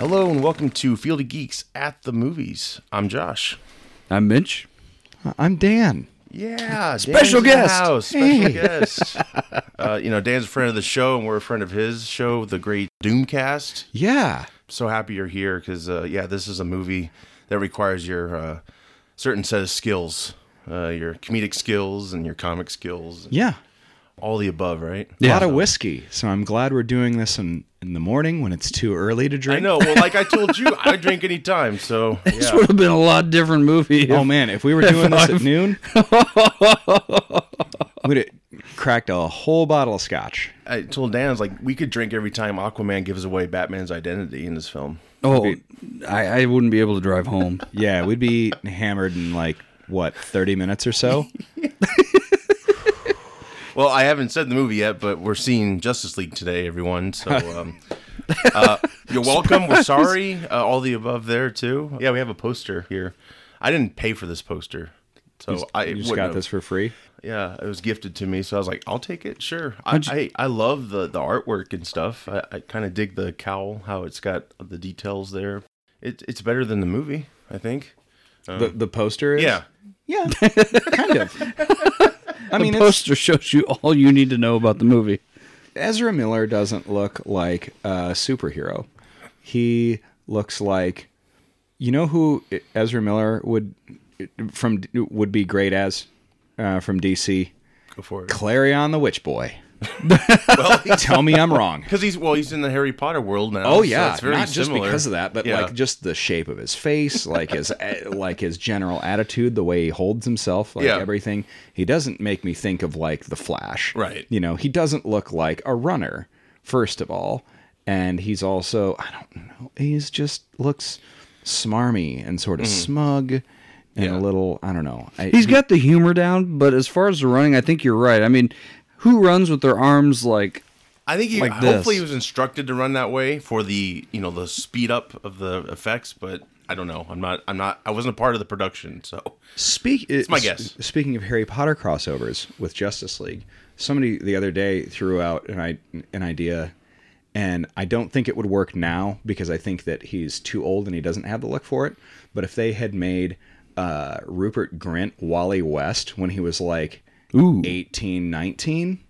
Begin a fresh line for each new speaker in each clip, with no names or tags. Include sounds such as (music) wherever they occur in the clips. Hello and welcome to Field of Geeks at the Movies. I'm Josh.
I'm Mitch.
Uh, I'm Dan.
Yeah, Dan's
Special
in the
guest.
house, special (laughs) guest. Uh, you know, Dan's a friend of the show, and we're a friend of his show, The Great Doomcast.
Yeah.
So happy you're here because, uh, yeah, this is a movie that requires your uh, certain set of skills, uh, your comedic skills and your comic skills, and
Yeah.
all the above, right? (laughs)
A lot of whiskey. So I'm glad we're doing this in, in the morning when it's too early to drink.
I know. Well, like I told you, I drink anytime. So
This
yeah.
would have been a lot different movie. if-
Oh man, if we were doing
(laughs)
this at noon, we'd have cracked a whole bottle of scotch.
I told Dan, I was like, we could drink every time Aquaman gives away Batman's identity in this film.
oh, I, I wouldn't be able to drive (laughs) home.
Yeah, we'd be hammered in like what, 30 minutes
(laughs)
or so?
Well, I haven't said the movie yet, but we're seeing Justice League today, everyone.
(laughs)
So um, uh, you're welcome. We're sorry. Uh, all the above there too. Yeah, we have a poster here. I didn't pay for this poster, so I
You just
wouldn't
got
have-
this for free.
Yeah, it was gifted to me, so I was like, I'll take it. Sure. I I, I love the the artwork and stuff. I, I kind of dig the cowl, how it's got the details there. It, it's better than the movie, I think.
the the poster is?
Uh, Yeah. (laughs)
Yeah. kind of. I mean,
the
it's,
poster shows you all you need to know about the movie.
Ezra Miller doesn't look like a superhero. He looks like you know who Ezra Miller would from would be great as uh, from DC.
Go for it.
Clarion the Witch Boy. Tell me I'm wrong.
Because he's well, he's in the Harry Potter world now.
Oh
so
yeah,
it's very
not just
similar.
because of that, but
Yeah.
like just the shape of his face, like his eh, like his general attitude, the way he holds himself, like
Yeah.
everything. He doesn't make me think of like the Flash,
Right.
You know, he doesn't look like a runner, first of all, and he's also I don't know, he's just looks smarmy and sort of smug and
Mm. Yeah.
a little I don't know. I,
He's got the humor down, but as far as the running, I think you're right. I mean, who runs with their arms like
I think he
like
hopefully
this.
he was instructed to run that way for the you know the speed up of the effects, but I don't know. I'm not. I'm not. I wasn't a part of the production, so
Speak, it's
my guess.
Speaking of Harry Potter crossovers with Justice League, somebody the other day threw out an, i- an idea, and I don't think it would work now because I think that he's too old and he doesn't have the look for it. But if they had made uh, Rupert Grint Wally West when he was like
Ooh.
eighteen, nineteen, 18, 19,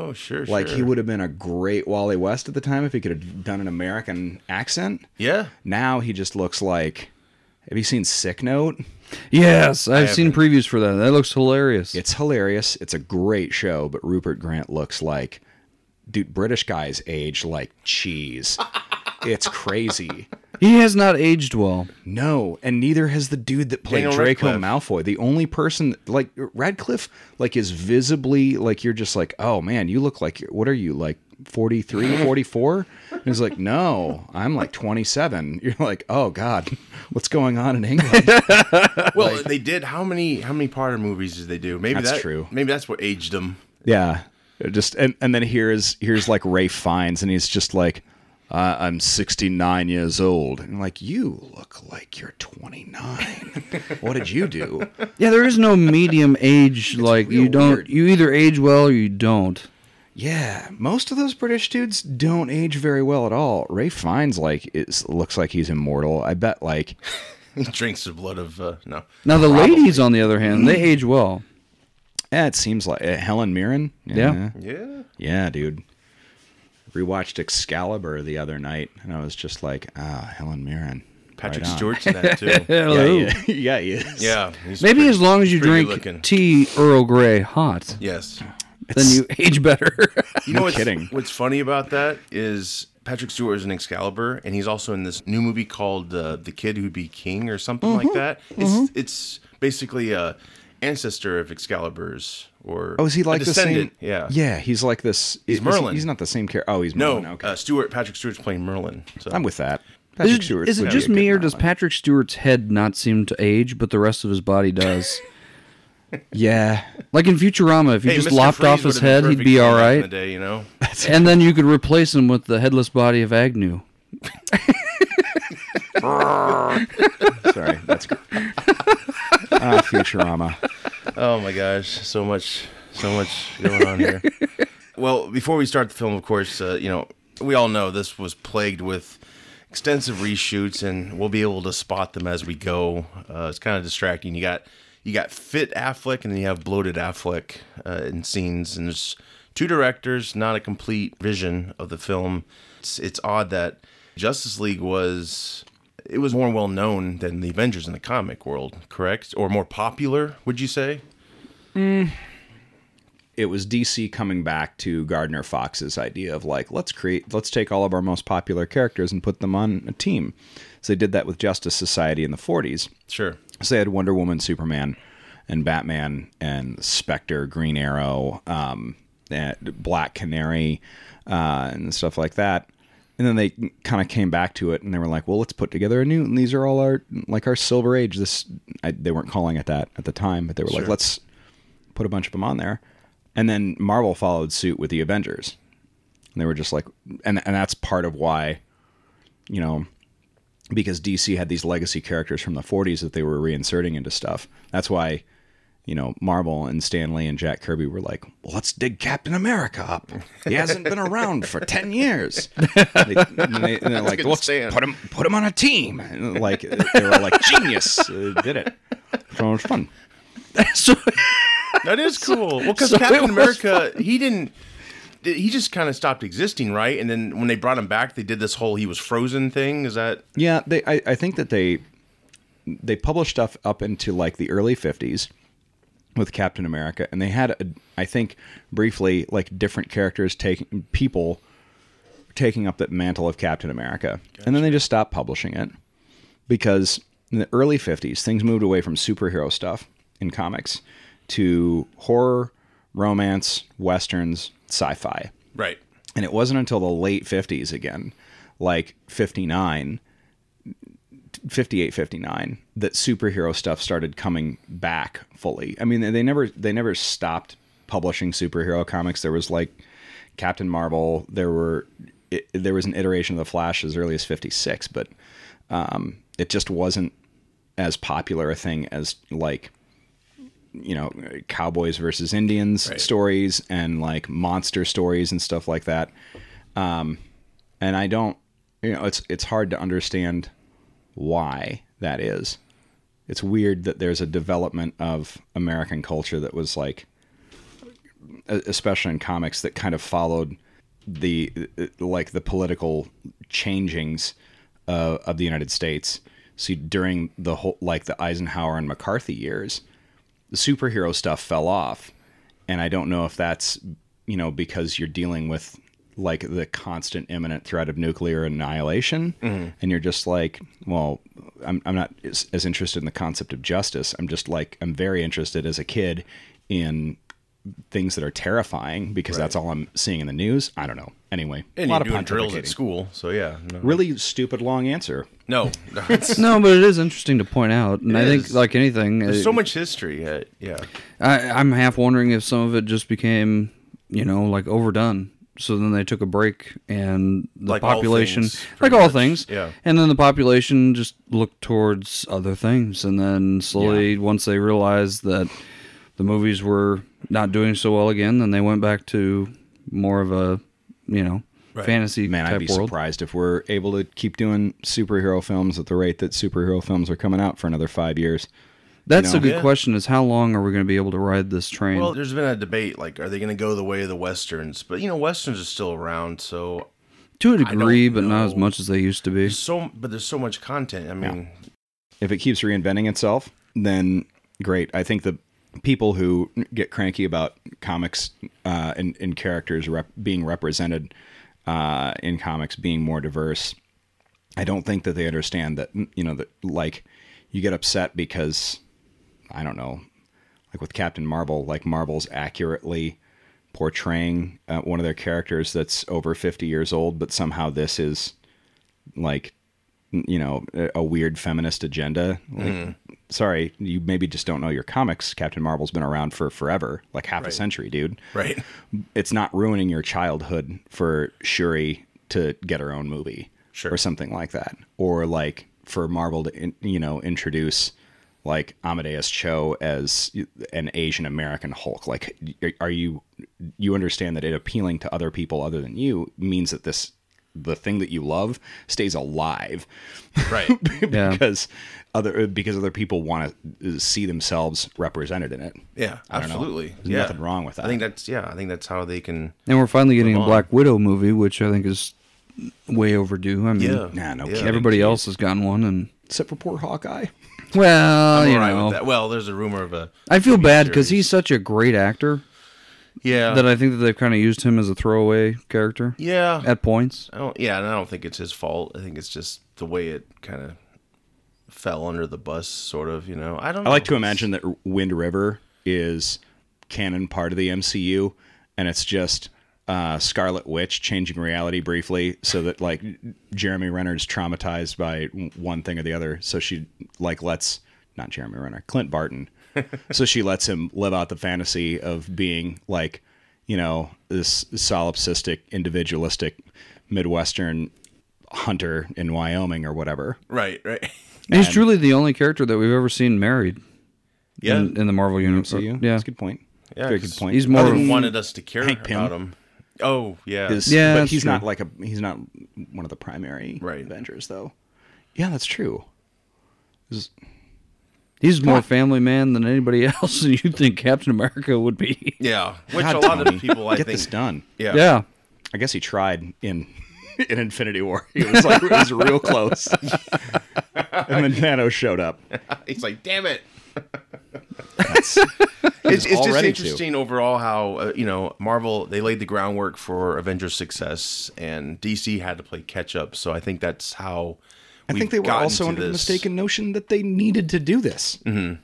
oh sure,
like he
sure.
would have been a great Wally West at the time if he could have done an American accent.
Yeah,
Now he just looks like. Have you seen Sick Note?
Yes, I've seen
haven't.
previews for that. That looks hilarious.
It's hilarious. It's a great show, but Rupert Grant looks like, dude, British guys age like
(laughs)
cheese. it's crazy.
he has not aged well.
No, and neither has the dude that played
Daniel
Draco
Radcliffe.
Malfoy. The only person like Radcliffe, like is visibly like you're just like, oh man, you look like what are you like
(laughs)
43, 44? And he's like, no, I'm like 27. (laughs) You're like, oh god, (laughs) what's going on in England?
well they did. How many how many Potter movies did they do? Maybe
That's
that-
true.
Maybe that's what aged them.
Yeah. It Just and, and then here's here's like Ray Fiennes and he's just like uh, I'm 69 years old and like you look like you're 29. what did you do? (laughs)
Yeah, there is no medium (laughs) age. like you
real
don't,
weird.
you either age well or you don't.
Yeah, most of those British dudes don't age very well at all. Ray Fiennes like is looks like he's immortal. I bet like
(laughs) He drinks the blood of uh, no.
Now the ladies, on the other hand, they age well.
eh, it seems like eh, Helen Mirren.
Yeah.
Yeah,
Yeah, dude. Rewatched Excalibur the other night and I was just like, ah, Helen Mirren.
Patrick
Right on.
Stewart's in that too.
(laughs)
Hello.
Yeah, yeah, yeah, he is.
yeah, he's
Maybe
pretty-
as long as you
pretty
drink
good looking.
tea Earl Grey hot,
yes.
then you
(laughs)
age better. (laughs)
You know what's,
kidding.
What's funny about that is Patrick Stewart is in Excalibur, and he's also in this new movie called uh, "The Kid Who'd Be King" or something like that. It's it's basically a ancestor of Excalibur's, or
Oh, is he
a
like the same?
descendant. Yeah,
yeah. He's like this. He's
Merlin.
he's not the same character. Oh, he's
No,
Merlin. okay,
uh, Stewart. Patrick Stewart's playing Merlin. So.
I'm with that.
Is
Patrick
it,
Stewart
is
would
it
be
just
a good
me, or does
Merlin.
Patrick Stewart's head not seem to age, but the rest of his body (laughs) does?
Yeah,
like in Futurama, if you
Hey,
just
Mr.
lopped
Freeze
off
would've
his
been
head, he'd
perfect
be all
back in the
right,
day, you know.
and then you could replace him with the headless body of (laughs) Agnew.
sorry, that's gr- (laughs) ah Futurama.
Oh my gosh, so much, so much going on here. well, before we start the film, of course, uh, you know we all know this was plagued with extensive reshoots, and we'll be able to spot them as we go. Uh, it's kind of distracting. You got you got fit Affleck, and then you have bloated Affleck uh, in scenes, and there's two directors, not a complete vision of the film. It's, it's odd that Justice League was it was more well known than the Avengers in the comic world, correct? Or more popular, would you say?
it was DC coming back to Gardner Fox's idea of like let's create let's take all of our most popular characters and put them on a team. So they did that with Justice Society in the 40s.
Sure.
So they had Wonder Woman, Superman, and Batman, and Spectre, Green Arrow, um, and Black Canary, uh, and stuff like that. And then they kind of came back to it, and they were like, "Well, let's put together a new." And these are all our like our Silver Age. This I, they weren't calling it that at the time, but they were like,
Sure.
"Let's put a bunch of them on there." And then Marvel followed suit with the Avengers, and they were just like, and and that's part of why, you know, because DC had these legacy characters from the 40s that they were reinserting into stuff. That's why, you know, Marvel and Stan Lee and Jack Kirby were like, well, let's dig Captain America up. He hasn't been around for 10 years. They, and, they, are like,
good
let's
stand.
put him, put him on a team. And like, they were like, genius. They did it. So it was fun.
so,
That
(laughs)
is cool. Well, because
so it
Captain
was
America, he didn't. He just kind of stopped existing, right? And then when they brought him back, they did this whole he was frozen thing. Is that
Yeah, they. I, I think that they they published stuff up into like the early fifties with Captain America, and they had, a, I think, briefly like different characters taking people taking up that mantle of Captain America, and then they just stopped publishing it because in the early fifties things moved away from superhero stuff in comics to horror, romance, westerns, sci-fi.
right?
And it wasn't until the late 50s again, like 59, 58, 59, that superhero stuff started coming back fully. I mean, they- they never they never stopped publishing superhero comics. There was like Captain Marvel. There were it, there was an iteration of the Flash as early as 56, but um, it just wasn't as popular a thing as like you know cowboys versus indians
Right.
stories and like monster stories and stuff like that um and i don't you know it's it's hard to understand why that is it's weird that there's a development of american culture that was like e- especially in comics that kind of followed the e, like the political changings uh, of the united states see during the whole like the eisenhower and mccarthy years the superhero stuff fell off and i don't know if that's you know because you're dealing with like the constant imminent threat of nuclear annihilation
Mm-hmm.
and you're just like well I'm, I'm not as, as interested in the concept of justice i'm just like i'm very interested as a kid in things that are terrifying because that's all i'm seeing in the news i don't know anyway
And
a lot
you're doing
of
drills at
pontificating.
school, so yeah. No,
really stupid long answer
no,
uh,
It's-
no, but it is interesting to point out, and
It
I think
is.
like anything,
there's
it-
so much history. Uh, yeah,
I, I'm half wondering if some of it just became, you know, like overdone. So then they took a break, and the
Like all
population,
things,
like
pretty
all
much.
things,
Yeah.
And then the population just looked towards other things, and then slowly, once they realized that the movies were not doing so well again, then they went back to more of a, you know,
Right.
fantasy
Man,
type
I'd be
world.
surprised if we're able to keep doing superhero films at the rate that superhero films are coming out for another five years.
That's
know?
a good
Yeah.
question: is how long are we going to be able to ride this train?
Well, there's been a debate like, are they going to go the way of the westerns? But you know, westerns are still around, so
to a degree, but not as
know.
much as they used to be.
there's so but there's so much content. I mean,
If it keeps reinventing itself, then great. I think the people who get cranky about comics uh, and, and characters rep- being represented uh, in comics being more diverse, I don't think that they understand that, you know, that like you get upset because, I don't know, like with Captain Marvel, like Marvel's accurately portraying uh, one of their characters that's over 50 years old, but somehow this is like, n- you know, a- a weird feminist agenda. Like,
Mm-hmm.
Sorry, you maybe just don't know your comics. Captain Marvel's been around for forever, like half a
Right.
century, dude. (laughs)
right?
It's not ruining your childhood for Shuri to get her own movie
Sure.
or something like that. Or like for Marvel to, in, you know, introduce like Amadeus Cho as an Asian American Hulk. Like, are you, you understand that it appealing to other people other than you means that this the thing that you love stays alive
Right.
(laughs)
Yeah.
because other because other people want to see themselves represented in it.
Yeah.
I don't know.
Absolutely.
There's
yeah.
nothing wrong with
I think
that.
that's yeah. I think that's how they can.
And we're finally getting a
on.
Black Widow movie, which I think is way overdue. I mean,
Yeah.
Nah, no
yeah.
kidding.
everybody else has gotten one, and
Except for poor Hawkeye.
well,
I'm
you
all right
know,
with that. Well, there's a rumor of a.
I feel
TV
bad because
series.
he's such a great actor
yeah
that I think that they've kind of used him as a throwaway character
yeah
at points.
I don't. Yeah, and I don't think it's his fault. I think it's just the way it kind of fell under the bus, sort of. You know, I don't.
I like
know.
to imagine that Wind River is canon part of the MCU, and it's just uh, Scarlet Witch changing reality briefly so that like Jeremy Renner's traumatized by one thing or the other, so she like lets not Jeremy Renner, Clint Barton, so she lets him live out the fantasy of being like you know this solipsistic, individualistic, Midwestern hunter in Wyoming or whatever.
Right.
(laughs)
Right.
And he's truly the only character that we've ever seen married
Yeah.
in, in the Marvel universe.
So you,
Yeah,
that's a good point.
Yeah,
Very
'cause
good point.
he's
More
more. of-
wanted us to care
Hank Pym.
about him. Oh yeah.
is-
Yeah,
but
that's
he's
true.
not like a he's not one of the primary
Right.
Avengers though. Yeah, that's true. Is-
He's more family man than anybody (laughs) else, and you'd think Captain America would be.
yeah. Which
God,
a lot
Tony,
of people I
get
think.
this done.
Yeah.
Yeah.
I guess he tried in (laughs) in Infinity War. He was
(laughs)
like it was real close, (laughs) and then Thanos
(laughs)
showed up.
It's like, damn it.
That's,
It's, it's just
already
interesting overall how uh, you know Marvel they laid the groundwork for Avengers success and DC had to play catch up. So I think that's how.
I think they were also under the mistaken notion that they needed to do this.
Mm-hmm.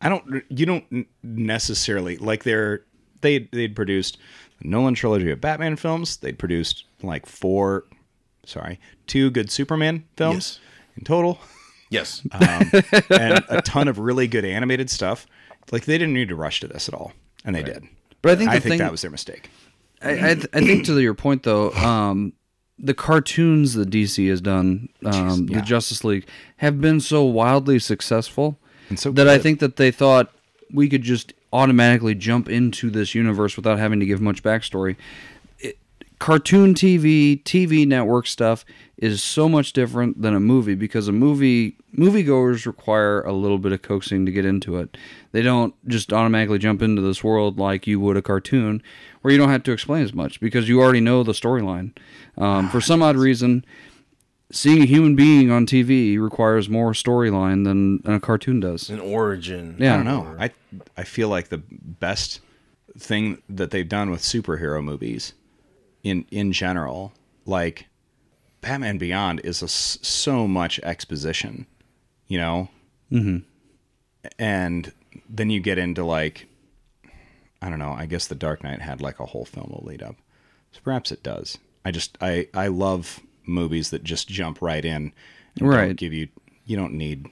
I don't. You don't necessarily like they're they they'd produced the Nolan trilogy of Batman films. They'd produced like four, sorry, two good Superman films in total, (laughs)
Yes.
and a ton of really good animated stuff. Like they didn't need to rush to this at all, and they did.
But I think the
I think
thing
that was their mistake.
I, I, th- I think to your point though, um, the cartoons that DC has done, um,
yeah.
the Justice League, have been so wildly successful
And so
that I
good.
think that they thought we could just automatically jump into this universe without having to give much backstory. It, cartoon TV, TV network stuff is so much different than a movie because a movie moviegoers require a little bit of coaxing to get into it. They don't just automatically jump into this world like you would a cartoon, where you don't have to explain as much because you already know the storyline. Um, for some odd reason, seeing a human being on TV requires more storyline than a cartoon does.
An origin.
Yeah.
I don't know. I I feel like the best thing that they've done with superhero movies in in general, like Batman Beyond is a s so much exposition, you know?
Mm-hmm.
Mhm. And then you get into like I don't know, I guess The Dark Knight had like a whole film of lead up. So perhaps it does. I just I I love movies that just jump right in and don't
Right.
give you you don't need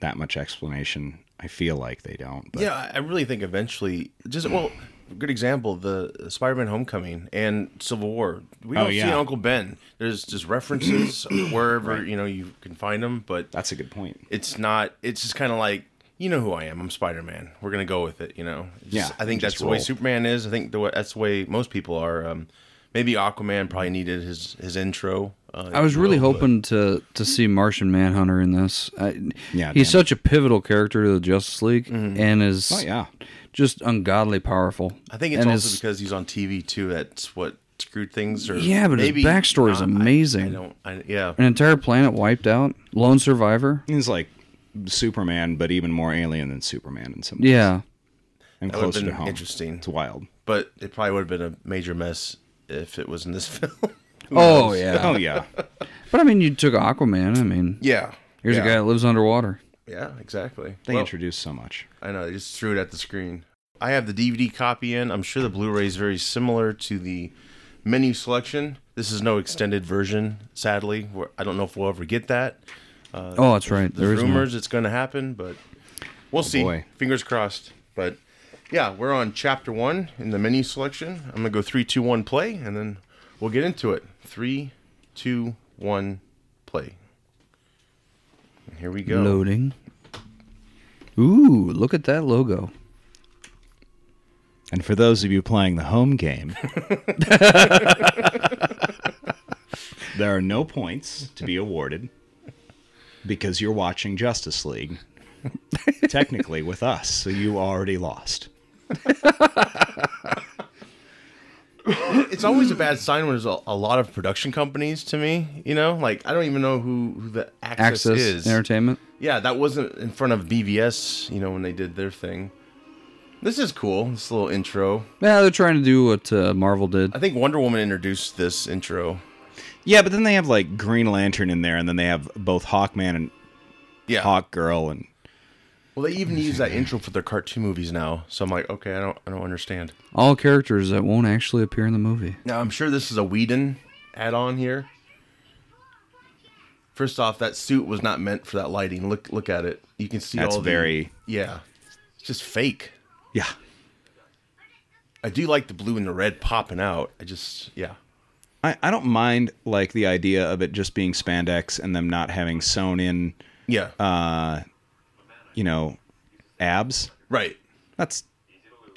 that much explanation. I feel like they don't. But
Yeah, I- I really think eventually, just well, good example the Spider-Man: Homecoming and Civil War. We
Oh,
don't see
yeah.
Uncle Ben. There's just references
(clears throat)
wherever you know you can find them, but
that's a good point.
it's not. It's just kind of like you know who I am. I'm Spider-Man. We're gonna go with it. You know. It's just-
Yeah,
I think
just
that's the way
roll.
Superman is. I think the way, that's the way most people are. Um, maybe Aquaman probably needed his his intro. Uh,
I was
if you
really
will, but- Hmm.
hoping to to see Martian Manhunter in this. I,
Yeah,
he's
damn
such a pivotal character to the Justice League and is
Oh yeah,
just ungodly powerful.
Mm-hmm. I think it's
and
also
his-
because he's on TV too. That's what screwed things. Or
Yeah, but his
maybe
backstory is
not. I- I,
amazing.
don't. I, yeah,
an entire planet wiped out, lone survivor.
he's like Superman, but even more alien than Superman in some ways.
Yeah,
and
That would've
closer to
been
home.
interesting.
It's wild.
but it probably would have been a major mess if it was in this (laughs) film. (laughs)
Oh yeah,
Oh yeah,
but I mean, you took Aquaman. I mean,
yeah,
here's
yeah.
a guy that lives underwater.
Yeah, exactly.
they
Well,
introduced so much.
I know. They just threw it at the screen. I have the DVD copy in. I'm sure the Blu-ray is very similar to the menu selection. This is no extended version, sadly. We're, I don't know if we'll ever get that.
oh, that's right. There
There's
is no-
Uh,
Oh,
rumors it's going to happen, but we'll see.
boy.
Fingers crossed. But yeah, we're on chapter one in the menu selection. I'm gonna go three, two, one, play, and then we'll get into it. Three, two, one, play. And here we go.
loading. Ooh, look at that logo.
(laughs)
And for those of you playing the home game, (laughs) There are no points to be awarded because you're watching Justice League, technically with us, so you already lost.
it's always a bad sign when there's a, a lot of production companies to me. You know, like I don't even know who, who the access,
Access
is.
Entertainment.
yeah, that wasn't in front of BVS. You know, when they did their thing. This is cool. This little intro.
Yeah, they're trying to do what uh, Marvel did.
I think Wonder Woman introduced this intro.
Yeah, but then they have like Green Lantern in there, and then they have both Hawkman and
Yeah.
Hawk Girl, and
Well, they even use that intro for their cartoon movies now. So I'm like, okay, I don't, I don't understand.
All characters that won't actually appear in the movie.
Now I'm sure this is a Whedon add-on here. First off, that suit was not meant for that lighting. Look, look at it. You can see
that's
all the-
very
yeah, it's just fake.
yeah.
I do like the blue and the red popping out. I just yeah.
I, I don't mind like the idea of it just being spandex and them not having sewn in,
Yeah.
Uh,
you know, abs.
right.
That's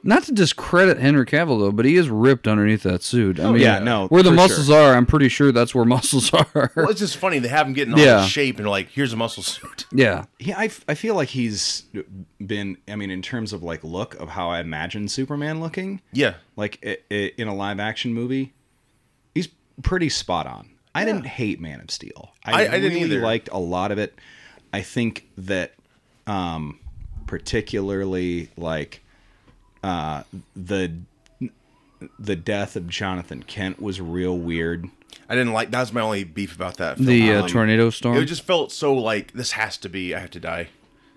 Not to discredit Henry Cavill though, but he is ripped underneath that suit. I mean,
Oh, yeah, no,
where the
for
muscles are, I'm pretty sure that's where (laughs) muscles are.
Well, it's just funny they have him getting all
Yeah.
in shape and like, here's a muscle suit.
(laughs)
(laughs)
yeah,
Yeah, I, f- I feel like he's been. I mean, in terms of like look of how I imagine Superman looking,
Yeah.
like i i in a live action movie, he's pretty spot on. I didn't hate Man of Steel.
I- I didn't
really
either.
liked a lot of it. I think that, um, particularly like, uh, the the death of Jonathan Kent was real weird.
I didn't like. That was my only beef about that. Film.
the uh,
Um,
tornado storm.
It just felt so like this has to be. I have to die.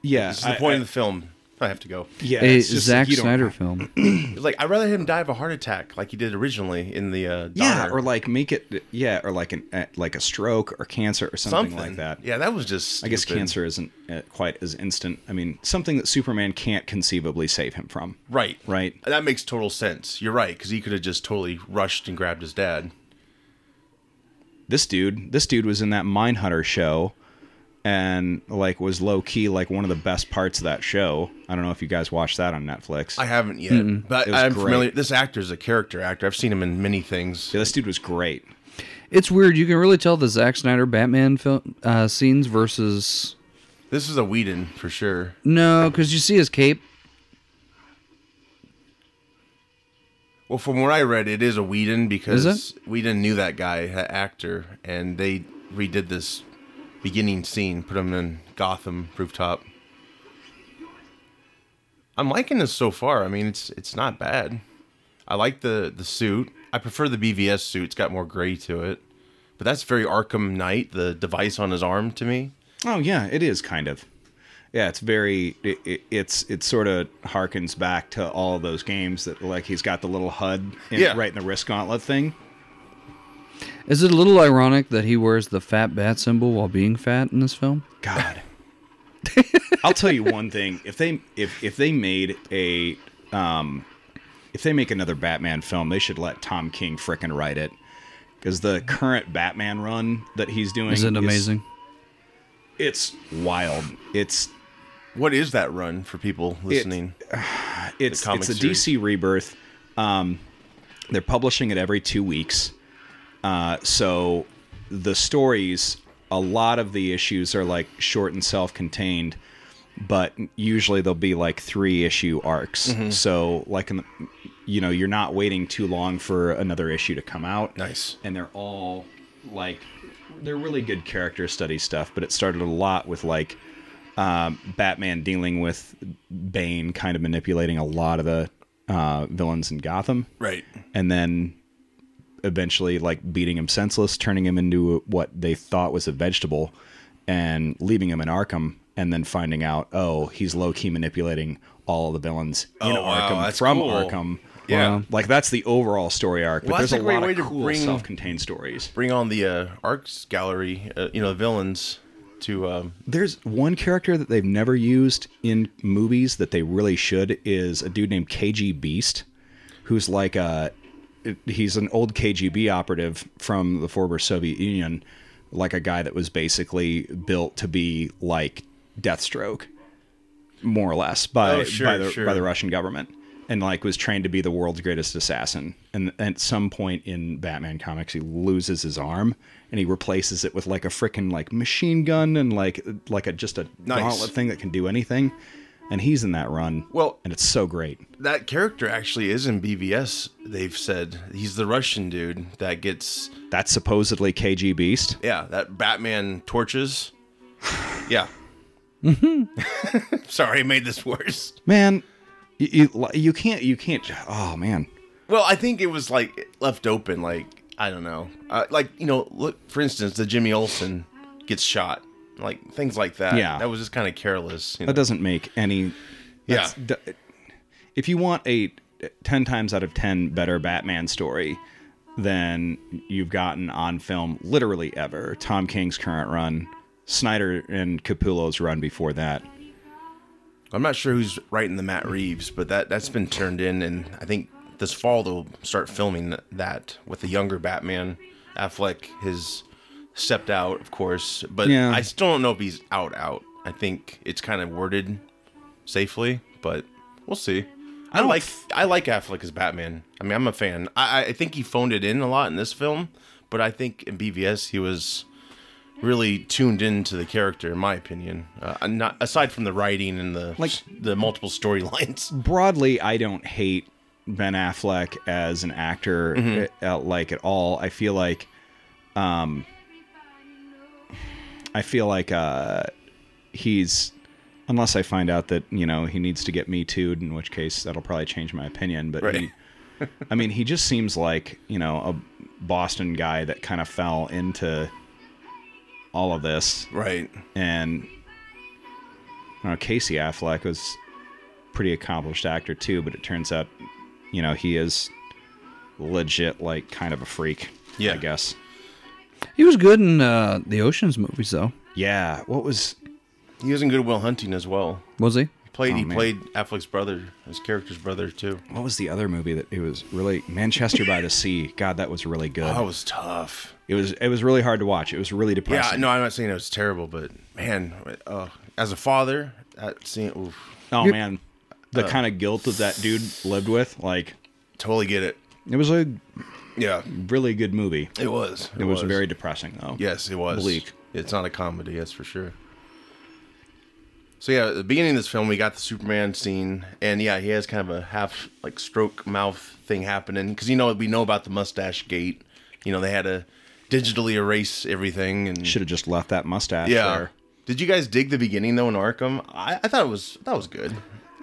Yeah,
This is the
I-
point
I-
of the film. I have to go.
yeah,
a
it's just
Zack
like, you don't-
Snyder film.
It's like I'd rather him die of a heart attack, like he did originally in the uh,
Yeah,
Donner.
or like make it yeah, or like an uh, like a stroke or cancer or something, like that.
Yeah, that was just.
I guess
stupid.
cancer isn't uh, quite as instant. I mean, something that Superman can't conceivably save him from.
Right,
Right.
That makes total sense. You're right because he could have just totally rushed and grabbed his dad.
This dude, this dude was in that Mindhunter show and like was low key like one of the best parts of that show. I don't know if you guys watched that on Netflix.
I haven't yet, but
It was
I'm
great.
familiar. This actor is a character actor. I've seen him in many things.
yeah, this dude was great.
It's weird. You can really tell the Zack Snyder Batman film uh, scenes versus
This is a Whedon for sure.
no, because you see his cape.
Well, from what I read, it is a Whedon because
Is
Whedon knew that guy, that actor, and they redid this beginning scene, put him in Gotham rooftop. I'm liking this so far. I mean, it's it's not bad. I like the the suit. I prefer the BVS suit. It's got more gray to it, but that's very Arkham Knight. The device on his arm to me.
Oh yeah, it is kind of. Yeah, it's very. It, it, it's it sort of harkens back to all those games that like he's got the little HUD in,
Yeah.
right in the wrist gauntlet thing.
Is it a little ironic that he wears the fat bat symbol while being fat in this film?
God, (laughs) I'll tell you one thing: if they if if they made a um, if they make another Batman film, they should let Tom King frickin' write it. Because the current Batman run that he's doing
Is it amazing?
it's wild. It's
What is that run for people listening?
it's
comic
it's a
series.
DC rebirth. Um, they're publishing it every two weeks. Uh, so the stories, a lot of the issues are like short and self-contained, but usually there'll be like three issue arcs. So like, in the, you know, you're not waiting too long for another issue to come out
nice.
and they're all like they're really good character study stuff but it started a lot with like um, batman dealing with bane kind of manipulating a lot of the uh, villains in gotham
Right.
and then eventually like beating him senseless turning him into what they thought was a vegetable and leaving him in arkham and then finding out oh he's low-key manipulating all of the villains in
Oh, wow,
arkham
that's
from
cool.
arkham
Yeah.
Wow.
like that's the overall story arc, but
Well, that's
there's a,
a great
lot
way
of
to
cool
bring-
self-contained stories.
bring on the uh, arcs gallery, uh, you know, the villains to um,
There's one character that they've never used in movies that they really should is a dude named KG Beast, who's like a he's an old KGB operative from the former Soviet Union, like a guy that was basically built to be like Deathstroke, more or less by
Oh, sure,
by, the,
sure.
by the Russian government. and like was trained to be the world's greatest assassin. And at some point in Batman comics, he loses his arm and he replaces it with like a freaking like machine gun and like like a just a
Nice.
gauntlet thing that can do anything. And he's in that run.
Well-
and it's so great.
that character actually is in BVS. They've said he's the Russian dude that gets
That's supposedly KG Beast.
yeah that Batman (sighs) torches. Yeah. Mm-hmm. (laughs) Sorry, I made this worse.
Man, you, you you can't you can't. Oh man,
Well, I think it was like left open. Like I don't know. Uh, like you know, look for instance, the Jimmy Olsen gets shot. Like things like that.
Yeah.
that was just kind of careless. you
That
know.
doesn't make any.
Yeah.
that's- d- If you want a 10 times out of 10 better Batman story than you've gotten on film literally ever, Tom King's current run, Snyder and Capullo's run before that.
I'm not sure who's writing the Matt Reeves, but that that's been turned in, and I think this fall they'll start filming th- that with the younger Batman. Affleck has stepped out, of course, but
Yeah.
I still don't know if he's out. Out. I think it's kind of worded safely, but we'll see. I,
don't
like
f-
I like Affleck as Batman. I mean, I'm a fan. I I- I think he phoned it in a lot in this film, but I think in BVS he was really tuned into the character, in my opinion. Uh, not aside from the writing and the
Like-
the multiple storylines.
Broadly, I don't hate Ben Affleck as an actor uh, like at all. I feel like um, I feel like uh, he's unless I find out that you know he needs to get me too, in which case that'll probably change my opinion. But
Right.
he, I mean, he just seems like you know a Boston guy that kind of fell into all of this,
(laughs) Right.
and you know, Casey Affleck was a pretty accomplished actor too, but it turns out you know he is legit like kind of a freak.
Yeah.
I guess.
He was good in uh, the Ocean's movies, though.
Yeah. What was
He was in Goodwill Hunting as well.
Was he?
He played he
man.
played Affleck's brother, his character's brother too.
what was the other movie that it was really Manchester by the Sea? God, that was really good.
That was tough.
It was it was really hard to watch. It was really
Oh. Yeah,
depressing.
no, I'm not saying it was terrible, but man, uh, as a father, that scene, oof,
Oh man,
Uh.
the kind of guilt that that dude lived with. Like
totally get it.
it was a
Yeah,
really good movie.
it was.
It was very depressing though.
Yes, it was.
Bleak.
It's not a comedy, that's for sure. So yeah, at the beginning of this film, we got the Superman scene, and yeah, he has kind of a half like stroke mouth thing happening because you know we know about the mustache gate. You know they had to digitally erase everything, and
Should have just left that mustache
yeah.
there.
Did you guys dig the beginning though in Arkham? I, I thought it was that was good.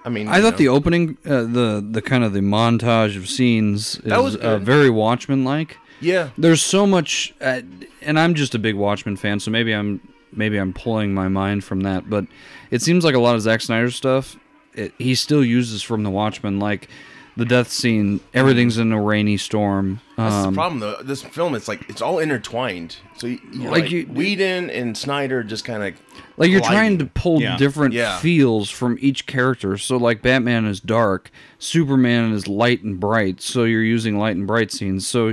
I mean,
I
you
thought
know.
the opening, uh, the the kind of the montage of scenes is
was
uh,
good.
very Watchmen-like.
yeah
There's so much, uh, and I'm just a big Watchmen fan, so maybe I'm maybe I'm pulling my mind from that. But it seems like a lot of Zack Snyder stuff. It, he still uses from the Watchmen, like the death scene. Everything's in a rainy storm.
That's
Um,
the problem, though. This film, it's like it's all intertwined. So, you, you
Like
like,
you-
Whedon and Snyder just kind of
like you're trying to pull
Yeah.
different
Yeah.
feels from each character so like batman is dark superman is light and bright so you're using light and bright scenes so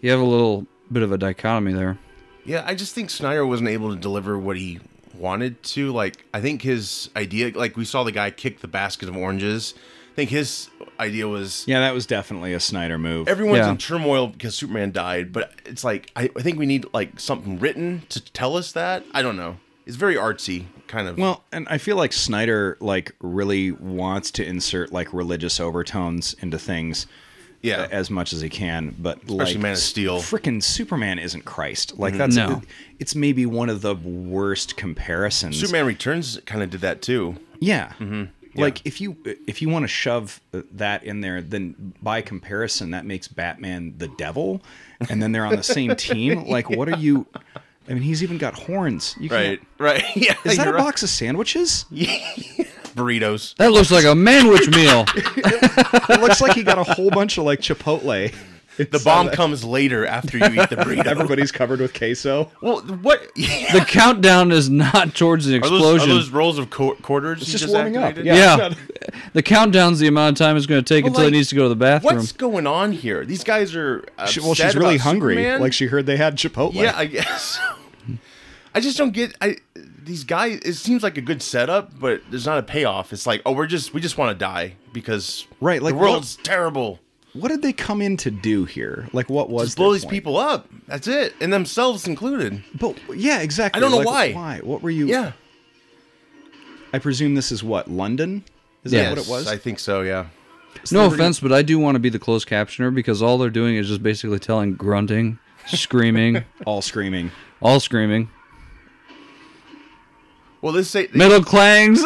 you have a little bit of a dichotomy there
Yeah, I just think Snyder wasn't able to deliver what he wanted to. Like, I think his idea, like we saw the guy kick the basket of oranges. I think his idea was
Yeah, that was definitely a Snyder move.
everyone's
Yeah.
in turmoil because Superman died, but it's like I, I think we need like something written to tell us that. I don't know. It's very artsy, kind of.
well, and I feel like Snyder like really wants to insert like religious overtones into things.
yeah,
as much as he can. But like,
Man of Steel.
freaking Superman isn't Christ. Like that's
No.
it's maybe one of the worst comparisons.
Superman Mm-hmm. Returns kind of did that too.
yeah. Like if you if you want to shove uh, that in there, then by comparison, that makes Batman the devil, and then they're on the same team.
(laughs)
Like, what are you? I mean, he's even got horns. You
Right,
can't-
(laughs) right. Yeah,
Is that a
you're right.
box of sandwiches?
burritos?
that looks like a
(laughs)
manwich meal
It looks like he got a whole bunch of like Chipotle.
The bomb comes later after you eat the
(laughs)
burrito.
Everybody's covered with queso.
well, (laughs) what?
the countdown is not towards an
Are those, are
explosion
those rolls of qu- quarters? you
just warming up,
activated?
yeah.
yeah the countdown's the amount of time it's going to take
Well,
until
like,
he needs to go to the bathroom
What's going on here? These guys are.
She,
Upset
well, she's really
about
hungry.
Superman?
(laughs) Like she heard they had Chipotle.
yeah, I guess. I I just don't get I these guys. It seems like a good setup, but there's not a payoff. It's like, oh, we're just we just want to die because
Right, like,
the
what-
world's terrible.
What did they come in to do here? Like, what was
Just blow
their
these
point?
people up. That's it, and themselves included.
But yeah, exactly.
I don't know
Like,
why.
Why? What were you?
Yeah,
I presume this is what London. Is that what it
Yes,
was?
I think so. Yeah.
no
Liberty-
offense, but I do want to be the closed captioner because all they're doing is just basically telling grunting,
(laughs)
screaming,
All screaming.
all screaming,
Well, this say,
metal clangs.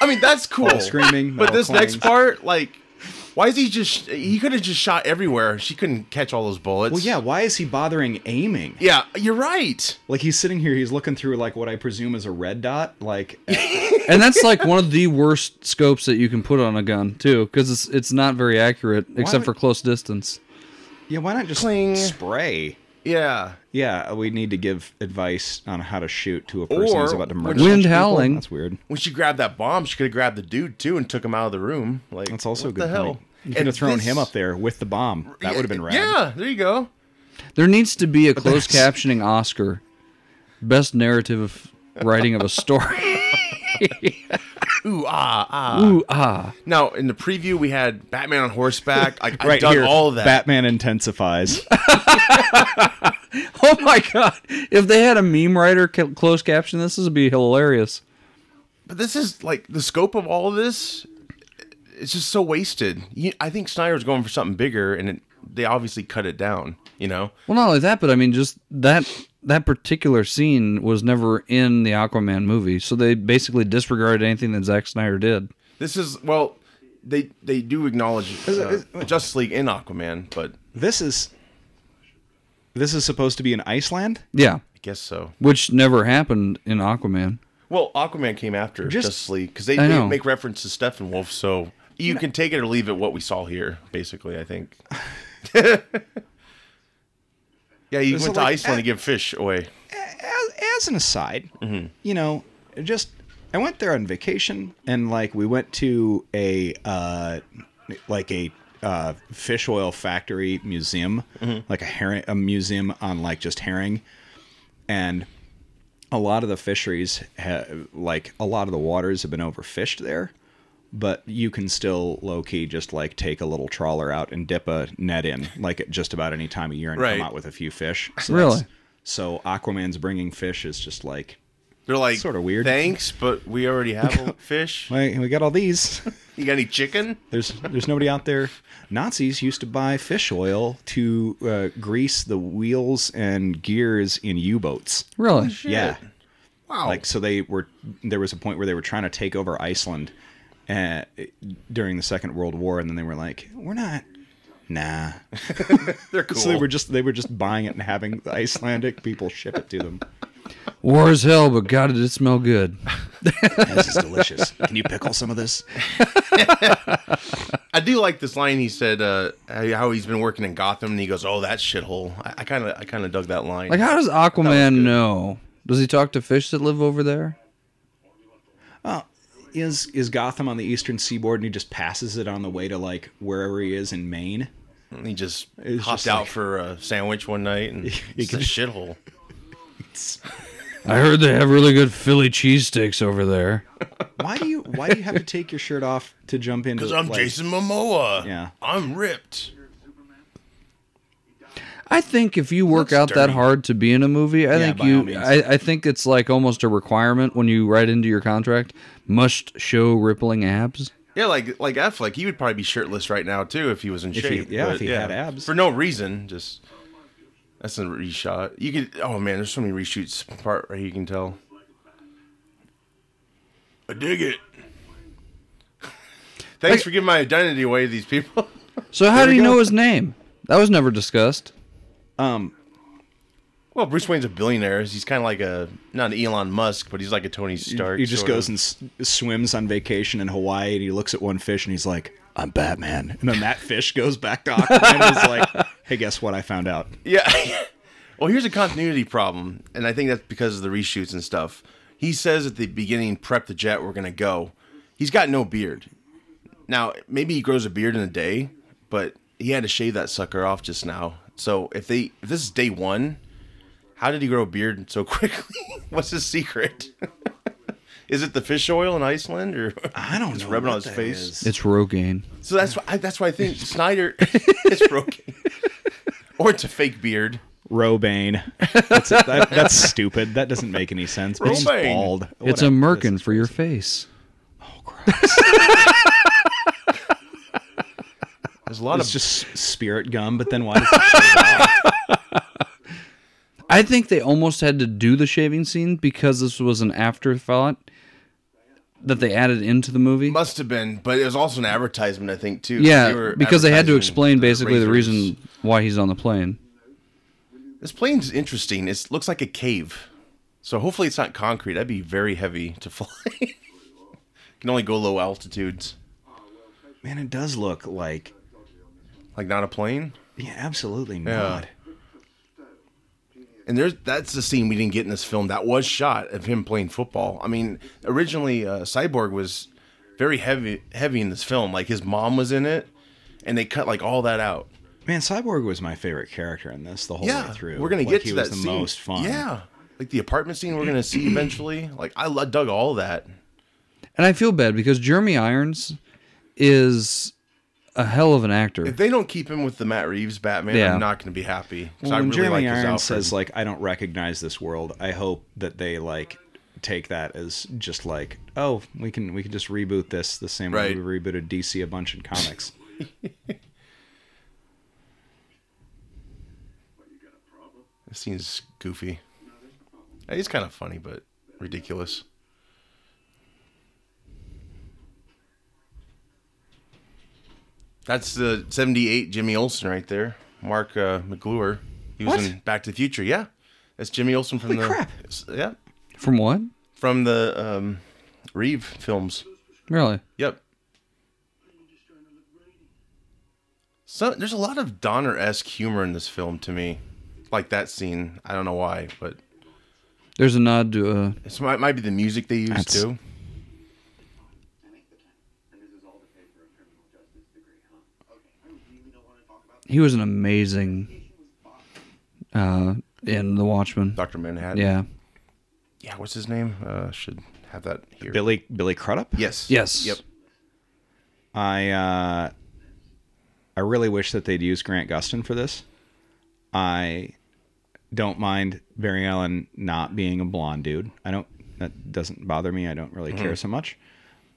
I mean that's cool.
All screaming,
Oh. But
all
this next
clangs.
part, like, why is he just? He could have just shot everywhere. She couldn't catch all those bullets.
Well, yeah. Why is he bothering aiming?
Yeah, you're right.
Like he's sitting here, he's looking through like what I presume is a red dot.
(laughs)
Like
and that's like one of the worst scopes that you can put on a gun too, because it's it's not very accurate except for
would-
close distance.
Yeah, why not just
Cling.
spray?
Yeah.
Yeah, we need to give advice on how to shoot to a person who's
Or
about to
when
murder.
she-
a bunch of
Wind
people.
howling.
That's weird.
When she grabbed that bomb, she could have grabbed the dude too and took him out of the room. Like
That's also a
what
good
the hell.
point. You could have thrown him up there with the bomb. That would have been rad.
Yeah, there you go.
There needs to be a closed captioning Oscar, best narrative writing of a story.
Ooh ah ah.
Ooh ah,
Now in the preview we had Batman on horseback. Like I
(laughs) Right
dug
here,
all of that.
Batman intensifies. (laughs)
oh my god! If they had a meme writer ca- closed caption, this would be hilarious.
but this is like the scope of all of this. It's just so wasted. You, I think Snyder's going for something bigger, and it, they obviously cut it down. You know.
Well, not only that, but I mean, just that that particular scene was never in the Aquaman movie, so they basically disregarded anything that Zack Snyder did.
This is well, they they do acknowledge uh, Justice League in Aquaman, but I
this is this is supposed to be in Iceland.
Yeah,
guess so.
which never happened in Aquaman.
Well, Aquaman came after
Just-
Justice League because they,
I
they
know.
make reference to Steppenwolf, so you can take it or leave it. What we saw here, basically, I think. (laughs) yeah, he
So,
went to
like,
Iceland to
eh.
give fish away.
as, as an aside, you know, just I went there on vacation and like we went to a uh, like a uh, fish oil factory museum, like a herring, a museum on like just herring, and a lot of the fisheries ha like a lot of the waters have been overfished there. But you can still low key just like take a little trawler out and dip a net in, like at just about any time of year, and
Right.
come out with a few fish. So
Really?
that's- So Aquaman's bringing fish is just like,
They're like,
Sorta weird.
Thanks, but we already have
(laughs)
a fish.
wait, we got all these. (laughs)
You got any chicken?
There's there's nobody out there. Nazis used to buy fish oil to uh, grease the wheels and gears in U-boats.
Really?
Yeah,
Wow.
like so they were. There was a point where they were trying to take over Iceland uh, during the Second World War, and then they were like, "We're not."
(laughs)
Nah.
They're cool.
So (laughs) they were just they were just buying it and having the Icelandic people ship it to them.
War is hell, but God, did it smell good.
This is delicious. Can you pickle some of this?
I do like this line he said uh, how he's been working in Gotham, and he goes, "Oh, that shithole." I kind of, I kind of dug that line.
Like, (laughs) how does
good.
Aquaman know? Does he talk to fish that live over there?
is is Gotham on the eastern seaboard and he just passes it on the way to like wherever he is in Maine.
And he just
It's
hopped
just
out
like-
for a sandwich one night,
(laughs)
and it's a shithole.
I heard they have really good Philly cheesesteaks over there.
Why do you why do you have to take your shirt off to jump into
Because I'm
like-
Jason Momoa.
Yeah.
I'm ripped.
I think if you work
Looks
out that
dirty.
hard to be in a movie, I think
by all
you
means.
I, I think it's like almost a requirement when you write into your contract, must show rippling abs.
Yeah, like like Affleck, he would probably be shirtless right now too if he was in
he-
shape.
yeah,
but
if he had abs.
for no reason, just that's a reshot. You could. Oh man, there's so many reshoots part right here. You can tell. I dig it. (laughs) Thanks for giving my identity away to these people. (laughs)
So how do
we
you
go.
know his name? That was never discussed.
Um
Well, Bruce Wayne's a billionaire. He's kind of like a not an Elon Musk, but he's like a Tony Stark.
he just
sort of.
goes and s- swims on vacation in Hawaii and he looks at one fish and he's like, "I'm Batman." And then that fish goes back to Aquaman and is like, "Hey, guess what I found out?"
Yeah. (laughs) well, here's a continuity problem, and I think that's because of the reshoots and stuff. He says at the beginning, "Prep the jet. We're gonna go." He's got no beard. Now, maybe he grows a beard in a day, but he had to shave that sucker off just now. So if they if this is day one, How did he grow a beard so (laughs) quickly? What's his secret? (laughs) is it the fish oil in Iceland or (laughs)
I don't know.
rubbing
what
on his
that
face.
is.
It's Rogaine.
So that's why I, that's why I think Snyder (laughs) is broken, (laughs) or it's a fake beard.
Robane. That's, it. That- that's stupid. That doesn't make any sense. But he's
Robane.
bald.
It's a
Whatever.
merkin for your face.
There's a lot
It's
of
just spirit gum. But then why? Does it,
I think they almost had to do the shaving scene because this was an afterthought that they added into the movie.
must have been, but it was also an advertisement, I think, too.
yeah, because they had to
advertising
explain basically the
razors.
reason why he's on the plane.
This plane's interesting. It looks like a cave, so hopefully it's not concrete. That'd be very heavy to (laughs) fly. Can only go low altitudes.
man, it does look like.
Like not a plane.
Yeah, absolutely not.
And there's that's the scene we didn't get in this film that was shot of him playing football. I mean, originally uh, Cyborg was very heavy heavy in this film. Like his mom was in it, and they cut like all that out.
Man, Cyborg was my favorite character in this the whole
Yeah,
way through.
we're gonna
Like,
get
he
to
was
that
the
scene.
most fun.
Yeah, like the apartment scene we're gonna see
(clears throat)
eventually. Like I lo- dug all that.
And I feel bad because Jeremy Irons is a hell of an actor.
If they don't keep him with the Matt Reeves Batman,
Yeah.
I'm not gonna be happy. 'cause
Well,
I
when
really
Jeremy
like his
Irons
Alfred.
says like, "I don't recognize this world," I hope that they like take that as just like, "Oh, we can we can just reboot this the same
Right.
way we rebooted DC a bunch in comics."
This scene's goofy. Yeah, He's kind of funny, but ridiculous. That's the 78 Jimmy Olsen right there. Mark uh, McGlure. He was
What?
in Back to the Future. Yeah. That's Jimmy Olsen from
Holy
the.
crap.
s- Yeah.
From what?
From the um, Reeve films.
Really?
Yep. So there's a lot of Donner esque humor in this film to me. Like that scene. I don't know why, but
There's a nod to uh,
It's, it might be the music they use
That's-
too.
he was an amazing uh in The Watchmen.
Doctor Manhattan.
Yeah.
Yeah. What's his name? Uh, should have that here.
Billy Billy Crudup.
Yes.
Yes.
Yep.
I uh, I really wish that they'd use Grant Gustin for this. I don't mind Barry Allen not being a blonde dude. I don't. That doesn't bother me. I don't really care so much.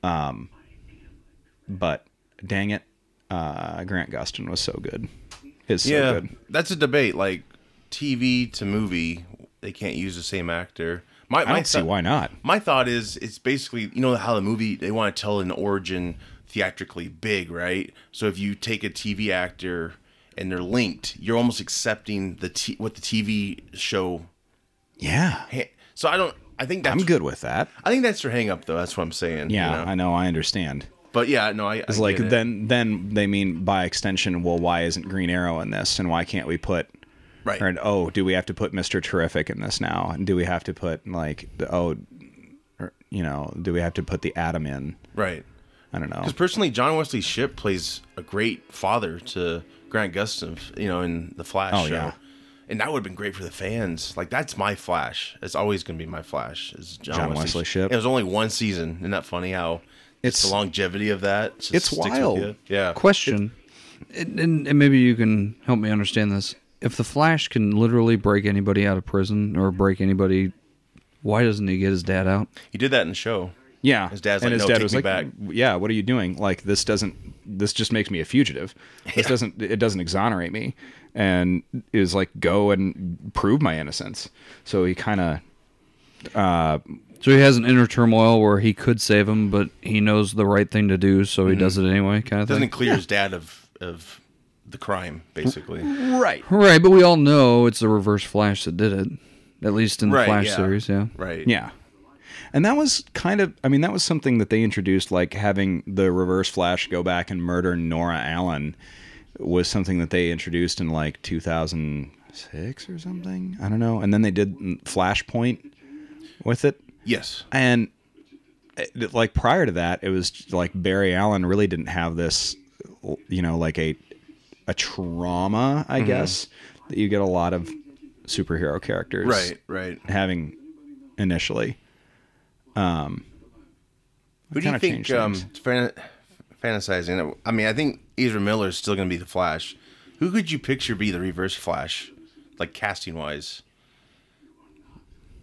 Um, but dang it, uh, Grant Gustin was so good. Is so
yeah.
good.
That's a debate. Like TV to movie, they can't use the same actor. My
I
my
don't see
thought-
why not.
My thought is it's basically you know how the movie they want to tell an origin theatrically big, right? So if you take a TV actor and they're linked, you're almost accepting the t- what the TV show.
Yeah,
Ha- so I don't. I think that's
I'm good with that.
I think that's their hang up though. That's what I'm saying. you
Yeah,
know?
I know. I understand.
But yeah, no, I,
It's like then then they mean by extension, well, why isn't Green Arrow in this, and why can't we put
right.
Or, oh, do we have to put Mr. Terrific in this now? And do we have to put like the- oh, or, you know, do we have to put the atom in?
right.
I don't know.
Because personally, John Wesley Shipp plays a great father to Grant Gustin, you know, in the Flash
Oh,
show.
yeah.
And that would have been great for the fans. Like that's my Flash. It's always going to be my Flash. Is John,
John
Wesley,
Wesley Shipp.
It was only one season. Isn't that funny how it's
It's-
the longevity of that? just
it's
sticks with
wild.
you? Yeah.
Question. and, and, and maybe you can help me understand this. If the Flash can literally break anybody out of prison or break anybody, why doesn't he get his dad out?
He did that in the show.
Yeah,
His dad's like, "No, take me back."
"Yeah, what are you doing? Like this doesn't. This just makes me a fugitive.
(laughs)
This doesn't. It doesn't exonerate me." And is like, "Go and prove my innocence." So he kind of
So he has an inner turmoil where he could save him, but he knows the right thing to do, so he does it anyway, kind of
Mm-hmm.
thing.
Doesn't clear his dad of of the crime basically.
(laughs) right.
Right, but we all know it's the Reverse Flash that did it, at least in the
Right,
Flash
yeah.
series. Yeah,
Right.
Yeah. And that was kind of, I mean, that was something that they introduced, like having the reverse flash go back and murder Nora Allen was something that they introduced in like 2006 or something. I don't know. And then they did Flashpoint with it.
Yes.
And it- like prior to that, it was like Barry Allen really didn't have this, you know, like a, a trauma, I guess, that you get a lot of superhero characters
Right, right.
having initially.
Who do you
kinda
think
changed
um,
things.
fan- fantasizing? I mean, I think Ezra Miller is still going to be the Flash. Who could you picture be the Reverse Flash, like casting wise?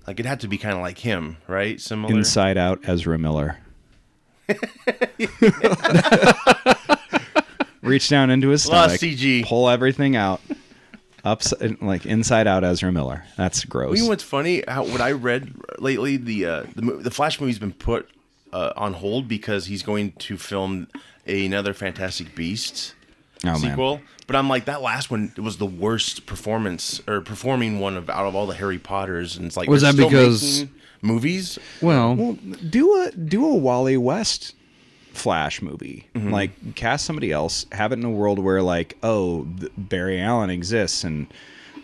Like it'd have to be kind of like him, right? Similar.
Inside Out Ezra Miller. Reach down into his
Lot
stomach,
of CG.
pull everything out, upside like inside out Ezra Miller. That's gross.
You know what's funny? How, what I read lately, the uh, the, mo- the Flash movie's been put uh, on hold because he's going to film another Fantastic Beasts
oh man,
sequel. But I'm like, that last one was the worst performance or performing one of out of all the Harry Potters, and it's like
Was
they're
that
still
because-
making movies?
Well,
do a do a Wally West Flash movie. Like cast somebody else. Have it in a world where like oh th- Barry Allen exists and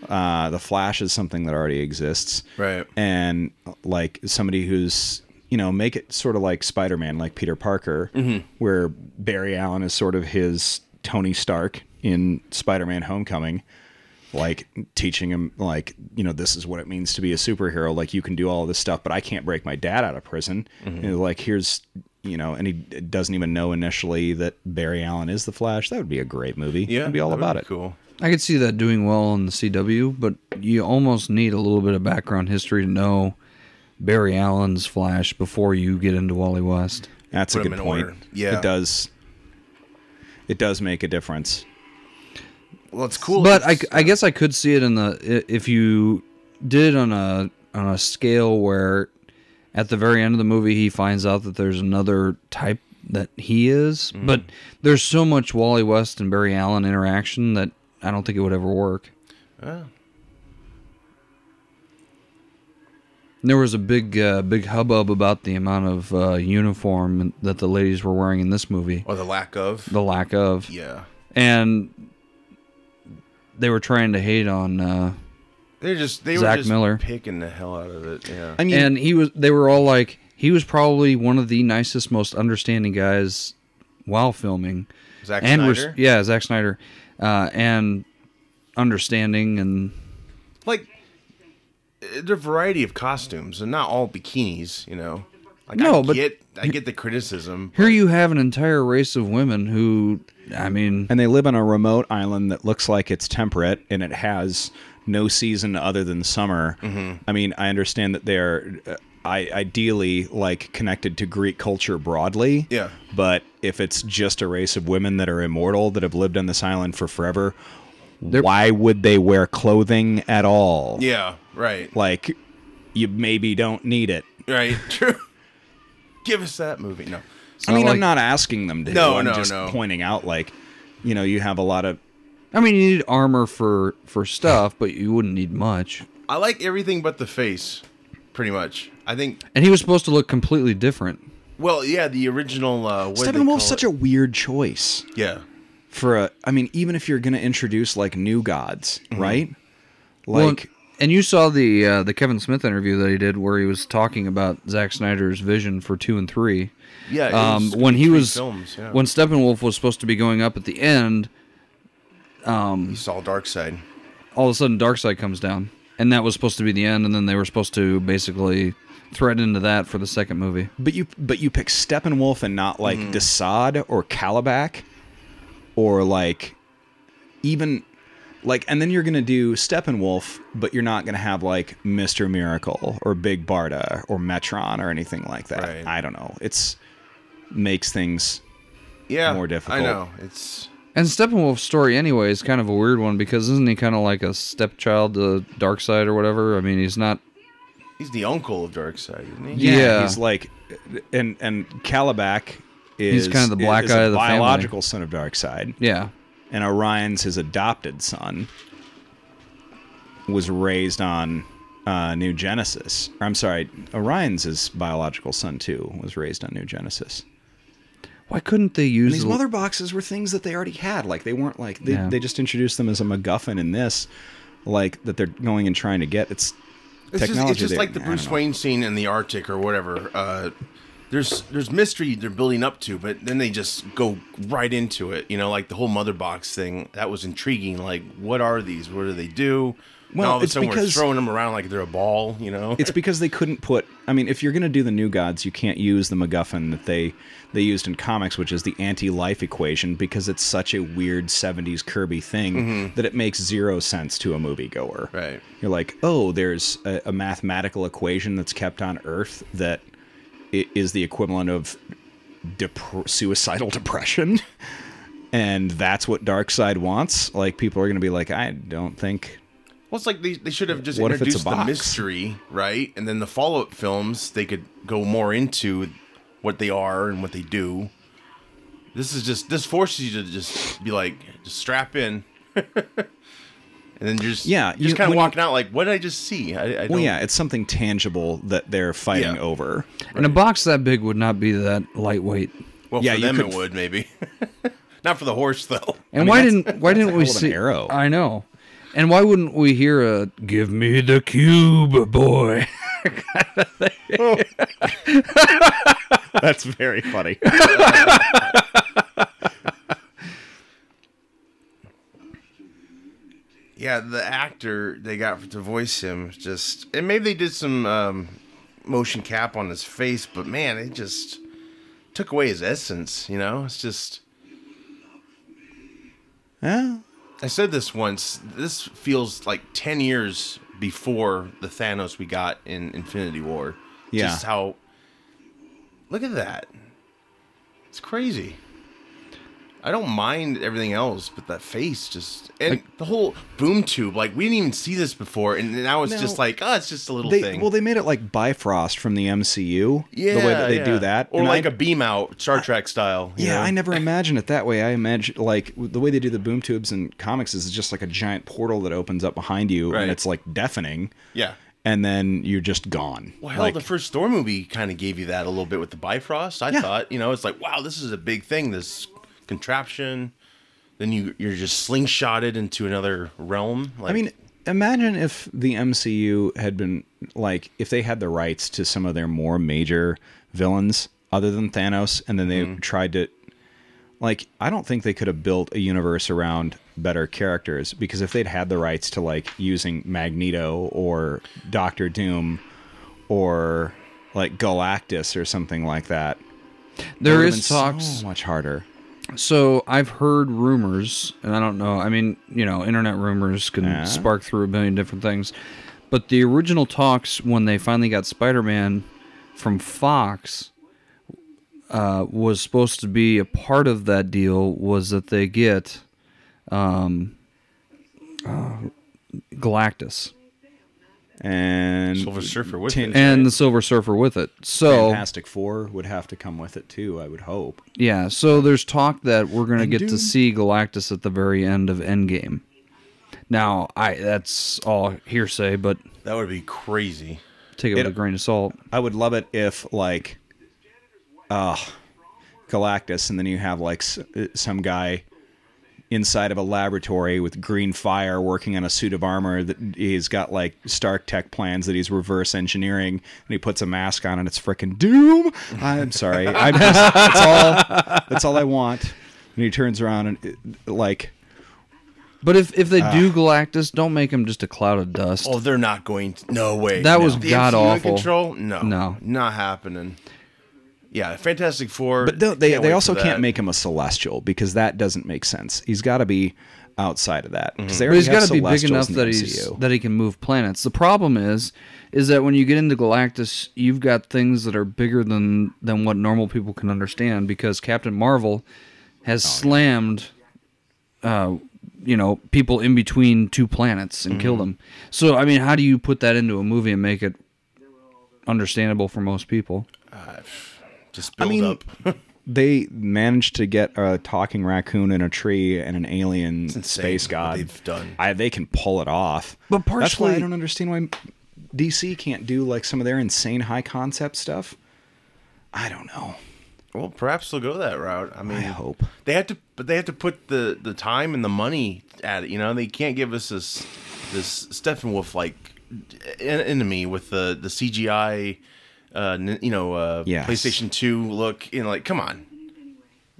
uh, the Flash is something that already exists.
Right.
and like somebody who's you know make it sort of like spider-man like peter parker where barry allen is sort of his tony stark in spider-man homecoming like teaching him like you know this is what it means to be a superhero like you can do all this stuff but i can't break my dad out of prison
Mm-hmm.
And, like here's you know and he doesn't even know initially that barry allen is the flash that would be a great movie
Yeah,
It'd be all
that would
about it
Cool.
I could see that doing well on the CW, but you almost need a little bit of background history to know Barry Allen's Flash before you get into Wally West.
that's
Put
a
'em
good
in
point
order. Yeah.
it does it does make a difference
Well, it's cool.
But I,
It's-
I guess I could see it in the i- if you did on a on a scale where at the very end of the movie he finds out that there's another type that he is, but there's so much Wally West and Barry Allen interaction that I don't think it would ever work. There was a big, uh, big hubbub about the amount of uh, uniform that the ladies were wearing in this movie.
or the lack of.
The lack of,
Yeah.
and they were trying to hate on, uh,
They're just they were
Zach
just
Miller.
picking the hell out of it. Yeah.
i mean
and he was. They were all like, he was probably one of the nicest, most understanding guys while filming.
Zack
and res-
Snyder?
yeah, Zack Snyder, uh, and understanding and
like there are a variety of costumes and not all bikinis you know like
No,
I
but-
get, i get the criticism
here you have an entire race of women who, I mean,
and they live on a remote island that looks like it's temperate and it has no season other than summer.
Mm-hmm.
I mean, I understand that they're uh, I, ideally like connected to Greek culture broadly.
Yeah.
But if it's just a race of women that are immortal that have lived on this island for forever, why would they wear clothing at all?
yeah right
Like, you maybe don't need it.
right (laughs) true give us that movie no
I mean,
not like-
I'm not asking them to.
No,
I'm
no,
just
no.
pointing out, like, you know, you have a lot of
I mean, you need armor for for stuff, but you wouldn't need much.
i like everything but the face pretty much i think
And he was supposed to look completely different.
well yeah the original uh what did they
Steppenwolf's
call
such
it?
a weird choice.
yeah
for a i mean even if you're going to introduce like new gods right
Well,
like
and you saw the uh, the Kevin Smith interview that he did, where he was talking about Zack Snyder's vision for two and three.
yeah it
Um,
was
when he
three
was
films yeah.
when Steppenwolf was supposed to be going up at the end,
he saw dark side
all of a sudden Darkseid comes down, and that was supposed to be the end. And then they were supposed to basically thread into that for the second movie.
but you but you pick steppenwolf and not like Desaad or Kalibak or like even like and then you're going to do steppenwolf but you're not going to have like mr miracle or big barda or metron or anything like that
Right.
i don't know it's makes things
yeah
More
i
difficult.
know it's
And Steppenwolf's story, anyway, is kind of a weird one because isn't he kind of like a stepchild to Darkseid or whatever? I mean, he's not.
he's the uncle of dark side isn't he
Yeah.
he's like, and and Kalibak is
He's kind of the black
is a
eye of the family.
biological son of Darkseid,
Yeah,
and Orion's his adopted son. Was raised on uh, New Genesis. Or, I'm sorry, Orion's his biological son too. Was raised on New Genesis.
Why couldn't they use
And these
the-
mother boxes were things that they already had. Like they weren't like they,
Yeah.
they just introduced them as a MacGuffin in this, like that they're going and trying to get. It's
It's just,
technology
it's just
there.
like the
I don't
Bruce
know.
Wayne scene in the Arctic or whatever. Uh, there's there's mystery they're building up to, but then they just go right into it. You know, like the whole mother box thing that was intriguing. Like, what are these? What do they do? And
Well,
all of a
it's
sudden we're
because-
throwing them around like they're a ball. You know,
It's because they couldn't put. I mean, if you're going to do the new gods, you can't use the MacGuffin that they they used in comics, which is the anti-life equation, because it's such a weird '70s Kirby thing that it makes zero sense to a moviegoer.
Mm-hmm. Right.
You're like, oh, there's a, a mathematical equation that's kept on Earth that i- is the equivalent of dep- suicidal (laughs) depression. And that's what Darkseid wants. Like people are going to be like, I don't think
Well, it's like they, they should have just
What if it's a
introduced the
box?
mystery, right? And then the follow up films, they could go more into what they are and what they do. This is just, this forces you to just be like, just strap in. (laughs) and then you're just,
Yeah,
you're just
you-
kind of
when you-
walking out like, what did I just see? I, I don't,
Well, yeah, it's something tangible that they're fighting
Yeah.
over.
And a box that big would not be that lightweight.
Well,
yeah,
for
you
them
could-
it would, maybe. (laughs) Not for the horse, though.
(laughs)
And
mean,
why
that's-
didn't why
that's a
didn't we
hell of an
see
arrow.
I know. And why wouldn't we hear a "Give me the cube,
(laughs)
boy"?
That's very funny.
Yeah, the actor they got to voice him just, and maybe they did some um, motion cap on his face, but man, it just took away his essence. You know, it's just.
yeah.
I said this once. This feels like ten years before the Thanos we got in Infinity War.
Yeah.
just how. Look at that. It's crazy. I don't mind everything else, but that face just and the whole boom tube. Like we didn't even see this before, and now it's
No.
just like oh, it's just a little
They,
thing.
well, they made it like Bifrost from the MCU.
yeah,
The way that they
yeah.
do that.
or
And
like
I-
a beam out Star Trek style. you
Yeah,
know?
I never imagined it that way. I imagine like w- the way they do the boom tubes in comics is just like a giant portal that opens up behind you,
Right.
and it's like deafening,
Yeah.
and then you're just gone.
Well, hell,
like,
the first Thor movie kind of gave you that a little bit with the Bifrost. I
Yeah.
thought, you know, it's like, wow, this is a big thing, this contraption. Then you you're just slingshotted into another realm. Like,
I mean, imagine if the MCU had been like if they had the rights to some of their more major villains other than Thanos, and then they
Mm-hmm.
tried to like I don't think they could have built a universe around better characters because if they'd had the rights to like using Magneto or Doctor Doom or like Galactus or something like that, it
There
would've been
is talks.
so much harder.
So I've heard rumors, and I don't know. I mean, you know, internet rumors can
Yeah.
spark through a million different things. But the original talks when they finally got Spider-Man from Fox uh, was supposed to be a part of that deal. Was that they get um, uh, Galactus
And
Silver Surfer with
Tin-
it.
and the Silver Surfer with it? So
Fantastic Four would have to come with it too, I would hope.
Yeah, so there's talk that we're gonna
And
get
Doom.
to see Galactus at the very end of Endgame. Now, I that's all hearsay, but
that would be crazy.
take it, with
It-
a grain of salt.
I would love it if like, uh, Galactus, and then you have like s- uh, some guy inside of a laboratory with green fire working on a suit of armor that he's got like Stark Tech plans that he's reverse engineering, and he puts a mask on, and it's freaking Doom. I'm sorry, I'm just that's all that's all I want. And he turns around and uh, like,
But if if
Ah.
they do Galactus, don't make him just a cloud of dust.
Oh, they're not going. To, no way.
That
No.
was
The MCU in
god-awful.
Control? No,
No.
not happening. Yeah, Fantastic Four.
but don't, they
can't
they
wait
also
for
can't
that.
make him a celestial because that doesn't make sense. He's got to be outside of that
Mm-hmm.
because
but he's got to be big enough that he's that he can move planets. The problem is, is that when you get into Galactus, you've got things that are bigger than than what normal people can understand because Captain Marvel has
Oh,
slammed, uh, you know, people in between two planets and killed
Mm-hmm.
them. So I mean, how do you put that into a movie and make it understandable for most people?
just build
mean,
up.
they managed to get a talking raccoon in a tree and an alien
insane
space
what
god.
they've done.
I, they can pull it off.
But
that's why I
partially-
don't understand why DC can't do like some of their insane high concept stuff. I don't know.
Well, perhaps they'll go that route. I mean,
I hope.
they have to, but they have to put the the time and the money at it. You know, they can't give us this this Steppenwolf like en- enemy with the the CGI uh, n- you know, uh,
Yes.
PlayStation Two look. You know, like come on,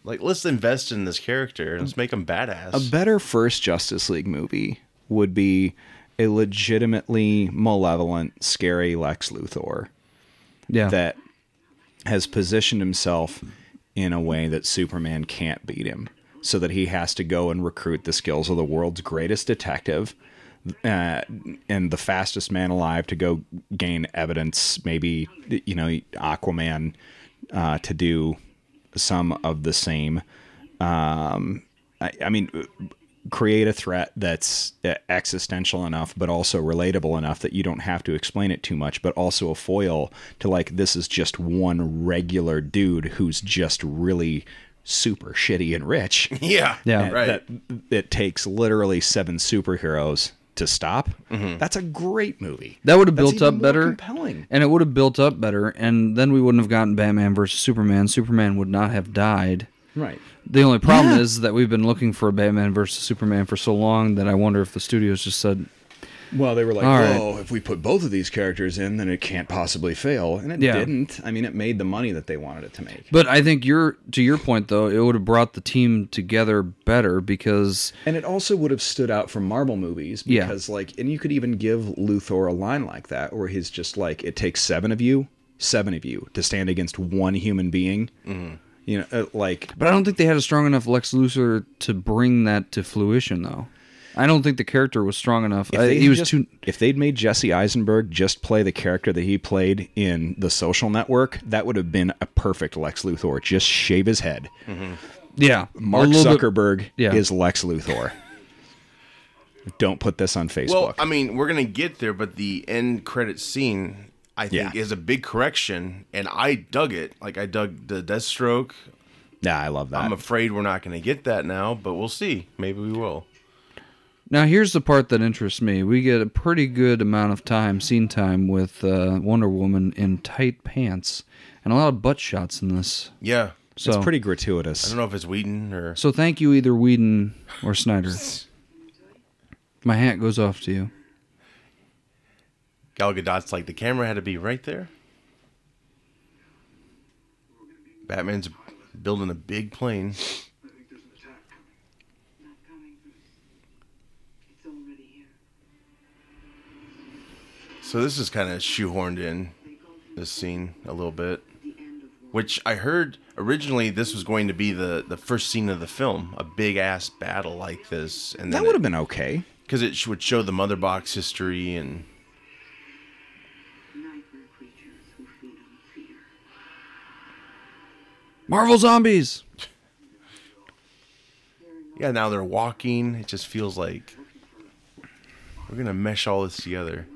like let's invest in this character and let's make him badass.
A better first Justice League movie would be a legitimately malevolent, scary Lex Luthor
Yeah.
that has positioned himself in a way that Superman can't beat him, so that he has to go and recruit the skills of the world's greatest detective uh, and the fastest man alive to go gain evidence, maybe, you know, Aquaman uh, to do some of the same. Um, I, I mean, create a threat that's uh, existential enough, but also relatable enough that you don't have to explain it too much, but also a foil to like, this is just one regular dude who's just really super shitty and rich.
(laughs) yeah,
Yeah.
right.
That it takes literally seven superheroes to stop. That's a great movie.
That would have
That's
built
even
up
more
better.
Compelling.
And it would have built up better, and then we wouldn't have gotten Batman versus Superman. Superman would not have died.
Right.
The only problem is that we've been looking for a Batman versus Superman for so long that I wonder if the studios just said,
Well, they were like,
All right.
"Whoa! If we put both of these characters in, then it can't possibly fail," and it
Yeah.
didn't. I mean, it made the money that they wanted it to make,
But I think your to your point though, it would have brought the team together better because
and it also would have stood out from Marvel movies
Yeah.
because, like, and you could even give Luthor a line like that, where he's just like, "It takes seven of you, seven of you, to stand against one human being."
Mm-hmm.
You know, uh, like
but I don't think they had a strong enough Lex Luthor to bring that to fruition though. I don't think the character was strong enough. I,
they
Uh, he was
just-
too
If they'd made Jesse Eisenberg just play the character that he played in The Social Network, that would have been a perfect Lex Luthor. Just shave his head.
yeah. Mm-hmm. a
Mark
little bit-
Zuckerberg
yeah.
is Lex Luthor. Don't put this on Facebook.
Well, I mean, we're gonna get there, but the end credit scene, I think,
Yeah.
is a big correction, and I dug it. Like I dug the Deathstroke.
yeah, I love that.
I'm afraid we're not gonna get that now, but we'll see. Maybe we will.
Now here's the part that interests me. We get a pretty good amount of time, scene time with uh, Wonder Woman in tight pants, and a lot of butt shots in this.
Yeah,
So
it's pretty
I
gratuitous.
don't know if it's Whedon or
So thank you either Whedon or Snyder. My hat goes off to you.
Gal Gadot's. Like the camera had to be right there. Batman's building a big plane.
I think there's an attack coming.
Not coming. It's already here.
So this is kind of shoehorned in
They called him
this scene a little bit.
the end of war.
which I heard originally this was going to be the the first scene of the film, a big ass battle like this, and
That would have been okay.
because it sh- would show the mother box history and
Nightmare creatures who feed on fear.
Marvel zombies.
yeah, now they're walking. It just feels like we're gonna mesh all this together.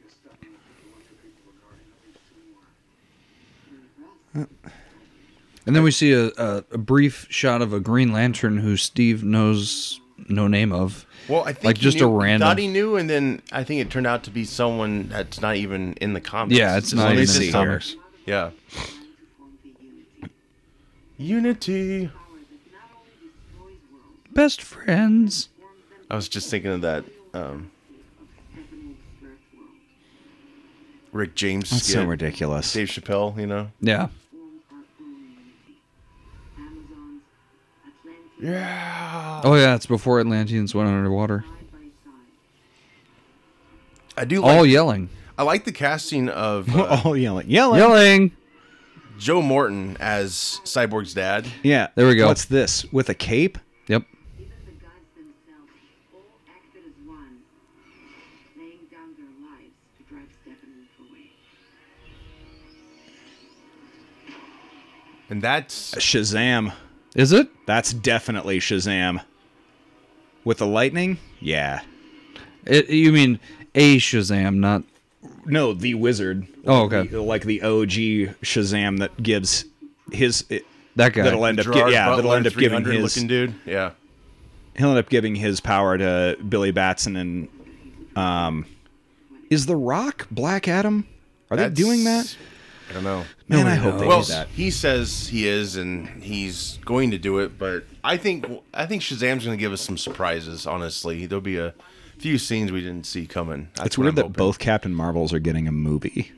Yes, Batman is the one two people are guarding at least two more.
And then we see a, a, a brief shot of a Green Lantern who Steve knows no name of.
Well, I think
like
he
just
knew-
a random.
Thought he knew, and then I think it turned out to be someone that's not even in the comics.
yeah, it's
Just
not
like
let
even
me
this
in
see
the
here.
comics.
Yeah,
To form the unity.
unity.
Power that not only destroys worlds,
Best friends.
forms them
I was just thinking of that um,
of Steppenwolf's birth world.
Rick James
That's
skit,
so ridiculous. (laughs)
Dave Chappelle. You know.
Yeah.
Forms our own unity. Amazons, Atlanteans,
Yeah.
Oh yeah, it's before Atlanteans went underwater.
side by side.
I do. Like,
All yelling.
I like the casting of uh,
(laughs) All yelling, yelling.
Yelling.
Joe Morton as Cyborg's dad.
Yeah,
There we go.
What's this with a cape?
Yep.
Even the gods themselves all acted as one, laying down their lives to drive Steppenwolf away.
And that's
Shazam.
Is it?
That's definitely Shazam. With the lightning? Yeah.
it? You mean a Shazam, not
No, the wizard.
Oh, okay.
The- like the OG Shazam that gives his it,
that guy.
that'll end up gi- yeah that'll
Butler,
end up giving
300
his
looking dude. Yeah.
he'll end up giving his power to Billy Batson and um, is the Rock Black Adam? Are they
That's-
doing that?
I don't know.
Man,
Nobody
I hope they
Well,
do that.
he says he is, and he's going to do it. But I think I think Shazam's going to give us some surprises. Honestly, there'll be a few scenes we didn't see coming. That's
It's
what
weird
I'm
that
hoping.
both Captain Marvels are getting
(laughs)
a movie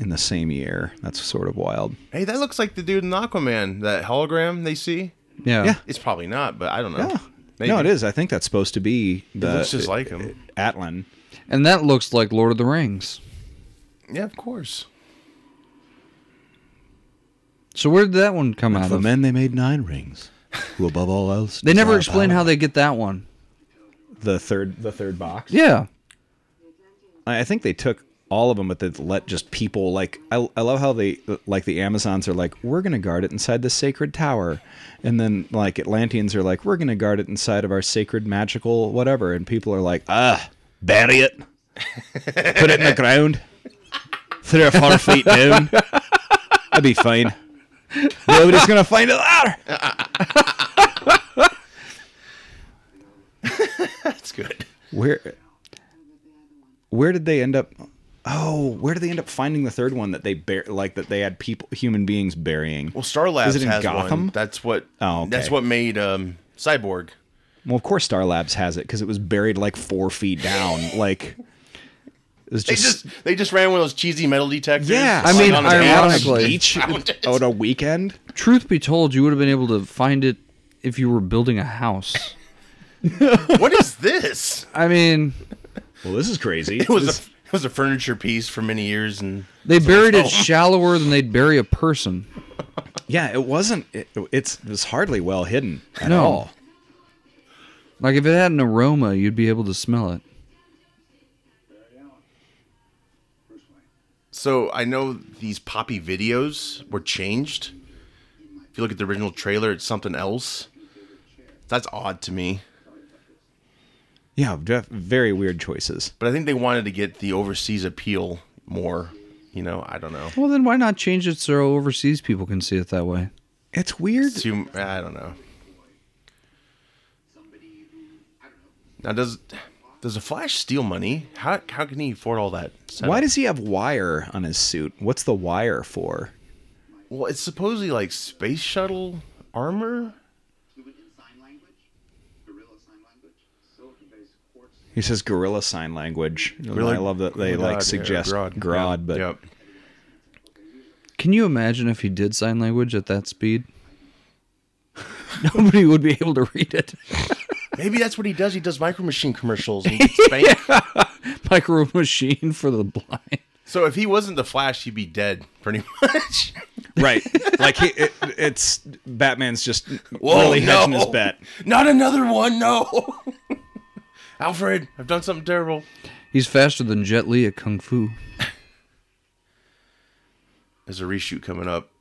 in the same year. That's sort of wild.
Hey, that looks like the dude in Aquaman. That hologram they see.
Yeah.
Yeah.
It's probably not, but I don't know.
Yeah.
Maybe.
No, it is. I think that's supposed to be the uh,
looks just like him.
Atlan.
And that looks like Lord of the Rings.
Yeah, of course.
So where did that one come out
For
of?
Uh, men, they made nine rings. Who above all else?
They never
desire
explain how
power.
they get that one.
the third the third box.
Yeah.
I I think they took all of them, but they let just people like I, I love how they like the Amazons are like we're gonna guard it inside the sacred tower, and then like Atlanteans are like we're gonna guard it inside of our sacred magical whatever, and people are like ah bury it, put it in the ground, three or four feet down, I'd be fine. Nobody's gonna find it out.
That's good.
Where where did they end up? Oh, where did they end up finding the third one that they bur- like that they had people human beings burying?
Well, Star Labs
Is it in
has
Gotham?
one. That's what.
Oh, okay.
That's what made um, Cyborg.
Well, of course, Star Labs has it because it was buried like four
(laughs)
feet down. like it was
They
just,
just they just ran one of those cheesy metal detectors.
yeah.
I
like,
mean,
on his ass.
ironically-
each
Found it.
(laughs) on a weekend.
Truth be told, you would have been able to find it if you were building a house.
what is this?
I mean,
Well, this is (laughs) crazy.
It was a, it was a furniture piece for many years, and
they buried it shallower than they'd bury a person.
yeah, it wasn't. It, it's it was hardly well hidden at
No.
all.
Like if it had an aroma, you'd be able to smell it.
Barry Allen. Bruce Wayne.
so I know these Poppy videos were changed. If you look at the original trailer, it's something else. That's odd to me,
Yeah, def- very weird choices.
but I think they wanted to get the overseas appeal more. You know, I don't know.
Well, then why not change it so overseas people can see it that way?
It's weird.
Too, I don't know. Now does does the Flash steal money? How how can he afford all that? setup?
Why does he have wire on his suit? What's the wire for?
well it's supposedly like space shuttle armor.
Fluent in sign language? Gorilla sign language? Silicon-based quartz
He says gorilla sign language.
Really?
I love that they
Grod, yeah,
like suggest
Grod,
grod,
yeah,
but
yep.
Can you imagine if he did sign language at that speed? (laughs) Nobody would be able to read it. (laughs)
Maybe that's what he does. He does micro machine commercials
(laughs)
and gets spanked.
Micro machine for the blind.
So if he wasn't the Flash, he'd be dead, pretty (laughs) much.
(laughs) right,
(laughs)
like he, it, it's Batman's just
Whoa,
really
no.
hedging his bet.
Not another one, no. (laughs) Alfred, I've done something terrible.
He's faster than Jet Li at kung fu.
There's a reshoot coming up.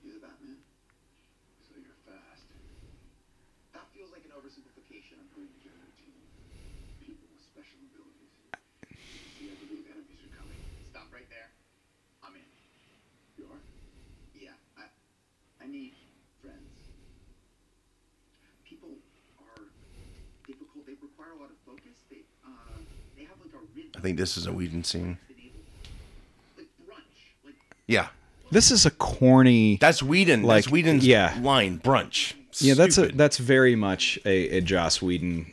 You're the Batman. So you're fast. That feels like an oversimplification of putting together a team. People with special abilities. See, I believe enemies are coming. Stop right there. I'm in. You are? Yeah, I I need friends. People are difficult. They require a lot of focus. They uh they have like a
I
rhythm
think this is a Whedon scene.
that's enabled. Like brunch. Like
Yeah,
This is a corny.
that's Whedon. that's
Like,
Whedon's
yeah.
line brunch.
yeah, that's a,
Stupid.
that's very much a, a Joss Whedon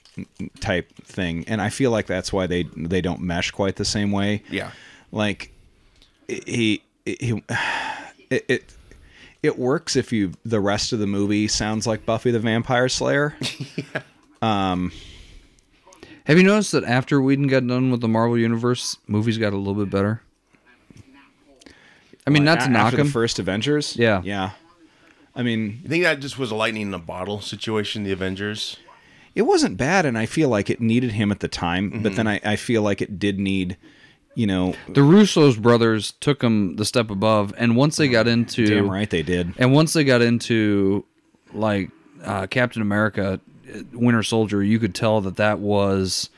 type thing, and I feel like that's why they they don't mesh quite the same way.
yeah.
like he he, he- (sighs) it, it it works if you the rest of the movie sounds like Buffy the Vampire Slayer.
Have you noticed that after Whedon got done with the Marvel Universe, movies got a little bit better? I mean, not to
A-
knock
after
him.
the first Avengers.
Yeah.
yeah. I mean,
You think that just was a lightning in a bottle situation? The Avengers.
it wasn't bad, and I feel like it needed him at the time.
Mm-hmm.
But then I, I feel like it did need, you know,
the Russo's brothers took him the step above, and once they got into
damn right they did.
And once they got into like uh, Captain America, uh, Winter Soldier, you could tell that that was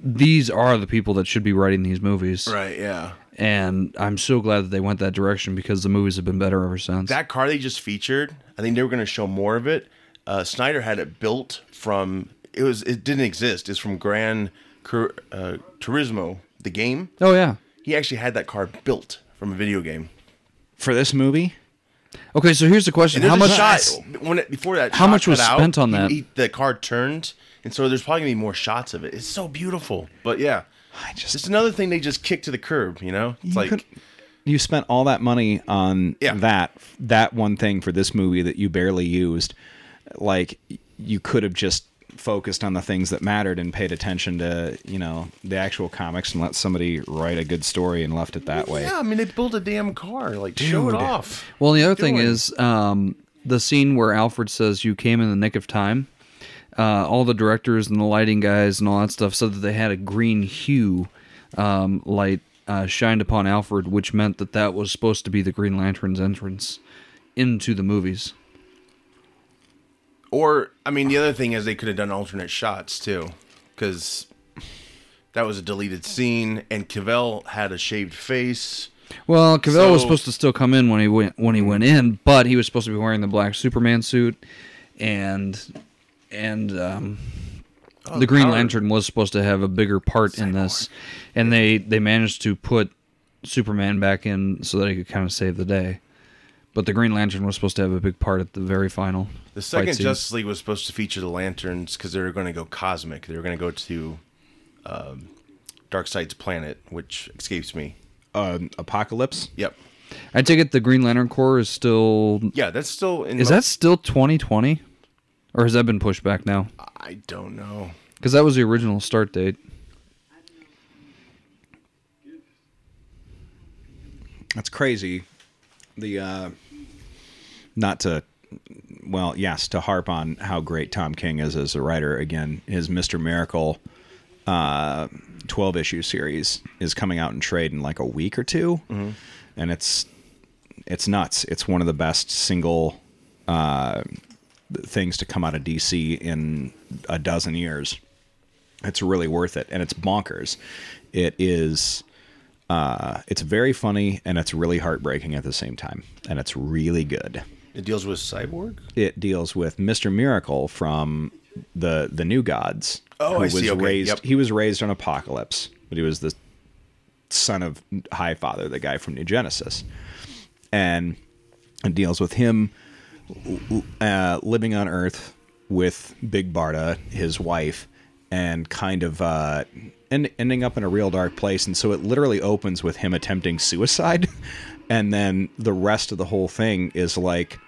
these are the people that should be writing these movies.
Right. Yeah.
And I'm so glad that they went that direction because the movies have been better ever since.
that car they just featured i think they were going to show more of it uh, snyder had it built from it was it didn't exist it's from gran Cur- uh, turismo the game,
Oh yeah.
he actually had that car built from a video game.
for this movie.
Okay, so here's the question:
And
How much?
there's a shot when it, before that?
How
shot
much was
cut out,
spent on
he-
that?
he- the car turned, and so there's probably gonna be more shots of it. It's so beautiful, but yeah,
I
it's
just
just another thing they just kick to the curb. You know, it's
you
like
couldn't- you spent all that money on
Yeah.
that that one thing for this movie that you barely used. Like y- you could have just focused on the things that mattered and paid attention to you know the actual comics and let somebody write a good story and left it that way.
yeah. I mean, they built a damn car. Like show it
Dude.
off.
Well, the other thing
doing?
is um, the scene where Alfred says, "You came in the nick of time." Uh, all the directors and the lighting guys and all that stuff said that they had a green hue um, light uh, shined upon Alfred, which meant that that was supposed to be the Green Lantern's entrance into the movies.
Or I mean, the other thing is they could have done alternate shots too, because that was a deleted scene, and Cavell had a shaved face.
Well, Cavell was
So-
supposed to still come in when he went when he went in, but he was supposed to be wearing the black Superman suit, and and um, the Green
Howard.
Lantern was supposed to have a bigger part in this, and they they managed to put Superman back in so that he could kind of save the day, but the Green Lantern was supposed to have a big part at the very final.
The
fight
second
scene.
Justice League was supposed to feature the lanterns because they were going to go cosmic. They were going to go to um, Darkseid's planet, which escapes me.
Um, Apocalypse.
Yep.
I take it the Green Lantern Corps is still
Yeah, that's still in.
is that still twenty twenty, or has that been pushed back now?
I don't know.
Because that was the original start date.
That's crazy. The uh not to well, yes, to harp on how great Tom King is as a writer again, his Mr. Miracle uh 12 issue series is coming out in trade in like a week or 2 And it's it's nuts. It's one of the best single uh things to come out of DC in a dozen years. It's really worth it and it's bonkers. It is uh, it's very funny and it's really heartbreaking at the same time, and it's really good.
It deals with cyborg.
It deals with Mister Miracle from the the New Gods.
Oh, I see. Okay,
Raised,
yep.
He was raised on Apocalypse, but he was the son of High Father, the guy from New Genesis, and it deals with him uh, living on Earth with Big Barda, his wife, and kind of uh, end, ending up in a real dark place. And so it literally opens with him attempting suicide, (laughs) and then the rest of the whole thing is like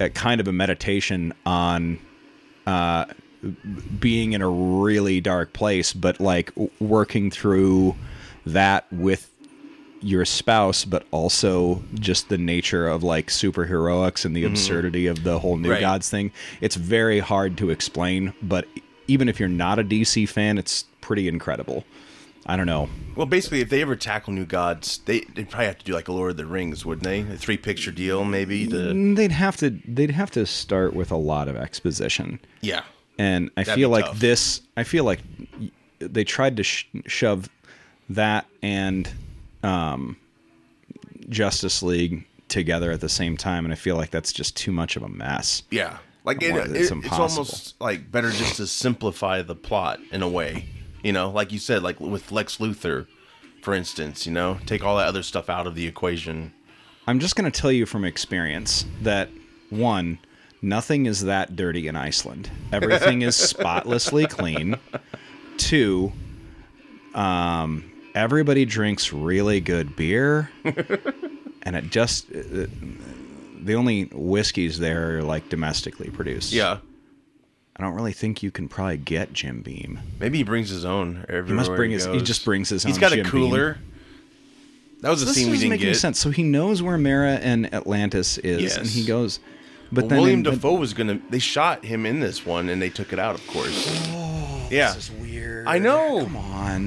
a kind of a meditation on being in a really dark place, but like w- working through that with your spouse, but also just the nature of like superheroics and the absurdity of the whole New
Right.
Gods thing. It's very hard to explain, but even if you're not a DC fan, it's pretty incredible. I don't know.
Well, basically, if they ever tackle new gods, they they probably have to do like a Lord of the Rings, wouldn't they? A three picture deal, maybe.
Mm.
The
Mm, They'd have to they'd have to start with a lot of exposition.
yeah.
and I
That'd
feel
be
like
tough.
this. I feel like y- they tried to sh- shove that and um, Justice League together at the same time, and I feel like that's just too much of a mess.
Yeah. Like it,
Well,
it-
it's
it's,
impossible.
almost like better just to simplify the plot in a way. You know, like you said, like with Lex Luthor, for instance, you know, take all that other stuff out of the equation.
I'm just going to tell you from experience that one, nothing is that dirty in
(laughs)
Iceland. Everything is spotlessly clean. Two, um, everybody drinks really
(laughs)
good beer, and it just uh, the only whiskeys there are like domestically produced.
Yeah.
I don't really think you can probably get Jim Beam.
Maybe he brings his own everywhere.
He must bring his. He
goes.
just brings his.
He's
own
got a
Jim Beam.
cooler. That was a
This
scene we didn't
doesn't make any
get.
sense. So he knows where Mara and Atlantis is,
Yes.
and he goes. But then
William
in- but-
Defoe was gonna. They shot him in this one, and they took it out, of course. yeah,
Oh, This is weird.
I know.
Come on.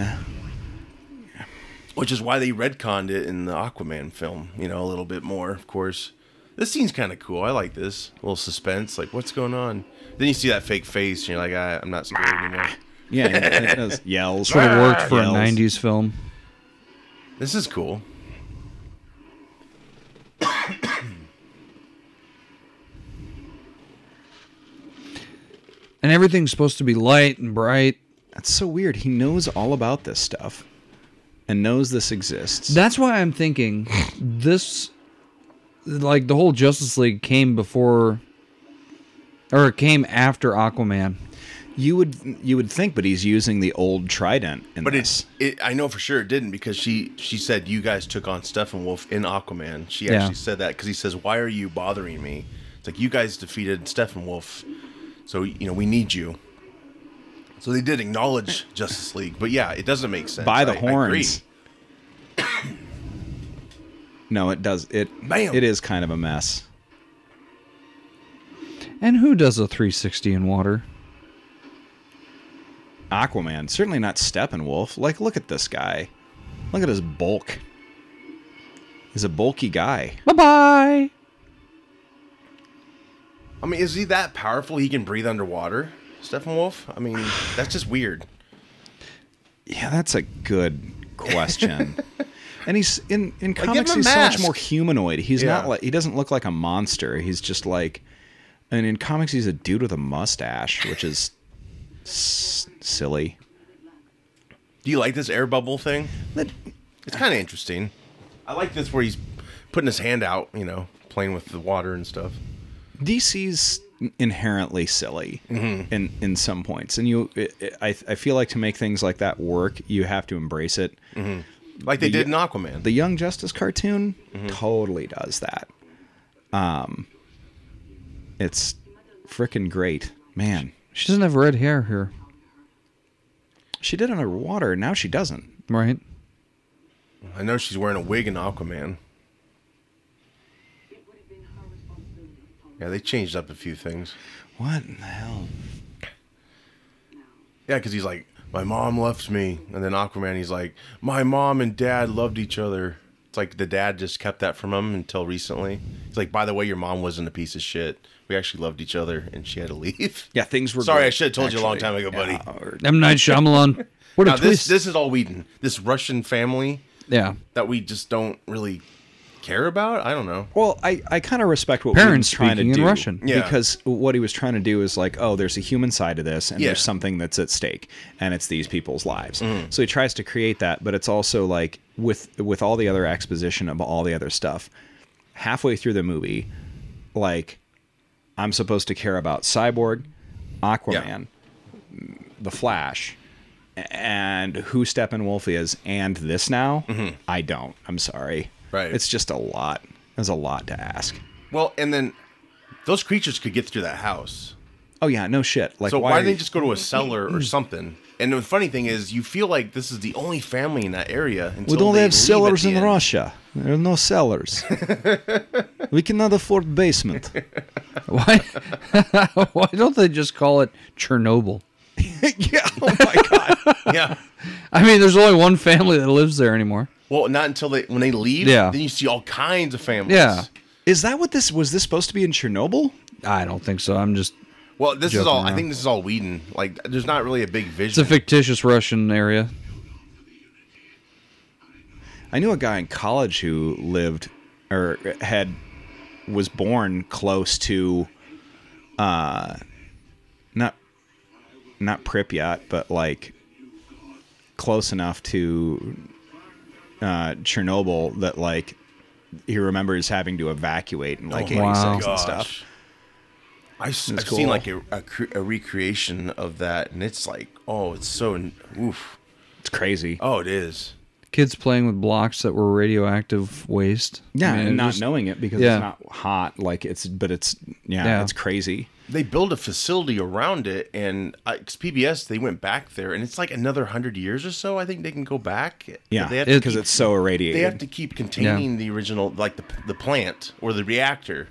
which is why they redconned it in the Aquaman film. You know, a little bit more, of course. This scene's kind of cool. I like this a little suspense. Like, what's going on? Then you see that fake face, and you're like, I, I'm not scared anymore.
Yeah, and it (laughs) does yells.
Sort
Ah,
of worked for a
Yells.
'90s film.
This is cool.
and everything's supposed to be light and bright.
That's so weird. He knows all about this stuff. and knows this exists.
That's why I'm thinking this, like the whole Justice League came before, or it came after Aquaman.
you would you would think, but he's using the old trident. In
But
this.
it's it, I know for sure it didn't because she she said you guys took on Steppenwolf in Aquaman. She
Yeah.
actually said that because he says, "Why are you bothering me?" It's like you guys defeated Steppenwolf, so you know we need you. So they did
(laughs)
acknowledge Justice League, but yeah, it doesn't make sense.
by the
I- I agree.
horns. no, it does. It
Bam.
it is kind of a mess.
And who does a 360 in water?
Aquaman, certainly not Steppenwolf. Like, look at this guy. Look at his bulk. He's a bulky guy.
Bye bye.
I mean, is he that powerful? He can breathe underwater, Steppenwolf. I mean, that's just weird.
Yeah, that's a good
(laughs)
question. and he's in in
give
comics.
him a
he's so much
mask.
more humanoid. He's not
Yeah.
like he doesn't look like a monster. He's just like, and in comics, he's a dude with a mustache, which is s- silly.
Do you like this air bubble thing? It's kind of interesting. I like this where he's putting his hand out, you know, playing with the water and stuff.
DC's inherently silly
Mm-hmm.
in in some points, and you, it, it- I I feel like to make things like that work, you have to embrace it.
Like they
The-
did in Aquaman.
The Young Justice cartoon
Mm-hmm.
totally does that. Um, it's freaking great, man.
She doesn't have red hair here,
She did it underwater. Now she doesn't.
right?
I know she's wearing a wig in Aquaman.
It would have been her responsibility to follow
Yeah, they changed up a few things.
What in the hell?
now.
Yeah, because he's like, my mom left me, and then Aquaman, he's like, my mom and dad loved each other. It's like the dad just kept that from him until recently. He's like, by the way, your mom wasn't a piece of shit. We actually loved each other, and she had to (laughs) leave.
Yeah, things were.
Sorry, I
great,
should have told you a long time
actually.
ago, buddy.
or-
M
(laughs)
Night Shyamalan. What a
Now, this
twist!
this is all Whedon. This Russian family
yeah, (laughs)
that we just don't really care about. I don't know.
Well, I, I kind of respect what
Parents
Whedon's trying to
speaking
do
in Russian.
Yeah.
because what he was trying to do is like, oh, there's a human side to this, and
Yeah. Mm.
there's something that's at stake, and it's these people's lives. So he tries to create that, but it's also like with with all the other exposition of all the other stuff. Halfway through the movie, like I'm supposed to care about Cyborg, Aquaman, the Flash, and who Steppenwolf is, and this now. I don't. I'm sorry.
Right.
It's just a lot. There's a lot to ask.
Well, and then those creatures could get through that house.
Oh yeah, no shit. Like
So why,
why, Mm-hmm. are
didn't they
you-
just go to a cellar or something? And the funny thing is, you feel like this is the only family in that area. Until
We don't
they
have
leave at
cellars
the
in
end.
Russia. There are no cellars. we cannot afford basement.
why? (laughs) why don't they just call it Chernobyl?
yeah. Oh (laughs) my god.
(laughs) Yeah.
I mean, there's only one family that lives there anymore.
Well, not until they when they leave.
Yeah.
Then you see all kinds of families.
Yeah.
Is that what this was? This supposed to be in Chernobyl?
I don't think so. I'm just.
Well, this is
Joking
all. I
around.
think this is all Whedon. Like, there's not really a big
It's a
vision.
fictitious Russian area.
I knew a guy in college who lived or had was born close to uh not not Pripyat, but like close enough to uh Chernobyl that like he remembers having to evacuate in like
Oh my
86 and
gosh.
stuff.
I've, s-
It's
I've seen
cool.
like a, a, cre- a recreation of that, and it's like, oh, it's so n- oof.
It's crazy.
Oh, it is.
Kids playing with blocks that were radioactive waste. I
yeah,
mean,
and
it
not
just-
knowing it because
yeah.
it's not hot like it's but it's yeah,
Yeah.
it's crazy.
They build a facility around it, and uh, because PBS, they went back there, and it's like another hundred years or so. I think they can go back. but
Yeah,
they have to
because
keep-
it's so irradiated.
they have to keep containing the original, like the, the plant or the reactor.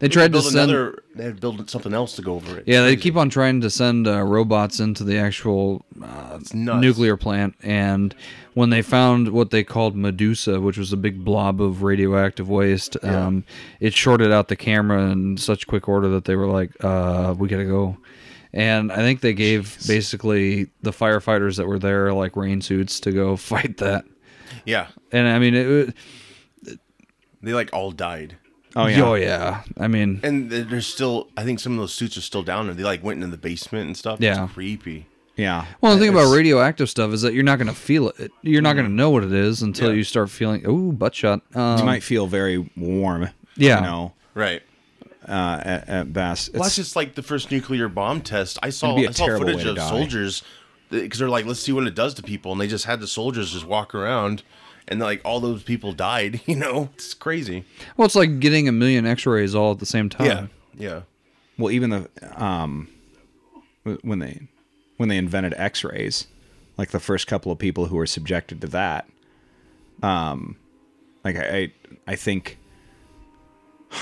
They tried to
build
send.
another. They had to build something else to go over it.
Yeah, they keep on trying to send uh, robots into the actual uh,
It's nuts.
nuclear plant, and when they found what they called Medusa, which was a big blob of radioactive waste, um, it shorted out the camera in such quick order that they were like, uh, "We gotta go." And I think they gave basically the firefighters that were there like rain suits to go (laughs) fight that.
yeah.
And I mean, it,
They like all died,
oh yeah.
oh yeah, I mean,
and th- there's still. I think some of those suits are still down there. They like went into the basement and stuff.
Yeah.
it's creepy.
Yeah.
Well, the thing about
It's-
radioactive stuff is that you're not going to feel it. You're not going to know what it is until
Yeah.
you start feeling, ooh, butt shot. Um,
you might feel very warm.
Yeah.
You know,
Right.
uh, at, at best.
Well, that's
It's-
just like the first nuclear bomb test. I saw
It'd be a
I saw
terrible way
footage
to
of
die.
soldiers because they're like, let's see what it does to people, and they just had the soldiers just walk around, and like all those people died. (laughs) You know, it's crazy.
well, it's like getting a million x rays all at the same time.
Yeah, yeah,
well, even the um, w- when they when they invented X-rays, like the first couple of people who were subjected to that, um, like I I, I think.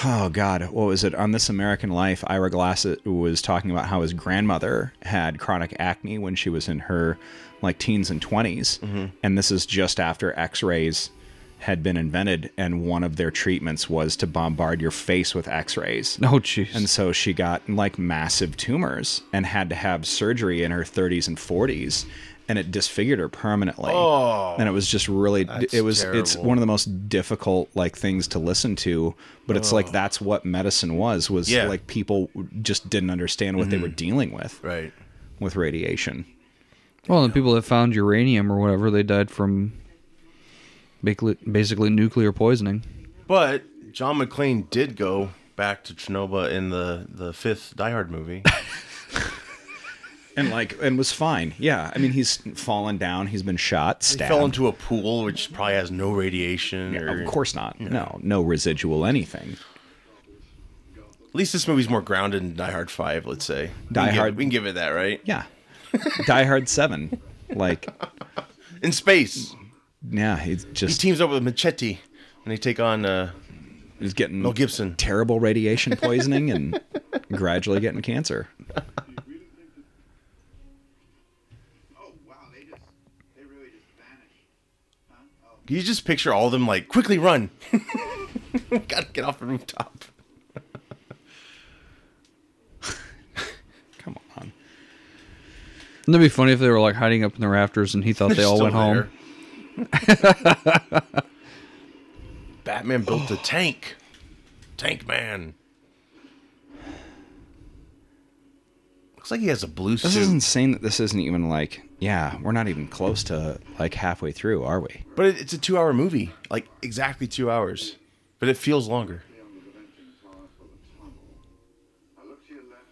Oh God, what was it on This American Life? Ira Glass was talking about how his grandmother had chronic acne when she was in her like teens and 20s and this is just after X-rays had been invented, and one of their treatments was to bombard your face with X-rays.
(laughs) Oh, jeez.
And so she got like massive tumors and had to have surgery in her 30s and 40s and it disfigured her permanently.
Oh.
and it was just really
That's
it was it's
terrible.
one of the most difficult like things to listen to, but it's like that's what medicine was was
Oh. Yeah. Mm-hmm.
like people just didn't understand what they were dealing with
right.
with radiation.
Well, the people that found uranium or whatever, they died from basically, basically nuclear poisoning.
But John McClane did go back to Chernobyl in the the fifth Die Hard movie.
And like and was fine. Yeah, I mean he's fallen down, he's been shot,
he
stabbed.
fell into a pool, which probably has no radiation. or,
of course not. No, no residual anything.
At least this movie's more grounded than Die Hard Five. Let's say We
Die
can give-
Hard-
we can give it that, right? (laughs)
Yeah. Die Hard 7. Like
In space,
Yeah, he's
he
just
teams up with Machete, and they take on. uh
he's getting
Mel Gibson. (laughs)
terrible radiation poisoning and gradually getting cancer.
Oh wow, they just they really just vanished. Huh? Oh,
Can you just picture all of them like quickly run? (laughs) Gotta get off the rooftop.
Come on.
Wouldn't it be funny if they were like hiding up in the rafters and he thought they all
Still
went home?
there. (laughs) Batman built a tank. Tank man. Looks like he has a blue
This
suit.
is insane that this isn't even like, yeah, we're not even close to like halfway through, are we?
But it, it's a two hour movie. Like exactly two hours. But it feels longer.
they on the dimension tower for the tunnel. I look to your left,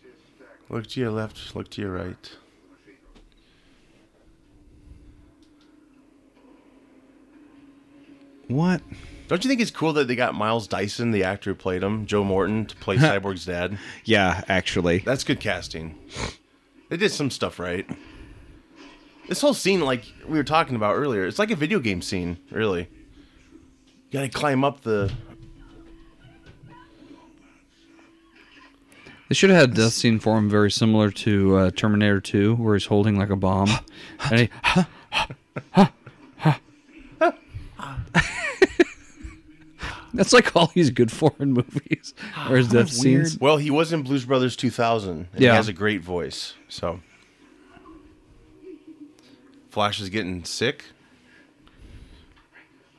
see a stack
Look to your left, look to your right.
of cathedral.
What?
Don't you think it's cool that they got Miles Dyson, the actor who played him, Joe Morton, to play Cyborg's dad?
Yeah, actually.
That's good casting. They did some stuff right. This whole scene, like we were talking about earlier, it's like a video game scene, really. You gotta climb up the.
They should have had a death scene for him very similar to uh, Terminator 2, where he's holding like a bomb. and he, (laughs) That's like all he's good for in movies, or his death
weird-
scenes.
Well, he was in Blues Brothers 2000, and
Yeah.
he has a great voice. So, Flash is getting sick.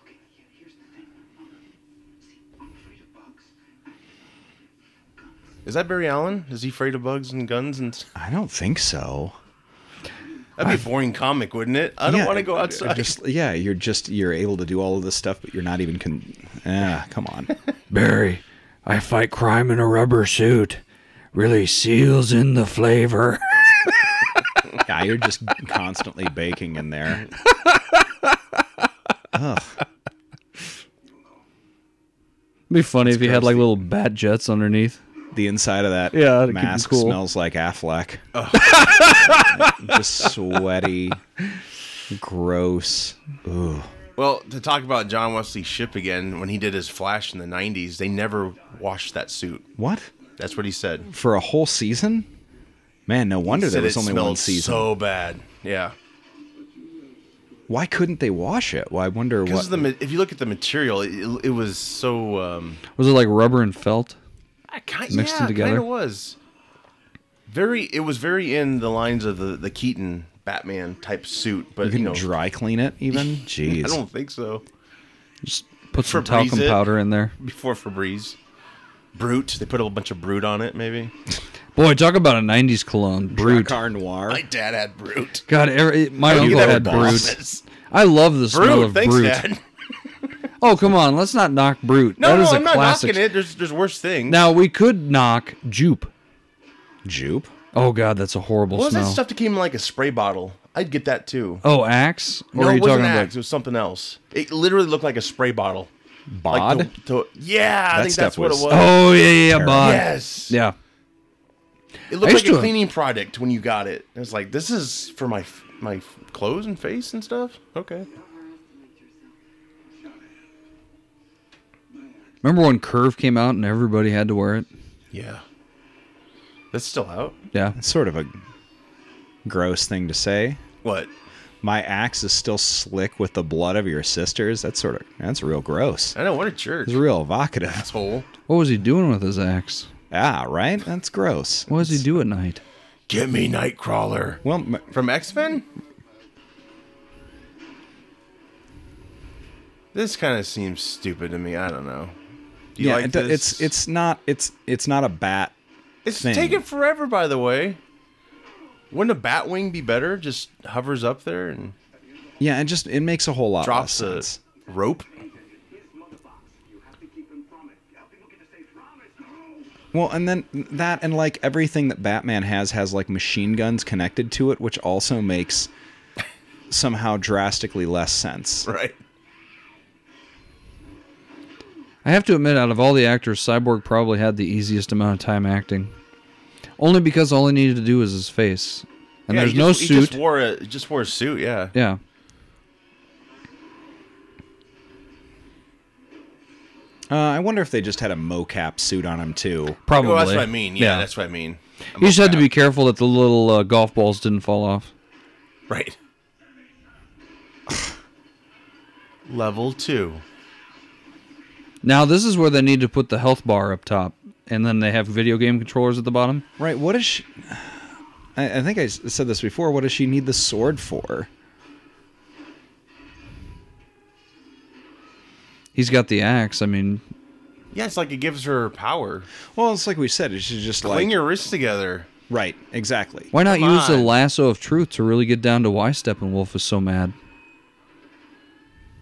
Okay, yeah, here's the thing. Um, see, I'm afraid of bugs.
Is that Barry Allen? Is he afraid of bugs and guns? And
I don't think so.
that'd be a boring comic, wouldn't it? I don't
Yeah,
want to go
I- I
outside.
Just yeah, you're just you're able to do all of this stuff, but you're not even con. Ah, come
(laughs)
on.
Barry, I fight crime in a rubber suit. Really seals in the flavor. (laughs)
Yeah, you're just constantly baking in there.
It'd be funny if he had like little bat jets underneath.
The inside of that
Yeah, that'd keep you
mask
cool.
smells like Affleck. (laughs) Just sweaty, gross. Ooh.
Well, to talk about John Wesley's ship again, when he did his Flash in the 90s, they never washed that suit.
What?
That's what he said.
For a whole season? Man, no wonder there
said
was
it
only
smelled
one season.
So bad. Yeah.
Why couldn't they wash it? Well, I wonder
Because
what.
the ma- if you look at the material, it, it was so um,
Was it like rubber and felt?
I kind,
Mixed them together?
Kind of was very. It was very in the lines of the the Keaton Batman type suit, but
you
you,
can
know,
dry clean it even? Jeez.
(laughs) I don't think so.
Just put some
Febreze
talcum
it.
powder in there.
Before Febreze, Brute, they put a bunch of Brute on it, maybe.
Boy, talk about a '90s cologne, Brute.
Drakkar Noir.
My dad had Brute.
God, every, my
How do you
uncle
get
had
that with
Brute.
bosses?
I love the smell
Brute,
of
thanks,
Brute.
Dad.
Oh, come on, let's not knock Brute.
No,
that
no,
is a
I'm not
classic.
knocking it. There's there's worse things.
Now we could knock Jupe.
(laughs) Jupe.
Oh God, that's a horrible
what was
smell.
that stuff that came in like a spray bottle? I'd get that too.
Oh, Axe? Or
no,
are you
it wasn't
talking
Axe.
about?
It was something else. It literally looked like a spray bottle.
Bod.
Like to- to- yeah, I
That
think
stuff
that's what it
was-
was.
Oh yeah, yeah, yeah, Bod.
yes.
Yeah.
It
I
looked
used
like a
to-
cleaning product when you got it. It was like, this is for my f- my f- clothes and face and stuff. Okay.
Overestimate yourself.
Remember when Curve came out and everybody had to wear it?
Yeah. That's still out.
Yeah.
It's sort of a gross thing to say.
What?
My axe is still slick with the blood of your sisters. That's sort of that's real gross.
I know. What a jerk.
It's real evocative.
Asshole.
What was he doing with his axe?
Ah, right. That's gross.
What does he do at night?
Get me Nightcrawler.
Well, m-
From X Men? This kind of seems stupid to me. I don't know. Do you
yeah,
like
it-
this?
it's it's not it's it's not a bat.
it's
thing.
taken forever, by the way. Wouldn't a Batwing be better? Just hovers up there and
Yeah, and just it makes a whole lot
drops
less
a
sense.
rope.
His motherbox. You have to keep him from it. Now people get to say promise. No.
Well, and then that and like everything that Batman has has like machine guns connected to it, which also makes somehow drastically less sense.
(laughs) Right.
I have to admit, out of all the actors, Cyborg probably had the easiest amount of time acting. Only because all he needed to do was his face. And
Yeah,
there's
he
no
just- He
suit.
just wore a he just wore a suit. Yeah.
yeah.
Uh, I wonder if they just had a mocap suit on him too.
Probably.
Well, Oh, that's what I mean. Yeah, that's what I mean. I'm
You just
a
had to
crap.
be careful that the little uh, golf balls didn't fall off.
right. (laughs) Level two.
Now, this is where they need to put the health bar up top. And then they have video game controllers at the bottom.
Right? What is she? I, I think I s- said this before. What does she need the sword for?
He's got the axe. I mean,
Yeah, it's like it gives her power.
Well, it's like we said. It's just like
Cling your wrists together.
right, exactly.
Why not
Come
use the
on.
lasso of truth to really get down to why Steppenwolf is so mad?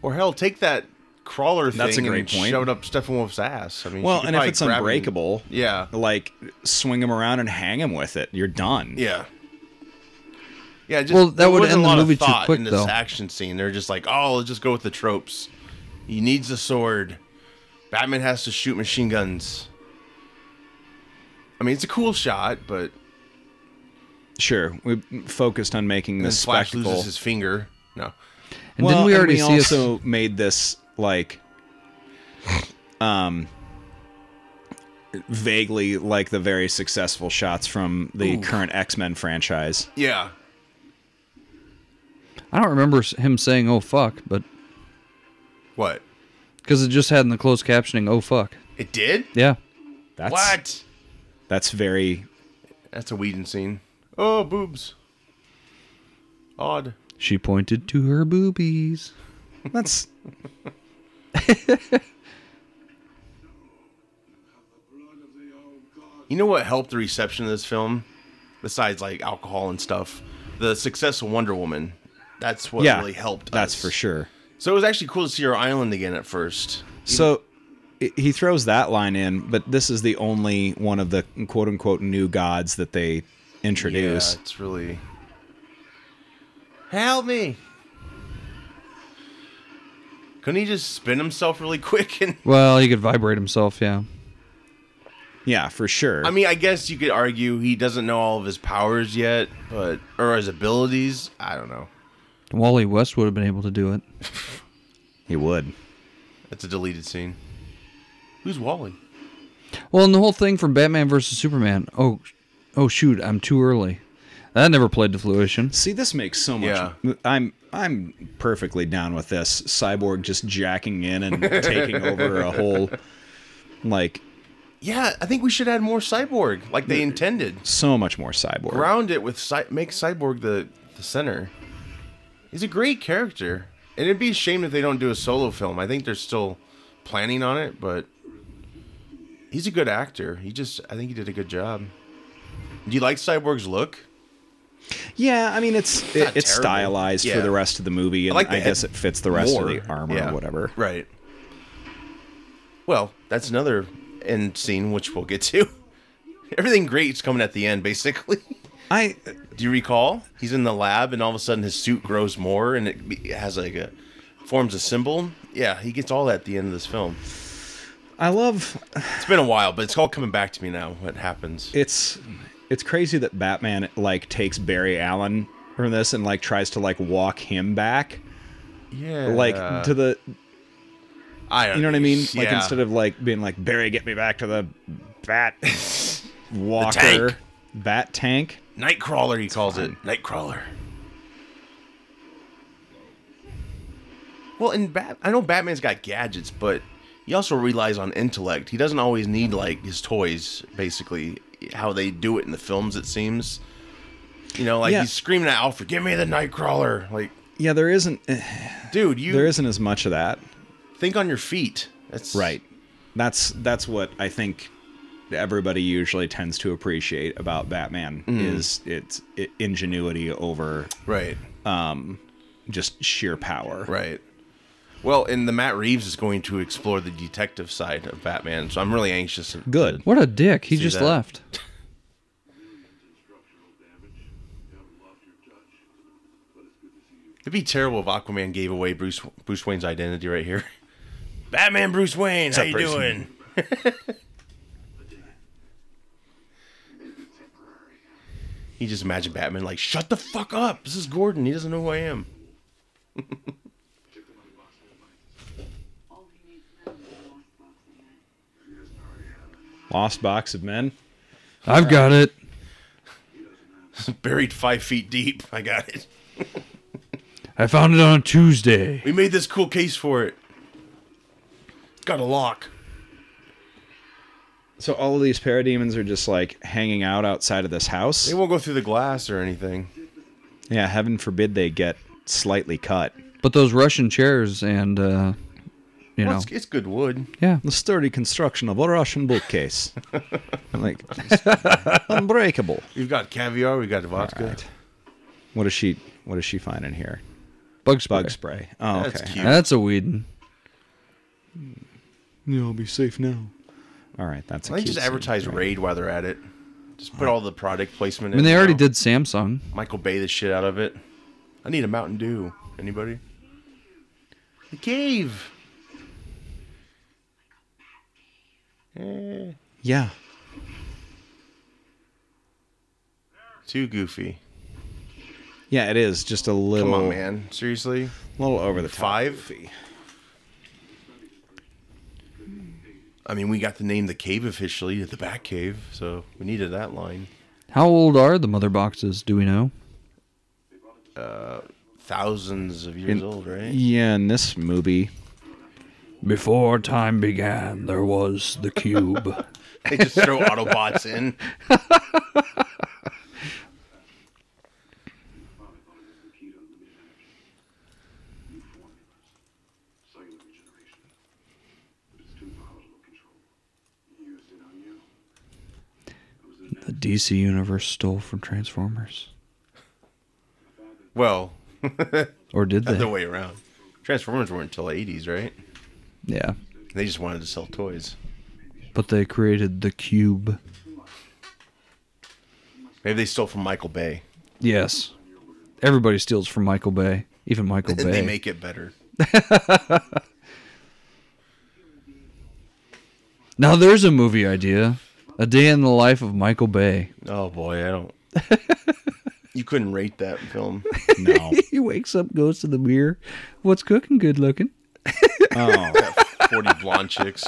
Or hell, take that crawler thing
That's a great
and
point.
shove it up Steppenwolf's ass. I mean, she
Well,
could
and if
probably
it's
grab him-
unbreakable,
yeah,
like swing him around and hang him with it. You're done.
yeah, yeah. Just,
Well, that
there
would
wasn't a
end the
lot of
movie too
thought
quick,
in this
though.
action scene. They're just like, oh, let's just go with the tropes. He needs a sword. Batman has to shoot machine guns. I mean, it's a cool shot, but
Sure. We focused on making
then
this
Flash
spectacle.
loses his finger. No,
And didn't we
and
already see
also
a,
made this like um vaguely like the very successful shots from the current X-Men franchise.
yeah,
I don't remember s- him saying "oh fuck," but
what?
because it just had in the closed captioning "oh fuck."
It did?
Yeah,
That's
what?
that's very
That's a Whedon scene. Oh, boobs. Odd.
she pointed to her boobies.
(laughs)
that's
You know what helped the reception of this film, besides like alcohol and stuff, the success of Wonder Woman. That's what
yeah,
really helped.
That's
us.
for sure.
So it was actually cool to see her island again at first.
So i- he throws that line in, but this is the only one of the quote unquote new gods that they introduce.
Yeah, it's really. Help me! Couldn't he just spin himself really quick? (laughs) And
Well, he could vibrate himself. Yeah,
Yeah, for sure.
I mean, I guess you could argue he doesn't know all of his powers yet, but or his abilities. I don't know.
Wally West would have been able to do it.
he would.
That's a deleted scene. Who's Wally?
Well, and the whole thing from Batman versus Superman. Oh, oh shoot, I'm too early. That never played to fruition.
See, this makes so much.
Yeah.
I'm I'm perfectly down with this. Cyborg just jacking
(laughs)
in and taking over a whole, like
Yeah, I think we should add more cyborg like they intended.
so much more cyborg.
Ground it with Cy- make cyborg the the center. He's a great character, and it'd be a shame if they don't do a solo film. I think they're still planning on it, but he's a good actor. He just I think he did a good job. Do you like Cyborg's look?
Yeah, I mean it's it,
not
it's
terrible.
stylized
Yeah.
for the rest of the movie, and I,
like the
guess
head
it fits the rest
more.
of the armor
Yeah.
or whatever.
Right. Well, that's another end scene which we'll get to. (laughs) Everything great's coming at the end, basically. (laughs)
I
Do you recall? He's in the lab, and all of a sudden his suit grows more, and it be- has like a forms a symbol. Yeah, he gets all that at the end of this film.
I love
It's been a while, but it's all coming back to me now. What happens?
it's it's crazy that Batman like takes Barry Allen from this and like tries to like walk him back
Yeah,
like to the
I don't
you know what I mean like
yeah.
instead of like being like Barry get me back to the
(laughs)
bat walker
tank.
bat tank
Nightcrawler, he calls it Nightcrawler. Well, and Bat- I know Batman's got gadgets, but he also relies on intellect. He doesn't always need like his toys, basically how they do it in the films. It seems, you know, like
Yeah.
he's screaming at Alfred, "Give me the Nightcrawler!" Like,
yeah there isn't eh,
dude, you
there isn't as much of that
think on your feet. That's
Right. That's that's what I think everybody usually tends to appreciate about Batman
Mm.
is its i ingenuity over
right,
just sheer power.
right. Well, and the Matt Reeves is going to explore the detective side of Batman, so I'm really anxious.
Good.
What a dick. He just
that?
left.
Structural damage. You haven't lost your touch, but it's good to see you.
It'd be terrible if Aquaman gave away Bruce Bruce Wayne's identity right here. (laughs) Batman, Bruce Wayne, how you
Bruce?
doing? (laughs) you just imagine Batman like, shut the fuck up. This is Gordon. He doesn't know who I am. (laughs)
All he needs now is a lost box of men.
Lost box of men.
(laughs) I've got it.
Buried five feet deep. I got it.
I found it on a Tuesday.
We made this cool case for it. Got a lock.
So all of these parademons are just like hanging out outside of this house.
They won't go through the glass or anything.
Yeah, heaven forbid they get slightly cut.
But those Russian chairs and, uh, you
Well,
know,
it's, it's good wood.
yeah.
The sturdy construction of a Russian bookcase. like unbreakable.
We've got caviar. We've got vodka.
All right. What is she what does she find in here?
Bug spray.
Bug spray. Oh, okay.
That's cute.
That's a Whedon.
Yeah, I'll be safe now. All right, that's. a
Why don't they
cute
just
scene,
advertise
right?
Raid while they're at it? Just put all the product placement
I
in.
mean, they
you
already
know?
did Samsung.
Michael Bay the shit out of it. I need a Mountain Dew. Anybody? The cave.
Yeah,
Too goofy.
yeah, it is just a little,
Come on, man. Seriously?
little over the top.
Five?
goofy.
I mean, we got the name the cave officially, the Bat Cave, so we needed that line.
How old are the mother boxes? Do we know?
Thousands of years old, right?
Yeah, in this movie,
Before time began, there was the cube.
They just throw Autobots in.
Key to unlimited action. New formula. Cellular regeneration. But it's too volatile to control. You used it on you. It was
(laughs)
an
the DC universe stole from Transformers,
Well,
or did
the other
they?
way around. Transformers weren't until 80s, right?
Yeah,
They just wanted to sell toys.
but they created the cube.
Maybe they stole from Michael Bay.
Yes, everybody steals from Michael Bay, even Michael
And
Bay.
they make it better.
now there's a movie idea: a day in the life of Michael Bay. (laughs)
Oh boy, I don't. (laughs) you couldn't rate that film. (laughs)
no,
He wakes up, goes to the mirror. What's cooking? Good looking.
oh,
Forty blonde chicks.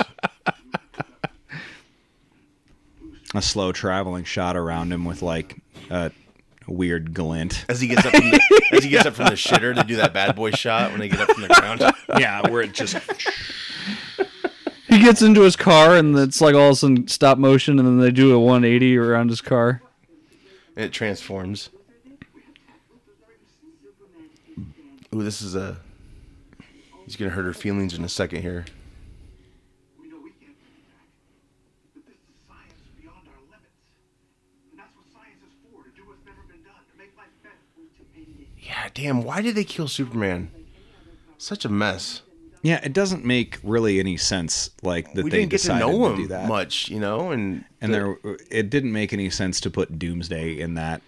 a slow traveling shot around him with like a weird glint.
As he gets up, from the, as he gets up from the shitter to do that bad boy shot when they get up from the ground.
yeah, where it just
He gets into his car, and it's like all of a sudden stop motion, and then they do a 180 around his car.
And it transforms.
Superman
Ooh, this is a. He's gonna hurt her feelings in a second here.
We know we can't bring it back. But this is science beyond our limits. And that's what science
God damn, why did they kill Superman? Such a mess.
(laughs) Yeah, it doesn't make really any sense. Like that
we
they
didn't get to
decided
know
do
him
that.
much, you know, and
and
the-
there it didn't make any sense to put Doomsday in that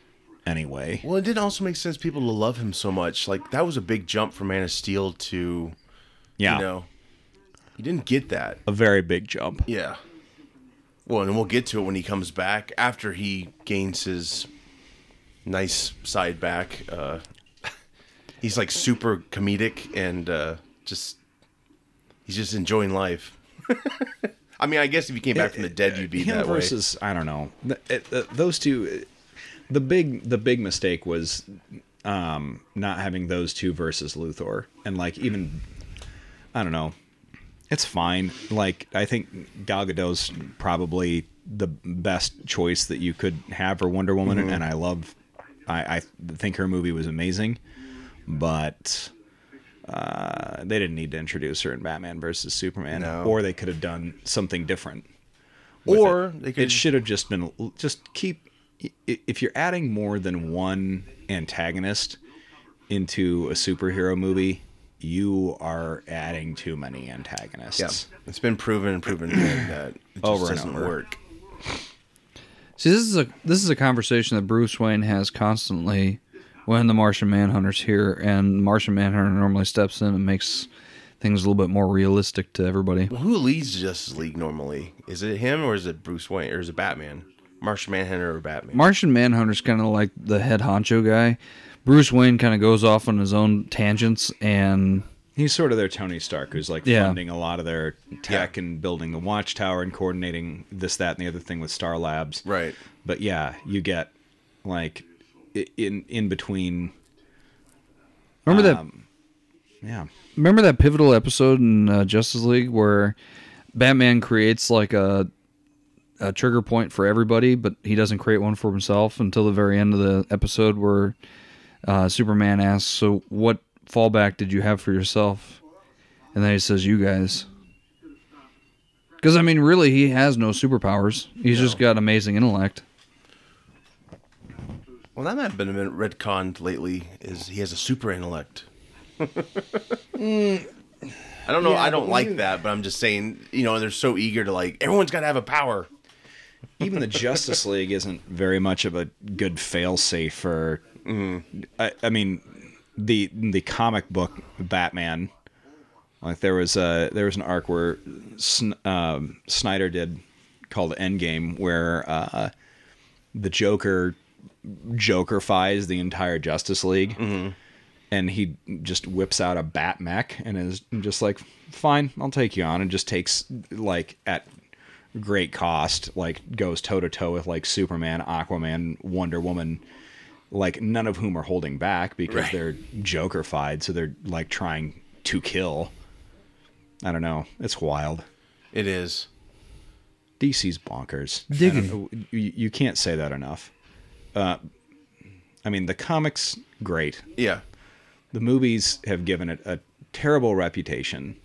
anyway.
Well, it did also make sense people to love him so much. Like that was a big jump from Man of Steel to
Yeah,
you know, you didn't get that.
a very big jump.
Yeah. Well, and we'll get to it when he comes back after he gains his nice side back. Uh, (laughs) he's like super comedic and uh, just he's just enjoying life. (laughs) I mean, I guess if you came back from the dead, you'd be
him
that way.
versus I don't know. Th- it- th- those two, the big the big mistake was um, not having those two versus Luthor, and like even I don't know. It's fine. Like I think Gal Gadot's probably the best choice that you could have for Wonder Woman,
Mm-hmm.
and I love. I, I think her movie was amazing, but uh, they didn't need to introduce her in Batman versus Superman,
No.
or they could have done something different with
Or
it.
they could
it should have just been just keep i- if you're adding more than one antagonist into a superhero movie you are adding too many antagonists
Yeah, it's been proven and proven that it just
Over and
doesn't
over.
work.
See, this is a this is a conversation that Bruce Wayne has constantly when the Martian Manhunter's here, and Martian Manhunter normally steps in and makes things a little bit more realistic to everybody.
Well, who leads Justice League normally? Is it him or is it Bruce Wayne or is it Batman? Martian Manhunter or Batman?
Martian Manhunter's kind of like the head honcho guy. Bruce Wayne kind of goes off on his own tangents, and
he's sort of their tony stark who's like
Yeah.
funding a lot of their tech and building the watchtower and coordinating this that and the other thing with star labs
right.
but yeah you get like i- in in between
remember that
Um, yeah
remember that pivotal episode in uh, Justice League where Batman creates like a a trigger point for everybody, but he doesn't create one for himself until the very end of the episode where uh, Superman asks, "So what fallback did you have for yourself?" And then he says, "You guys." Because I mean, really, he has no superpowers. He's just got amazing intellect.
Well, that might have been a bit retconned lately. Is he has a super intellect? I don't know. I don't like that, but I'm just saying. You know, they're so eager to like everyone's got to have a power.
even the Justice League isn't very much of a good failsafe for. I, I mean, the the comic book Batman. Like there was a there was an arc where Sn- um, Snyder did called Endgame, where uh, the Joker Jokerfies the entire Justice League, and he just whips out a bat mech and is just like, "Fine, I'll take you on," and just takes like at great cost, like goes toe to toe with like Superman, Aquaman, Wonder Woman, like none of whom are holding back because
Right.
they're Jokerfied, so they're like trying to kill. I don't know. It's wild.
It is.
DC's bonkers.
Diggity.
I don't- You, you can't say that enough. Uh, I mean, the comics, great.
Yeah.
The movies have given it a terrible reputation.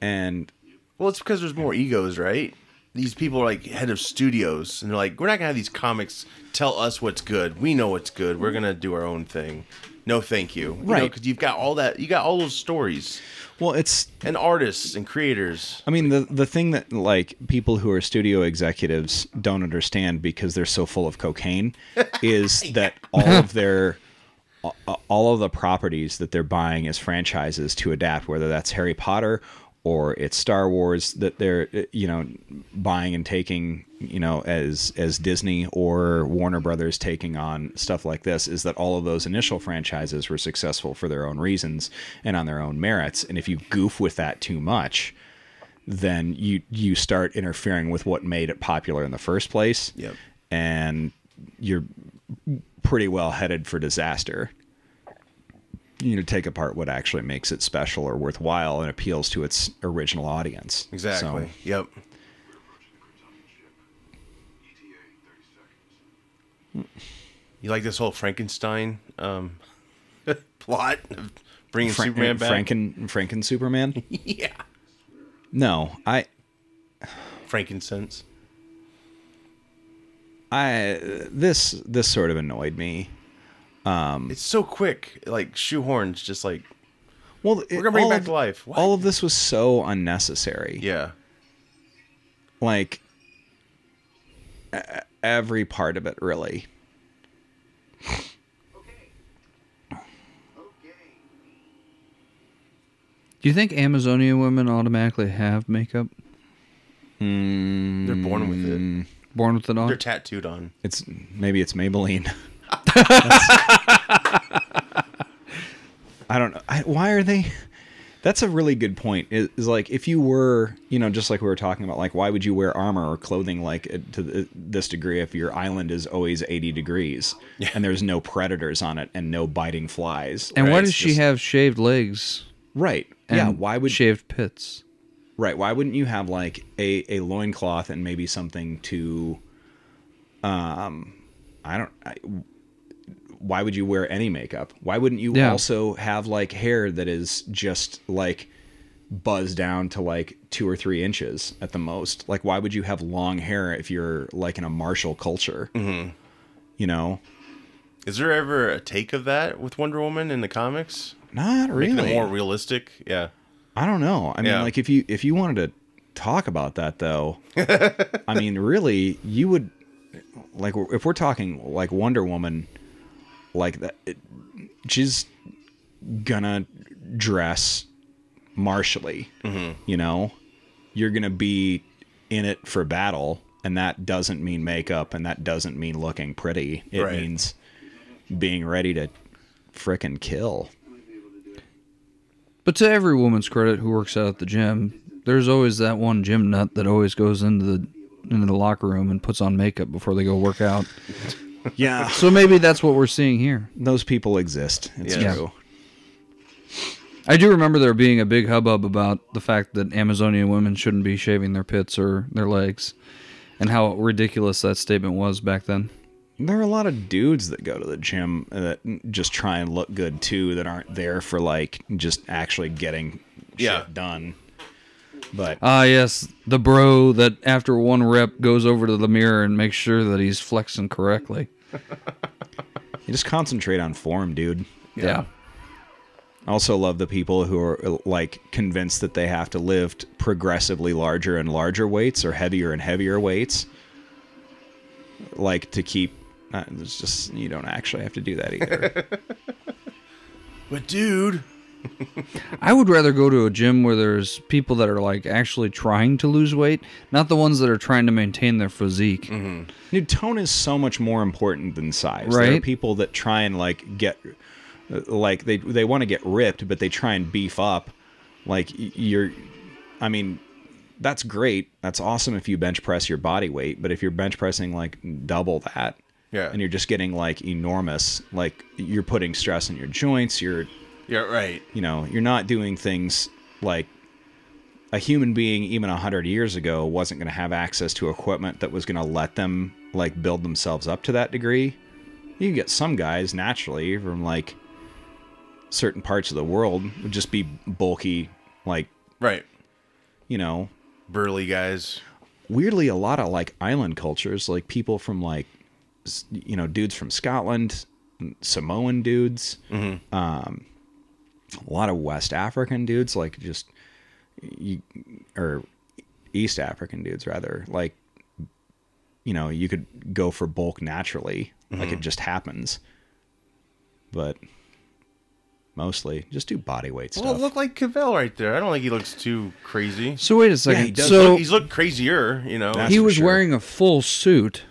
And
Well, it's because there's more egos, right? These people are like head of studios, and they're like, we're not gonna have these comics tell us what's good. We know what's good. We're gonna do our own thing. No, thank you. you
Right.
Because you've got all that. You got all those stories
well, it's
and artists and creators.
I mean the the thing that like people who are studio executives don't understand because they're so full of cocaine is that all of their a- a- all of the properties that they're buying as franchises to adapt whether that's Harry Potter or it's Star Wars that they're uh, you know buying and taking you know as as Disney or Warner Brothers taking on stuff like this is that all of those initial franchises were successful for their own reasons and on their own merits and if you goof with that too much then you you start interfering with what made it popular in the first place.
Yep.
And you're pretty well headed for disaster. You know, take apart what actually makes it special or worthwhile and appeals to its original audience. So,
Exactly. Yep.
ETA, 30 seconds.
You like this whole Frankenstein um, (laughs) plot of bringing
Fra-
Superman back?
Franken Franken Superman?
(laughs) yeah.
no, I
Frankincense.
I this this sort of annoyed me.
It's so quick, like shoehorns, just like
Well,
We're gonna bring
all
it back
of-
to life. What?
All of this was so unnecessary.
yeah,
like e- every part of it, really.
Okay. Okay.
Do you think Amazonia women automatically have makeup?
they're born with it.
Born with it on?
They're tattooed on.
It's maybe it's Maybelline. I don't know. I, why are they? That's a really good point. Is, is like if you were, you know, just like we were talking about, like why would you wear armor or clothing like uh, to th this degree if your island is always eighty degrees and there's no predators on it and no biting flies?
and why
It's
does she
just-
have shaved legs?
Right.
And
yeah. Why would
shaved pits?
Right. Why wouldn't you have like a, a loincloth and maybe something to, um, I don't, I, why would you wear any makeup? Why wouldn't you
Yeah.
also have like hair that is just like buzzed down to like two or three inches at the most? Like, why would you have long hair if you're like in a martial culture?
Mm-hmm.
You know,
Is there ever a take of that with Wonder Woman in the comics?
not really.
Making it more realistic. Yeah.
I don't know. I mean,
Yeah.
like if you if you wanted to talk about
(laughs)
that though, I mean, really, you would like if we're talking like Wonder Woman, like that, it, she's gonna dress martially.
Mm-hmm.
You know, you're gonna be in it for battle, and that doesn't mean makeup, and that doesn't mean looking pretty. It
Right.
means being ready to frickin' kill.
But to every woman's credit who works out at the gym, there's always that one gym nut that always goes into the into the locker room and puts on makeup before they go work out.
Yeah.
So maybe that's what we're seeing here.
those people exist. It's
Yes.
true.
I do remember there being a big hubbub about the fact that Amazonian women shouldn't be shaving their pits or their legs and how ridiculous that statement was back then.
There are a lot of dudes that go to the gym that just try and look good too that aren't there for like just actually getting
Yeah.
shit done. But
Ah, yes, the bro that after one rep goes over to the mirror and makes sure that he's flexing correctly.
you just concentrate on form, dude.
Yeah.
I also love the people who are uh, like convinced that they have to lift progressively larger and larger weights or heavier and heavier weights. Like to keep uh, it's just you don't actually have to do that either.
But dude,
I would rather go to a gym where there's people that are like actually trying to lose weight, not the ones that are trying to maintain their physique.
Dude, tone is so much more important than size. There are
Right.
people that try and like get, uh, like they they want to get ripped, but they try and beef up. Like y- you're, I mean, that's great. That's awesome if you bench press your body weight, but if you're bench pressing like double that,
Yeah.
and you're just getting like enormous, like you're putting stress on your joints. You're
yeah, right.
you know you're not doing things like a human being even 100 years ago wasn't going to have access to equipment that was going to let them like build themselves up to that degree you can get some guys naturally from like certain parts of the world would just be bulky like
Right.
you know
Burly guys.
weirdly a lot of like island cultures like people from like s- you know dudes from scotland samoan dudes um, a lot of west african dudes like just you, or east african dudes rather like you know you could go for bulk naturally like it just happens but mostly just do body weight stuff
Well, look like Cavell right there. I don't think he looks too crazy.
So wait a second.
he does
so
Look, he's looked crazier, you know.
That's
he
for
was
sure.
wearing a full suit,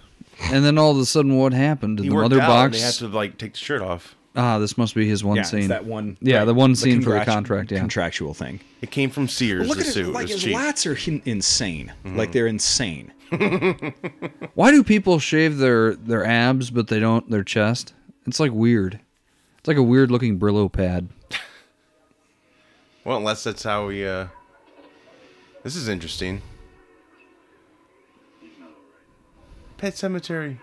and then all of a sudden, what happened? Did
he
the
worked
mother
out and
box?
they had to like take the shirt off.
Ah, this must be his one
yeah, it's
scene.
that one
Yeah, the one scene for the
contract-
contract. Yeah.
contractual thing
It came from Sears.
Look
the
at his,
suit It
like
was
his
cheap. Mm-hmm.
lats are hin- insane. Like they're insane.
Why do people shave their their abs but they don't their chest? It's like weird. It's like a weird looking Brillo pad.
Well, unless that's how we. Uh... This is interesting. Pet Cemetery.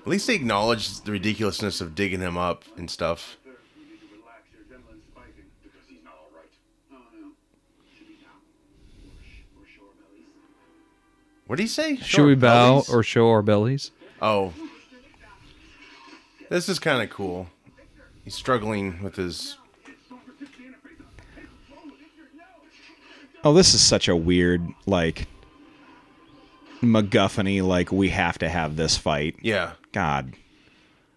At least they acknowledge the ridiculousness of digging him up and stuff.
Sir, you need to relax. Your adrenaline's spiking. Because he's not alright. Oh, no. Should we bow? Or, sh- or show our bellies?
What did he say?
Should we bow
bellies?
or show our bellies?
Oh. This is kind of cool. He's struggling with his.
Oh, this is such a weird like MacGuffin-y, like we have to have this fight.
Yeah.
God.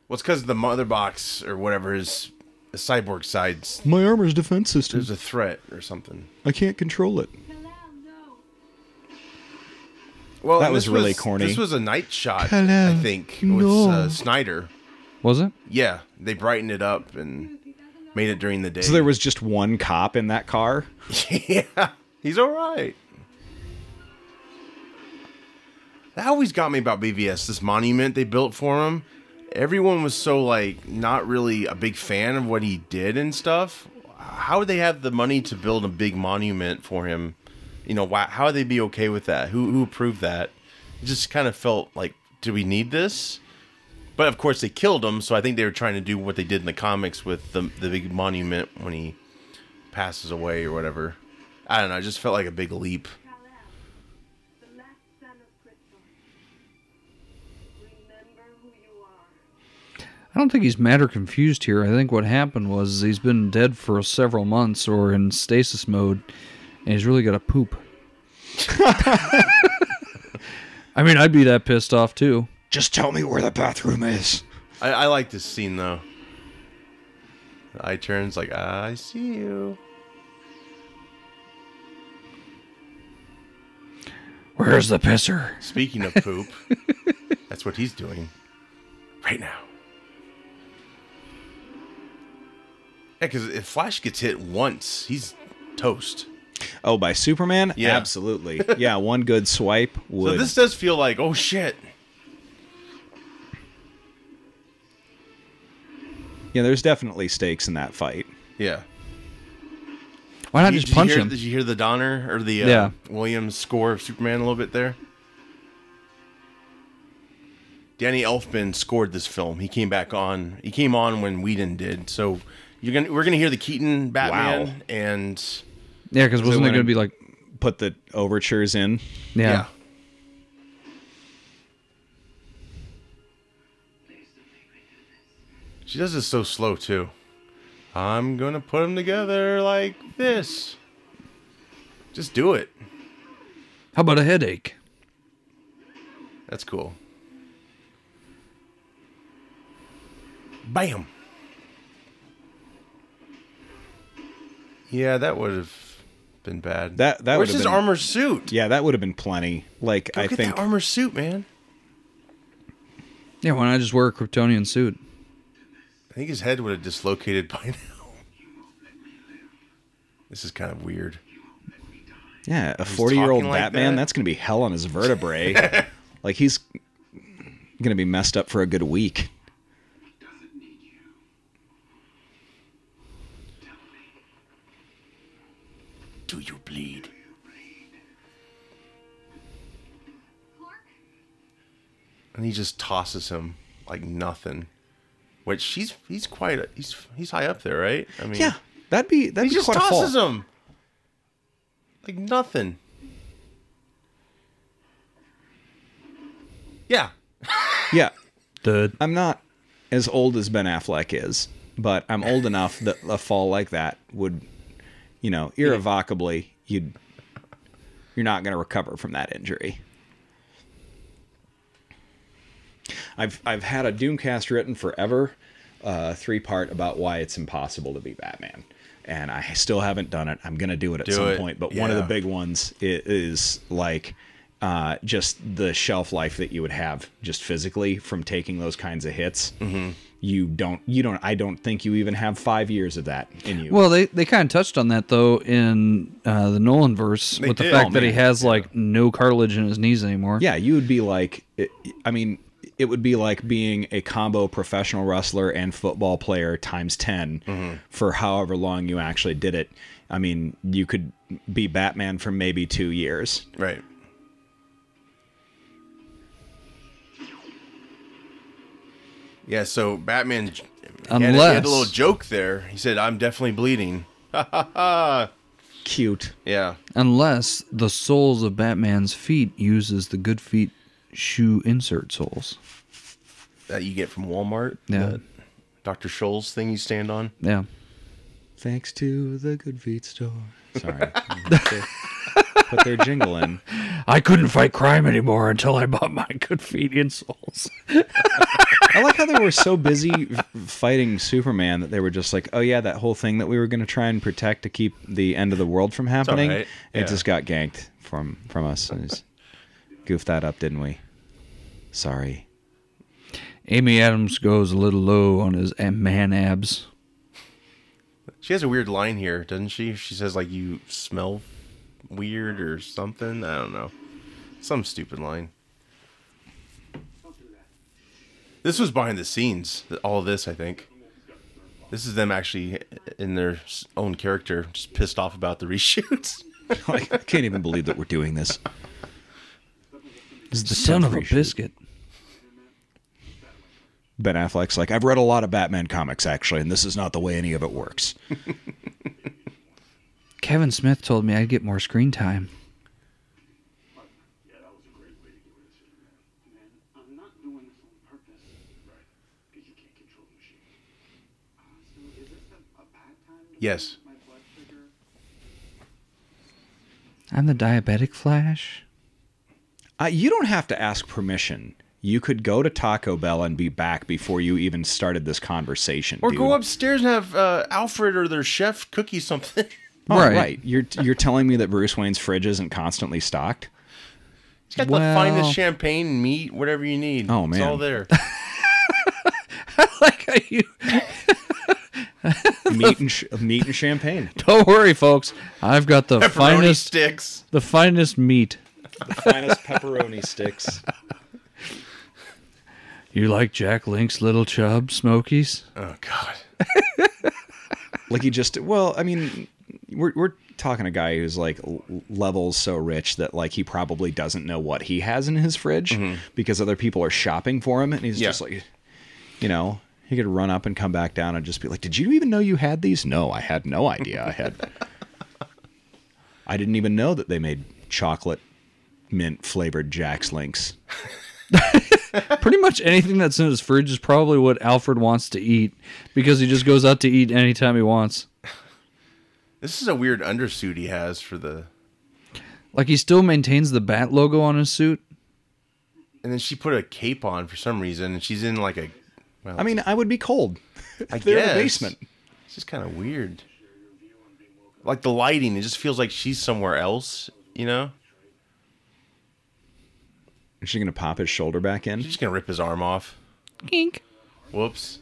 Well, it's because the mother box or whatever is the cyborg side's.
My armor's defense system.
There's a threat or something.
I can't control it.
Kalal, no.
Well,
That
and
was
this
really corny.
This was a night shot,
Hello.
I think,
No.
with uh, Snyder.
Was it?
Yeah, they brightened it up and made it during the day.
So there was just one cop in that car.
yeah, he's all right. That always got me about BVS. This monument they built for him. Everyone was so like not really a big fan of what he did and stuff. How would they have the money to build a big monument for him? You know, why, how would they be okay with that? Who who approved that? It just kind of felt like, do we need this? But of course, they killed him, so I think they were trying to do what they did in the comics with the the big monument when he passes away or whatever. I don't know. It just felt like a big leap.
Kalal, the last son of Krypton. Remember who you are.
I don't think he's mad or confused here. I think what happened was he's been dead for several months or in stasis mode, and he's really got to (laughs) poop. I mean, I'd be that pissed off too.
Just tell me where the bathroom is.
I, I like this scene though. The eye turns like I see you.
Where's the pisser?
Speaking of poop, that's what he's doing right now. Yeah, because if Flash gets hit once, he's toast.
Oh, by Superman?
Yeah.
Absolutely. Yeah, one good swipe
(laughs)
would.
So this does feel like oh shit.
Yeah, there's definitely stakes in that fight.
Yeah.
Why not
Did-
just
did you
punch
hear-
him?
Did you hear the Donner or the uh,
Yeah.
Williams score of Superman a little bit there? Danny Elfman scored this film. He came back on. He came on when Whedon did. So you're gonna we're gonna hear the Keaton Batman
Wow.
and
Yeah, because wasn't it
when
going to
I-
be like,
Put the overtures in.
yeah,
yeah. She does this so slow too. I'm gonna put them together like this. Just do it.
how about a headache?
That's cool. Bam. Yeah, that would have been bad.
That- that
Where's
would've
his
been-
armor suit?
Yeah, that would have been plenty. Like,
Go
I
get
think.
that armor suit, man.
Yeah, why not just wear a Kryptonian suit?
I think his head would have dislocated (laughs) by now. This is kind of weird.
Yeah, a 40 year old
talking like
Batman,
that.
that's going to be hell on
(laughs)
his vertebrae. like, he's going to be messed up for a good week.
Doesn't need you. Tell me.
Do you bleed?
Clark?
And he just tosses him like nothing. Which he's he's quite a, he's he's high up there, right? I mean,
Yeah, that'd be
He
that'd be
just
quite a fall.
tosses him like nothing. Yeah,
Yeah,
The
I'm not as old as Ben Affleck is, but I'm old enough that a fall like that would, you know, irrevocably you'd you're not going to recover from that injury. I've I've had a Doomcast written forever, uh, three part about why it's impossible to be Batman, and I still haven't done it. I'm gonna do it at
Do
some
it.
point, but one of the
Yeah.
big ones i- is like uh, just the shelf life that you would have just physically from taking those kinds of hits. You don't. You don't. I don't think you even have five years of that in you.
well, they they kind of touched on that though in uh, the Nolan verse with the
did.
fact
Oh,
that he
man.
has like no cartilage in his knees anymore.
Yeah, you would be like, it- I mean, it would be like being a combo professional wrestler and football player times 10 for however long you actually did it. I mean, you could be Batman for maybe two years.
right. Yeah, so Batman he had a- he had
Unless-
a little joke there. He said, "I'm definitely bleeding."
Cute.
Yeah,
unless the soles of Batman's feet uses the good feet shoe insert soles.
that you get from Walmart.
Yeah.
that Dr. Scholl's thing you stand on.
Yeah.
Thanks to the Good Feet store.
(laughs)
Sorry. Put their jingle in.
I couldn't fight crime anymore until I bought my good feeding souls.
I like how they were so busy f- fighting Superman that they were just like, oh yeah, that whole thing that we were going to try and protect to keep the end of the world from
all
happening.
right.
It
Yeah.
just got ganked from from us. And just goofed that up, didn't we? Sorry. (laughs)
Amy Adams goes a little low on his am- man abs.
She has a weird line here, doesn't she? She says like you smell weird or something. I don't know. Some stupid line. This was behind the scenes. th- All this, I think. This is them actually in their s- own character, just pissed off about the (laughs) reshoots.
Like, I can't even believe that we're doing this. This is the
Son
tenth
of a
reshoot.
biscuit.
Ben Affleck's like, I've read a lot of Batman comics actually, and this is not the way any of it works.
Kevin Smith told me I'd get more screen time.
Yeah, that was a great way to get rid of Superman.
Man, I'm not doing this on purpose.
Right. Because you can't control the machine.
Uh, so is this a, a bad time to
Yes.
my blood sugar?
I'm the diabetic Flash.
Uh, you don't have to ask permission. You could go to Taco Bell and be back before you even started this conversation.
Or
dude.
go upstairs and have uh, Alfred or their chef cookie something. (laughs)
Oh,
Right.
right. You're you're telling me that Bruce Wayne's fridge isn't
(laughs)
constantly stocked?
He's got the
Well-
finest champagne, meat, whatever you need.
Oh,
it's all
man.
there.
(laughs) like how you.
Meat and sh- meat and
(laughs)
champagne.
(laughs) Don't worry, folks. I've got the
Pepperoni
finest,
sticks.
the finest meat.
The finest pepperoni sticks.
You like Jack Link's little chub smokies?
Oh God.
Like he just well, I mean, we're we're talking a guy who's like l- levels so rich that like he probably doesn't know what he has in his fridge because other people are shopping for him and he's
Mm-hmm. Yeah.
just like you know, he could run up and come back down and just be like, "Did you even know you had these?" No, I had no idea. I had (laughs) I didn't even know that they made chocolate mint flavored Jack's Links.
Pretty much anything that's in his fridge is probably what Alfred wants to eat because he just goes out to eat anytime he wants.
This is a weird undersuit he has for the.
Like he still maintains the bat logo on his suit.
And then she put a cape on for some reason, and she's in like a. Well,
I mean, I would be cold.
I
(laughs) they're in the basement.
It's just kind of weird. Like the lighting, it just feels like she's somewhere else. You know,
Is she gonna pop his shoulder back in?
she's just gonna rip his arm off.
Kink.
Whoops.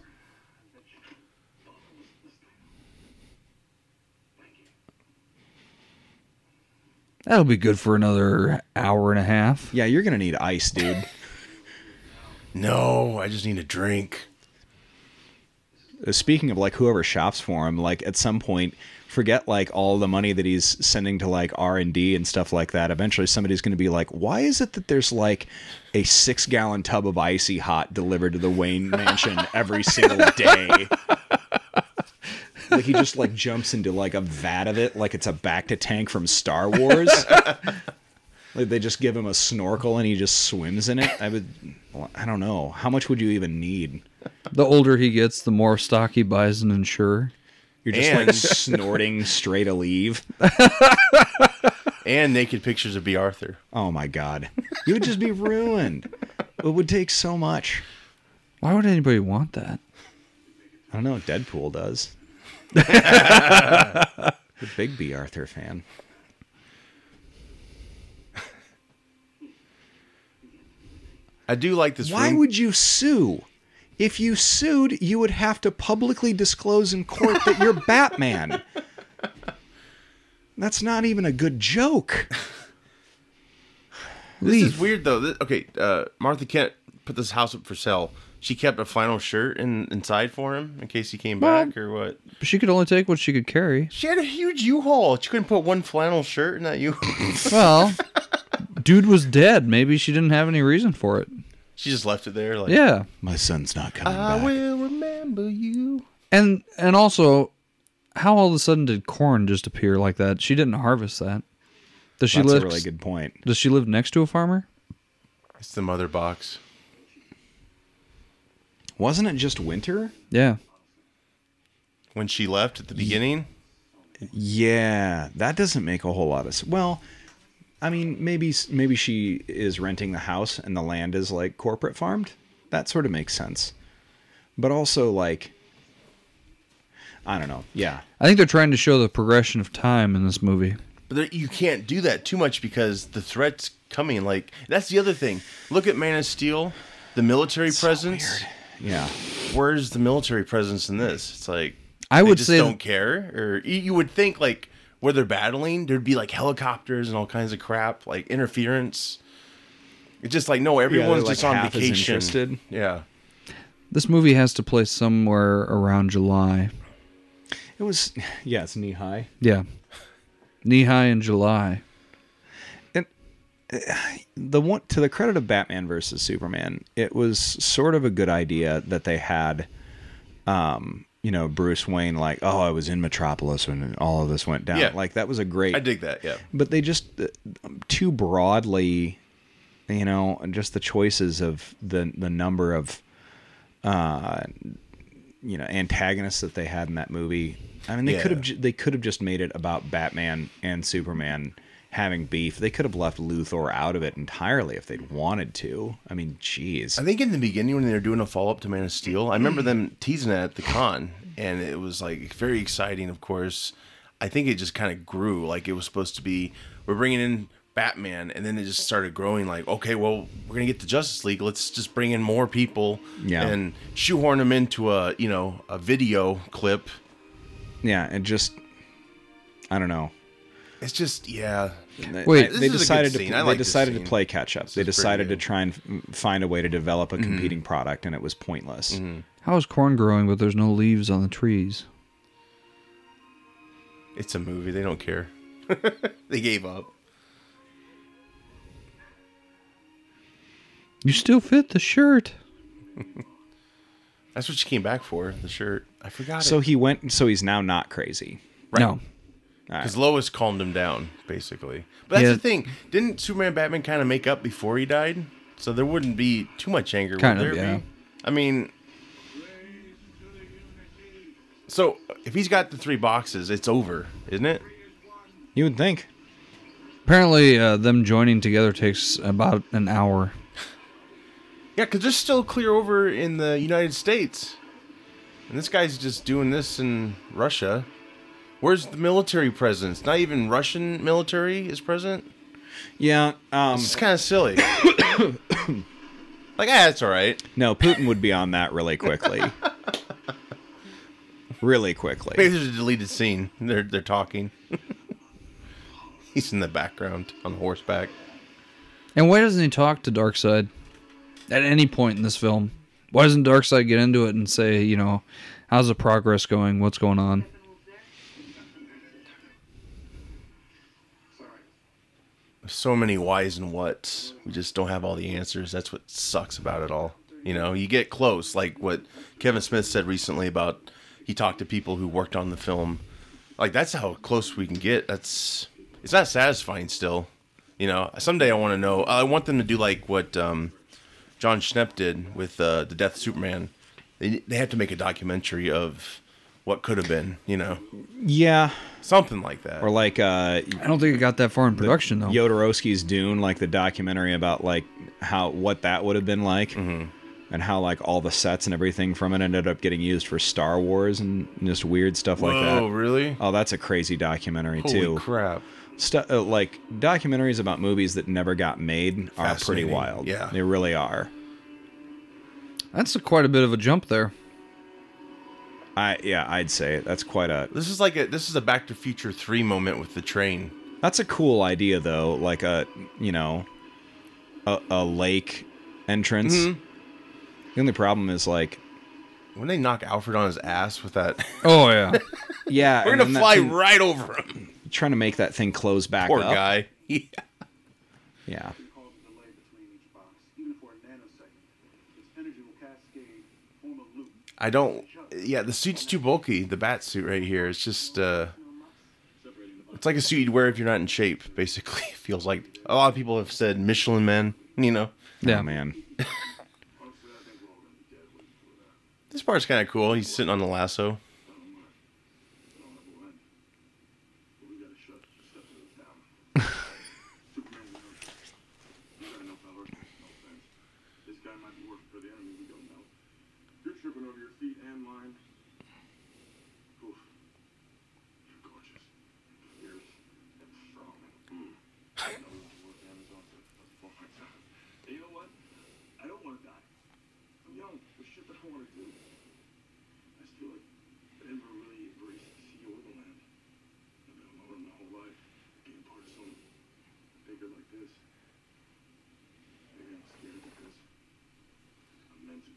That'll be good for another hour and a half.
Yeah, you're gonna need ice, dude.
No, I just need a drink.
Uh, Speaking of like whoever shops for him, like at some point, forget like all the money that he's sending to like R and D and stuff like that. Eventually, somebody's gonna be like, "Why is it that there's like a six gallon tub of icy hot delivered to the Wayne Mansion every single day?" like he just like jumps into like a vat of it, like it's a back to tank from Star Wars. like they just give him a snorkel and he just swims in it. I would, I don't know, how much would you even need?
The older he gets, the more stock he buys an insurer.
You're just
And-
(laughs) like snorting straight a leave.
And naked pictures of B. Arthur.
Oh my god. You would just be ruined. It would take so much.
Why would anybody want that?
I don't know, Deadpool does. (laughs) the big B Arthur fan.
I do like this.
Why
room-
would you sue? If you sued, you would have to publicly disclose in court that (laughs) you're Batman. That's not even a good joke.
This
Leave.
is weird though. This, okay, uh, Martha Kent put this house up for sale. She kept a flannel shirt in, inside for him in case he came
Well-
back or what.
She could only take what she could carry.
She had a huge U-Haul. She couldn't put one flannel shirt in that U.
Well, dude was dead. Maybe she didn't have any reason for it.
she just left it there. Like,
Yeah.
My son's not coming
I
back.
will remember you.
And and also, how all of a sudden did corn just appear like that? She didn't harvest that. Does she
That's
live?
a really good point.
Does she live next to a farmer?
It's the mother box.
Wasn't it just winter?
Yeah.
when she left at the beginning.
Yeah, that doesn't make a whole lot of s Well, I mean, maybe s- maybe she is renting the house and the land is like corporate farmed. That sort of makes sense. But also like I don't know. Yeah.
I think they're trying to show the progression of time in this movie.
But there, you can't do that too much because the threat's coming. Like that's the other thing. Look at Man of Steel, the military presence.
Yeah.
Where's the military presence in this? It's like
I
they
would
just
say
don't care. Or you you would think like where they're battling, there'd be like helicopters and all kinds of crap, like interference. It's just like no, everyone's
like,
just on
half as
vacation.
interested.
Yeah,
this movie has to play somewhere around July.
It was (sighs) yeah, it's knee high.
Yeah. Knee high in July.
(sighs) the one to the credit of Batman versus Superman, it was sort of a good idea that they had, um, you know, Bruce Wayne like, oh, I was in Metropolis when all of this went down.
Yeah.
Like that was a great.
I dig that. Yeah,
But they just uh, too broadly, you know, just the choices of the the number of, uh, you know, antagonists that they had in that movie. I mean, they
Yeah.
could have ju- they could have just made it about Batman and Superman having beef. They could have left Luthor out of it entirely if they'd wanted to. I mean, jeez.
I think in the beginning when they were doing a follow up to Man of Steel, I remember them teasing it at the con, and it was like very exciting. Of course, I think it just kind of grew. Like it was supposed to be, we're bringing in Batman, and then it just started growing. Like okay, well we're gonna get the Justice League. Let's just bring in more people,
Yeah.
and shoehorn them into a you know a video clip.
Yeah, and just I don't know.
It's just yeah,
They-
Wait,
this
they
is a good
decided
scene.
to
I
they
like this
decided to
scene.
play catch up. They
is pretty
decided to
good. Mm-hmm.
try and f- find a way to develop a competing product, and it was pointless.
How is corn growing but there's no leaves on the trees?
it's a movie. They don't care. (laughs) they gave up.
You still fit the shirt.
That's what she came back for. The shirt. I forgot.
So
it.
he went. So he's now not crazy.
No.
Because Lois calmed him down, basically. But that's
Yeah.
the thing. Didn't Superman and Batman kind of make up before he died? So there wouldn't be too much anger,
Kind
would
of,
there
yeah.
be? I mean, so if he's got the three boxes, it's over, isn't it?
You would think.
Apparently, uh, them joining together takes about an hour.
Yeah, because they're still clear over in the United States. And this guy's just doing this in Russia. Where's the military presence? Not even Russian military is present?
Yeah. Um,
It's kind of silly. (coughs) like, ah, it's all right.
no, Putin would be on that really
(laughs)
quickly. really quickly.
Maybe there's a deleted scene. They're they're talking. (laughs) He's in the background on horseback.
And why doesn't he talk to Darkseid at any point in this film? Why doesn't Darkseid get into it and say, you know, how's the progress going? What's going on?
So many whys and whats. We just don't have all the answers. That's what sucks about it all. You know, you get close, like what Kevin Smith said recently about he talked to people who worked on the film. Like that's how close we can get. That's it's not satisfying still. You know, someday I want to know. I want them to do like what um, John Schnepp did with uh, the Death of Superman. They they have to make a documentary of what could have been. You know,
Yeah.
something like that.
Or like uh,
I don't think it got that far in production, though.
Jodorowsky's Dune, like the documentary about like how what that would have been like,
Mm-hmm.
and how like all the sets and everything from it ended up getting used for Star Wars and just weird stuff
Whoa,
like that.
really?
Oh, that's a crazy documentary
Holy
too.
crap!
Stu- uh, like documentaries about movies that never got made are pretty
Fascinating.
wild.
Yeah.
they really are.
That's a quite a bit of a jump there.
I yeah, I'd say that's quite a
This is like a this is a Back to Future three moment with the train.
That's a cool idea, though. Like a you know, a, a lake entrance.
Mm-hmm.
The only problem is like,
When they knock Alfred on his ass with
(laughs)
that,
Oh, (laughs) yeah.
yeah,
we're
and
gonna
then that
fly
thing-
right over him.
trying to make that thing close back
Poor
up.
guy. Yeah.
Yeah,
cause a delay between each box, even for a nanosecond. Its energy will cascade on a loop.
I don't. Yeah, the suit's too bulky. The bat suit right here. It's just. uh It's like a suit you'd wear if you're not in shape. Basically, (laughs) it feels like a lot of people have said Michelin Man. You know,
Yeah.
Oh, man.
This part's kind of cool. He's sitting on the lasso.
This guy might be working for the enemy, we don't know. You're tripping over your feet and mine. Oof. You're gorgeous. You're strong. Mm. I know you work Amazon for the full my time. And you know what? I don't want to die. I'm young. There's shit that I want to do. I just feel like I never really embraced the sea or the land. I've been alone my whole life, being part of something bigger like this. Maybe I'm scared because I'm meant to.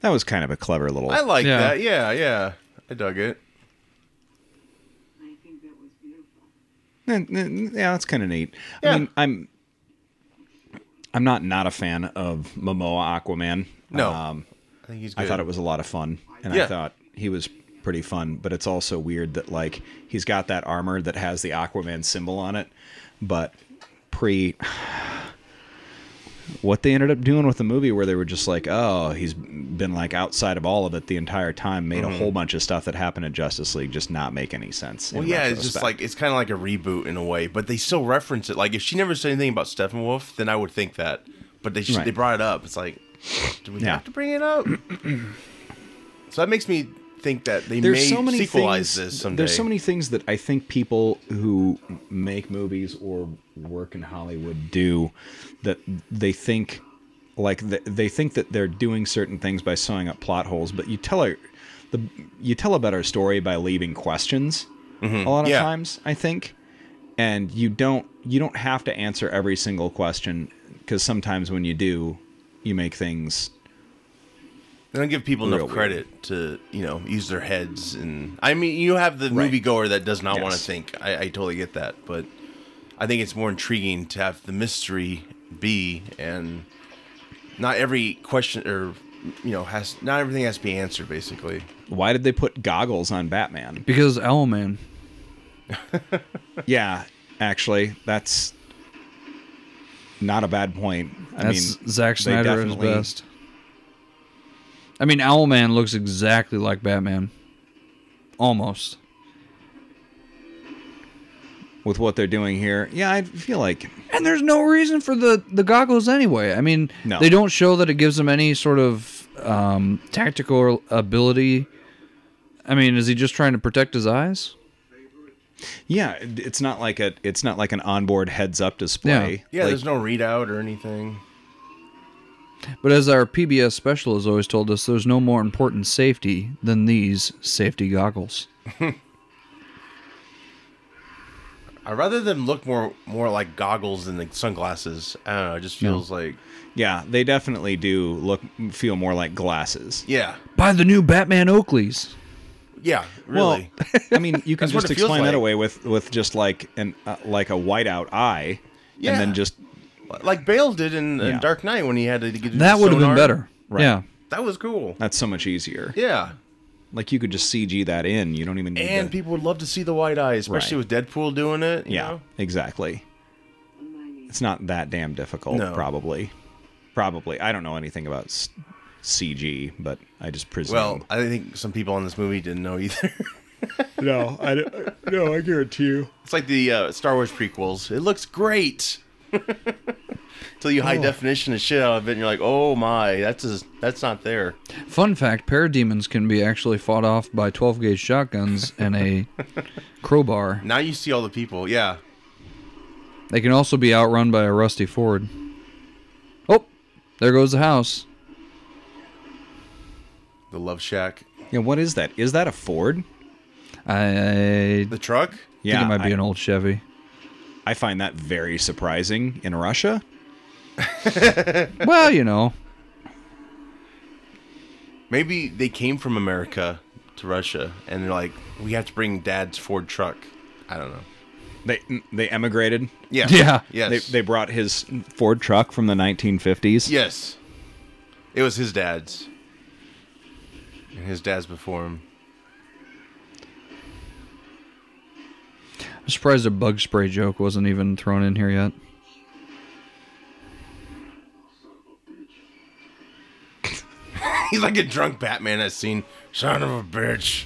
That was kind of a clever little.
I like
Yeah.
that. Yeah, yeah. I dug it.
I think that was beautiful.
Eh, eh, Yeah, that's kind of neat.
Yeah.
I mean, I'm I'm not not a fan of Momoa Aquaman.
No.
um,
I think he's. Good.
I thought it was a lot of fun, and
Yeah.
I thought he was pretty fun. But it's also weird that like he's got that armor that has the Aquaman symbol on it, but pre (sighs) what they ended up doing with the movie where they were just like, oh, he's been like outside of all of it the entire time, made
Mm-hmm.
a whole bunch of stuff that happened in Justice League just not make any sense. in
Well, yeah, it's just
retrospect.
like it's kind of like a reboot in a way, but they still reference it. Like if she never said anything about Steppenwolf, then I would think that. But they
Right.
they brought it up. It's like, do we
Yeah.
have to bring it
(clears throat)
up? so that makes me think that they may sequelize this someday.
There's so many things that I think people who make movies or work in Hollywood do that they think like th- they think that they're doing certain things by sewing up plot holes, but you tell a the you tell a better story by leaving questions a lot of
Mm-hmm. Yeah.
times, I think. And you don't you don't have to answer every single question because sometimes when you do, you make things
They don't give people enough
Real weird.
credit to you know use their heads, and I mean you have the
Right.
moviegoer that does not want to
Yes.
think. I, I totally get that, but I think it's more intriguing to have the mystery be, and not every question or you know has not everything has to be answered. Basically,
why did they put goggles on Batman?
Because Owlman.
Yeah, actually, that's not a bad point. I
That's
mean,
Zack
they
Snyder at his
definitely-
best. I mean, Owlman looks exactly like Batman. Almost.
with what they're doing here. Yeah, I feel like
And there's no reason for the, the goggles anyway. I mean,
No.
they don't show that it gives him any sort of um, tactical ability. I mean, is he just trying to protect his eyes?
yeah, it- it's not like a it's not like an onboard heads up display.
yeah,
Like,
there's no readout or anything.
But as our PBS special has always told us, there's no more important safety than these safety goggles.
I Uh, rather them look more more like goggles than like sunglasses. I don't know. It just feels like
yeah, they definitely do look feel more like glasses.
yeah,
Buy the new Batman Oakleys.
yeah, really.
Well, (laughs) I mean, you can
That's what
just
it feels
explain that
like.
away with with just like an uh, like a whiteout eye,
Yeah.
and then just
like Bale did in, in
Yeah.
Dark Knight when he had to get
That would have been
sonar.
better.
Right.
Yeah.
That was cool.
that's so much easier.
Yeah.
Like you could just CG that in. You don't even need
And
to-
people would love to see the white eye, especially
Right.
with Deadpool doing it. you
yeah,
know?
exactly.
Almighty.
it's not that damn difficult
No.
probably probably i don't know anything about s- cg but i just presume
Well, I think some people on this movie didn't know (laughs) either.
no i no i guarantee you
it's like the uh, Star Wars prequels. It looks great. (laughs) Until you high definition the shit out of it, and you're like, "Oh my, that's a, that's not there."
Fun fact parademons can be actually fought off by 12 gauge shotguns and
(laughs)
a crowbar.
Now you see all the people. Yeah,
They can also be outrun by a rusty Ford. Oh, there goes the house.
the Love Shack,
yeah what is that is that a ford
I, I
the truck.
yeah
think it might be
I,
an old Chevy.
I find that very surprising in russia
Well, you know,
Maybe they came from America to Russia, and they're like, "We have to bring Dad's Ford truck." I don't know.
they they emigrated
Yeah.
Yeah.
Yes.
they, they brought his ford truck from the 1950s
Yes. It was his dad's. And his dad's before him. (laughs)
I'm surprised a bug spray joke wasn't even thrown in here yet.
He's like a drunk Batman I've seen. Son of a bitch.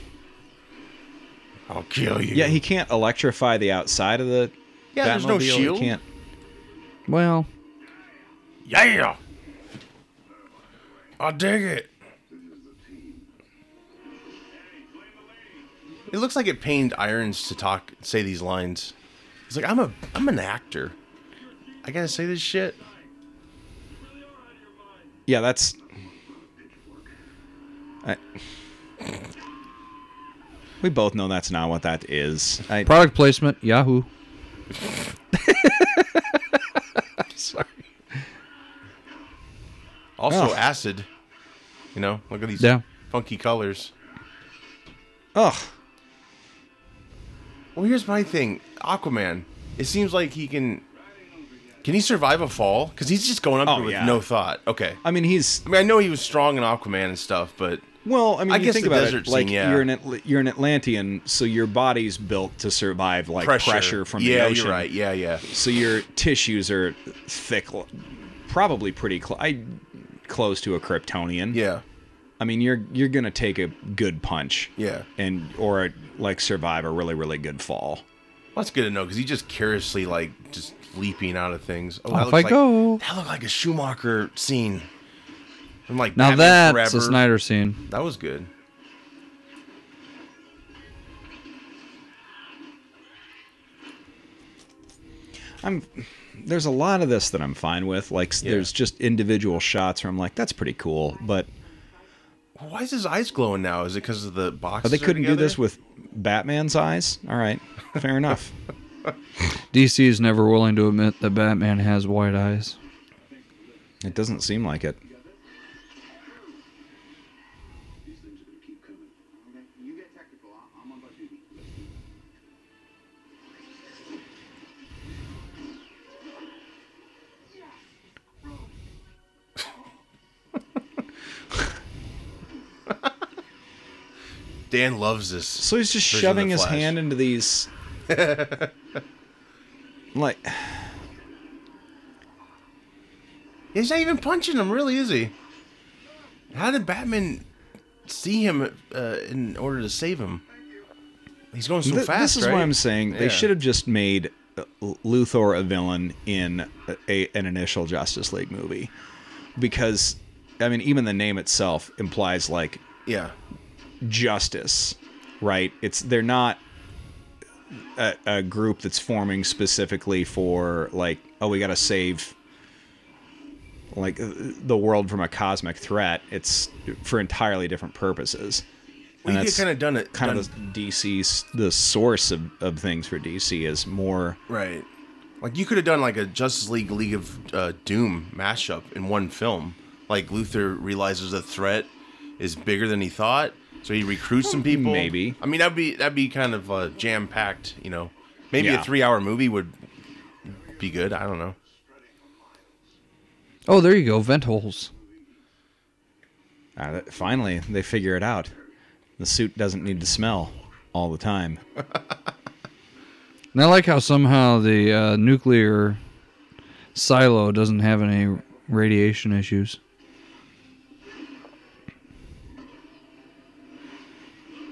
I'll kill you.
Yeah, he can't electrify the outside of the.
Yeah, there's no
Batmobile. He
shield.
can't-
Well,
Yeah. I dig it. It looks like it pained Irons to talk, say these lines. He's like, I'm a, I'm an actor. I gotta say this shit.
Yeah, that's. I, we both know that's not what that is. I,
product placement, Yahoo.
Also,
Oh.
acid. You know, look at these
Yeah.
funky colors.
ugh.
Well, here's my thing Aquaman. It seems like he can. Can he survive a fall? Because he's just going up
Oh,
there with
yeah.
no thought. Okay.
I mean, he's
I mean, I know he was strong in Aquaman and stuff, but
well. I mean,
I
you
guess
think
the
about
desert
it.
scene,
Like
yeah.
you're an Atl- you're an Atlantean, so your body's built to survive like pressure, from the
yeah,
ocean.
you're right. Yeah, yeah.
So your tissues are thick, probably pretty close. I close to a Kryptonian.
Yeah.
I mean, you're you're gonna take a good punch.
Yeah.
And or like survive a really really good fall.
Well, that's good to know because he just curiously like just leaping out of things. Oh,
Off I go.
That looked like a Schumacher scene. I'm like
Now
Batman
that's a
Forever.
Snyder scene.
That was good.
I'm there's a lot of this that I'm fine with. Like s
Yeah.
there's just individual shots where I'm like, that's pretty cool, but
Why is his eyes glowing now? Is it because of the box?
but they couldn't do this with Batman's eyes. All right,
(laughs)
fair enough.
DC is never willing to admit that Batman has white eyes.
It doesn't seem like it.
These things are gonna keep coming. Okay, you get technical. I- I'm on my duty.
Dan loves this.
So he's just
version of the
shoving his
Flash.
hand
(laughs)
into these. like,
He's not even punching him, really, is he? How did Batman see him uh, in order to save him? He's going so
Th-
fast.
This is
right?
what I'm saying. They
Yeah.
should have just made uh, L- Luthor a villain in a, a- an initial Justice League movie, because I mean, even the name itself implies like
Yeah.
justice, right? It's they're not a, a group that's forming specifically for like, oh, we got to save like uh, the world from a cosmic threat. It's for entirely different purposes.
Well,
And
you get
that's-
kind of done it.
kind
done,
of the DC's the source of, of things for DC is more
Right. Like you could have done like a Justice League League of uh, Doom mashup in one film. Like Luther realizes the threat is bigger than he thought, so he recruits some people.
Hmm, maybe.
I mean that'd be that'd be kind of uh, jam packed. You know, maybe
Yeah.
a three hour movie would be good. I don't know.
Oh, there you go. Vent holes.
uh, that- finally they figure it out. The suit doesn't need to smell all the time.
And I like how somehow the uh, nuclear silo doesn't have any radiation issues.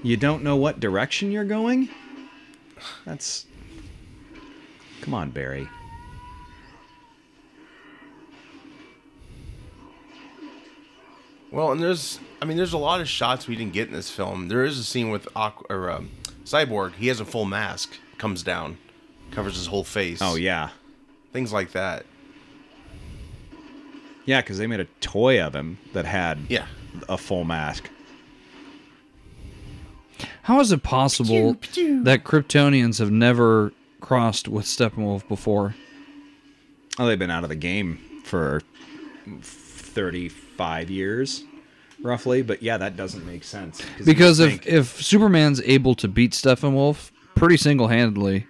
You don't know what direction you're going? That's Come on, Barry.
Well, and there's, I mean, there's a lot of shots we didn't get in this film. There is a scene with Aqu- or, um, Cyborg. He has a full mask, comes down, covers his whole face.
Oh yeah.
things like that.
Yeah, cuz they made a toy of him that had
Yeah,
a full mask.
How is it possible that Kryptonians have never crossed with Steppenwolf before?
Oh, they've been out of the game for 35 years roughly, but yeah, that doesn't make sense you
Because
would
if, if Superman's able to beat Steppenwolf pretty single handedly,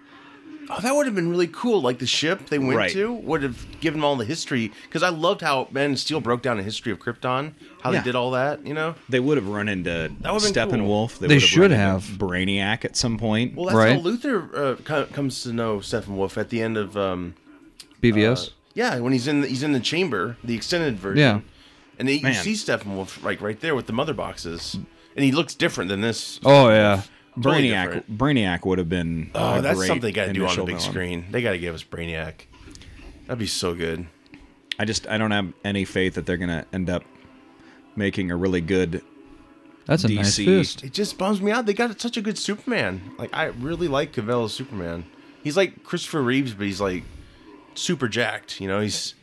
Oh, that would have been really cool. Like the ship they went
Right.
to would have given all the history because I loved how Man of Steel broke down the history of Krypton, how
Yeah.
they did all that. You know,
They would have run into
would've been
Steppenwolf.
They
would
should
run into
have.
Brainiac at some point.
well that's how
Right.
Luther uh, co- comes to know Steppenwolf at the end of um,
BVS.
yeah when he's in the, he's in the chamber, the extended version.
Yeah.
And they, you
Man.
see Steppenwolf like right there with the mother boxes, and he looks different than this.
Oh yeah.
Totally
Brainiac,
different.
Brainiac would have been.
Oh,
a
that's
great
something they got to do on the
initial
big
villain.
screen. They got to give us Brainiac. That'd be so good.
I just I don't have any faith that they're gonna end up making a really good.
That's a nice
DC.
fist.
It just bums me out. They got such a good Superman. Like I really like Cavell's Superman. He's like Christopher Reeves, but he's like super jacked. You know, he's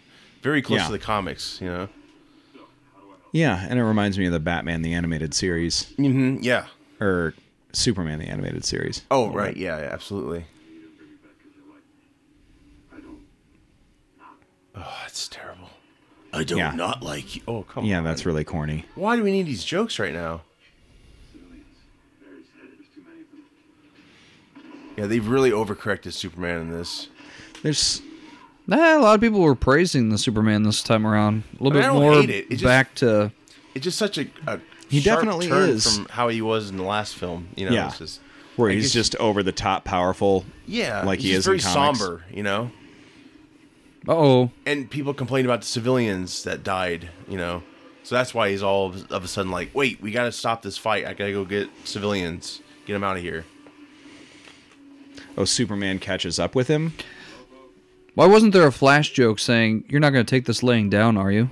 very close
Yeah.
to the comics. You know.
Yeah, and it reminds me of the Batman the animated series
hmm Yeah.
or Superman the animated series.
Oh right. Yeah. yeah, Absolutely. Oh, that's terrible. I do
Yeah.
not like you. Oh come
Yeah,
on.
that's really corny.
Why do we need these jokes right now?
Civilians. Barry's headed. There's too many of them.
Yeah, they've really overcorrected Superman in this.
There's
Nah, a lot of people were praising the Superman this time around. A little
I mean, I
bit
don't
more
hate it. It just-
back to
It's just such a, a
He
sharp
definitely
turn
is.
from how he was in the last film. You know,
Yeah.
it's just,
where
I
he's
guess-
just over the top powerful.
yeah,
like
he's
he
just
is
very
in comics.
somber. You know,
oh
and people complain about the civilians that died. You know, so that's why he's all of, of a sudden like, wait, we got to stop this fight. I gotta go get civilians, get them out of here.
Oh, Superman catches up with him.
why wasn't there a flash joke saying you're not gonna take this laying down, are you?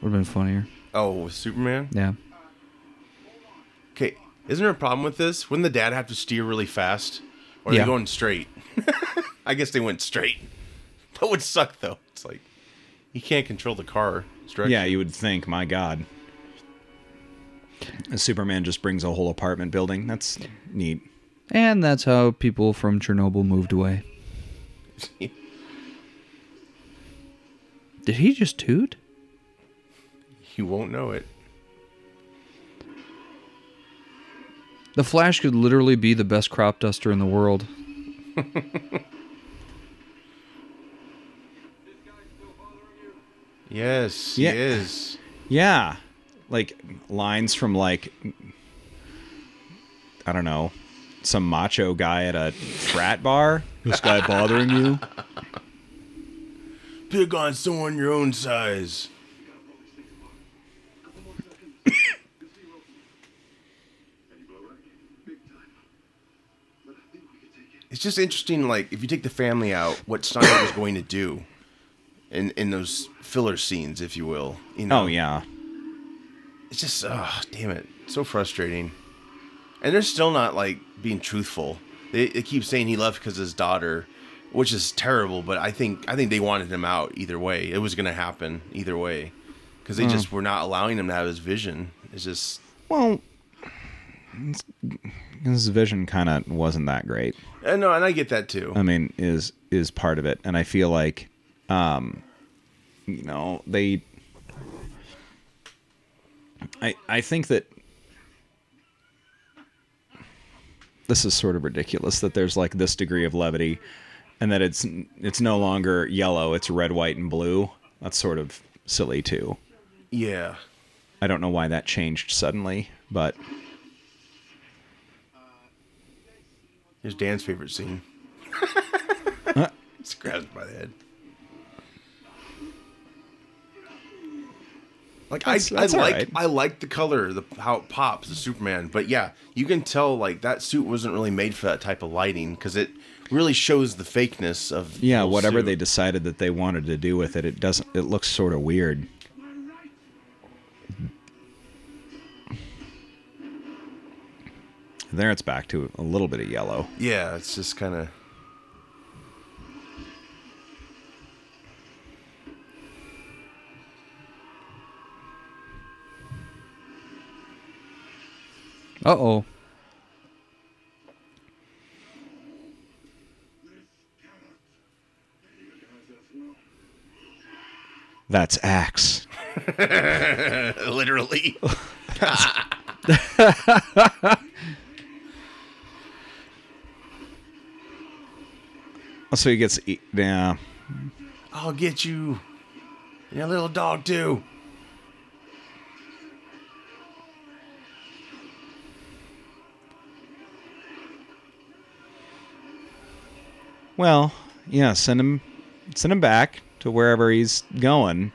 Would have been funnier.
Oh, with Superman.
Yeah.
Okay, isn't there a problem with this? Wouldn't the dad have to steer really fast, or are
Yeah.
they going straight? (laughs) I guess they went straight. That would suck though. It's like he can't control the car. Direction.
Yeah, you would think, my God, Superman just brings a whole apartment building. That's neat.
And that's how people from Chernobyl moved
(laughs)
away. Did he just toot?
You won't know it.
The Flash could literally be the best crop duster in the world.
Yes,
Yeah.
he is.
Yeah. Like lines from like I don't know, some macho guy at a frat bar. This guy bothering you?
Pick on someone your own size.
Couple more seconds. You'll see Wilson. And you blow it? Big time. But I think we can take it.
It's just interesting, like if you take the family out, what Snyder was going to do in in those filler scenes, if you will. You know,
Oh yeah.
It's just, ah, damn it, so frustrating. And they're still not like being truthful. They, they keep saying he left because his daughter, which is terrible. But I think I think they wanted him out either way. It was going to happen either way, because they just were not allowing him to have his vision. It's just
Well, it's- his vision kind of wasn't that great.
Uh, no, and I get that too.
I mean, is is part of it, and I feel like, um, you know, they. I I think that this is sort of ridiculous that there's like this degree of levity, and that it's it's no longer yellow; it's red, white, and blue. That's sort of silly too.
yeah,
I don't know why that changed suddenly, but
here's Dan's favorite scene. (laughs) It's grabs him by the head. Like
That's-
I,
that's
I
all
like
right.
I like the color, the how it pops, the Superman. But yeah, you can tell like that suit wasn't really made for that type of lighting because it really shows the fakeness of the
yeah,
whole
whatever
suit.
they decided that they wanted to do with it, it doesn't. It looks sort of weird. There, it's back to a little bit of yellow.
Yeah, it's just kind of.
Uh oh.
That's axe.
literally.
So he gets. e- Yeah,
I'll get you, and your little dog too.
Well, yeah, send him send him back to wherever he's going.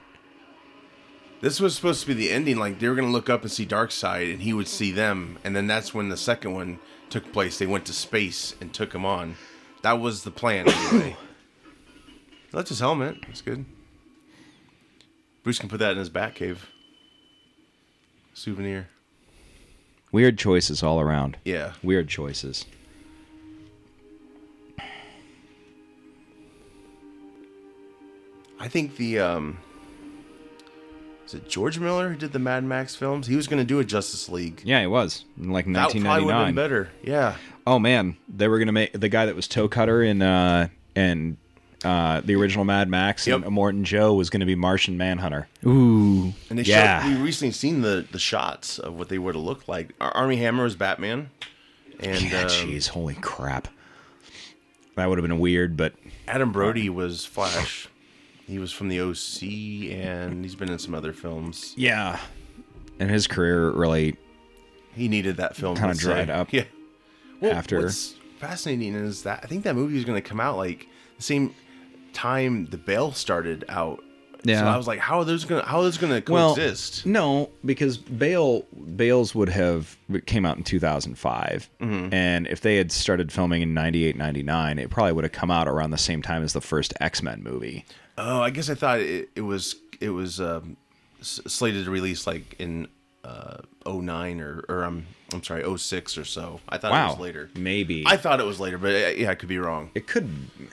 This was supposed to be the ending. Like they were gonna look up and see Dark Side, and he would see them, and then that's when the second one took place. They went to space and took him on. That was the plan. Anyway. (coughs) that's his helmet. That's good. Bruce can put that in his bat cave. Souvenir.
Weird choices all around.
Yeah.
Weird choices.
I think the um is it George Miller who did the Mad Max films? He was going to do a Justice League.
Yeah, it was in like
that probably would have been
1999.
better. Yeah,
Oh man, they were gonna make the guy that was Toe Cutter in uh and uh the original Mad Max
Yep.
and Morton Joe was gonna be Martian Manhunter.
Ooh.
and they
Yeah.
showed, we recently seen the the shots of what they would have looked like. Ar- Army Hammer was Batman, and
yeah,
um,
jeez, holy crap. That would have been weird, but
Adam Brody was Flash. He was from the OC, and he's been in some other films.
yeah. And his career really
He needed that film
Kinda
let's
dried
say. (laughs)
up
Yeah. Well,
after-
what's fascinating is that I think that movie was going to come out like the same time the Bale started out. So
Yeah.
I was like, how are those going? to How are those going to
well,
coexist?
No, because Bale Bales would have came out in 2005,
Mm-hmm.
and if they had started filming in 98, 99, it probably would have come out around the same time as the first X Men movie.
Oh, I guess I thought it, it was it was um, s- slated to release like in uh, 09 or or I'm I'm sorry 06 or so. I thought Uh, it
Wow,
was later.
maybe
I thought it was later, but uh, yeah, I could be wrong.
it could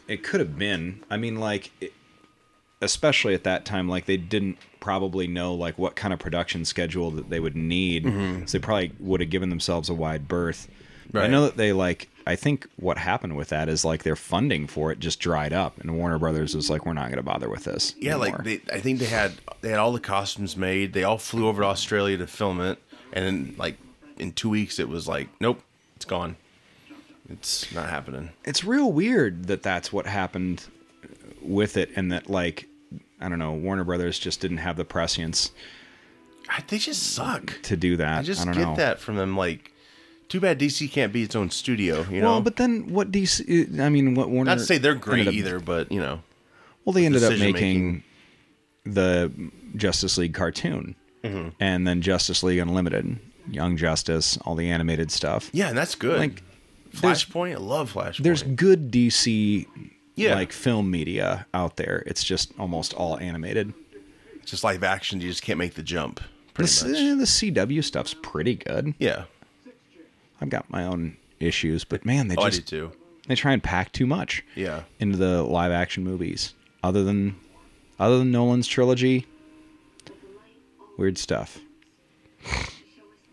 it could have been. I mean, like. It, especially at that time like they didn't probably know like what kind of production schedule that they would need so they probably would have given themselves a wide berth i
Mm-hmm. Right.
know that they like i think what happened with that is like their funding for it just dried up and warner brothers was like we're not going to bother with this
Yeah, like
anymore."
they, I think they had they had all the costumes made. They all flew over to Australia to film it, and then like in two weeks it was like, nope, it's gone. It's not happening.
it's real weird that that's what happened with it and that like i don't know warner brothers just didn't have the prescience
God, they just suck.
to do that
I just
don't
get
know
that from them. Like, too bad DC can't be its own studio. You
well
know,
but then what dc uh, i mean what warner
not to say they're great
ended up-
either, but you know,
Well, they ended up
decision-making.
making the Justice League cartoon,
Mm-hmm.
and then Justice League Unlimited, Young Justice, all the animated stuff.
yeah, and that's good.
Like, there's-
Flashpoint, I love Flashpoint.
There's good DC,
Yeah.
like film media out there. It's just almost all animated.
just live action. You just can't make the jump.
The,
Pretty
C-
much.
eh, the CW stuff's pretty good.
yeah.
I've got my own issues, but man, they
Oh, I do
just
too.
they try and pack too much
Yeah.
into the live action movies. Other than other than Nolan's trilogy, weird stuff.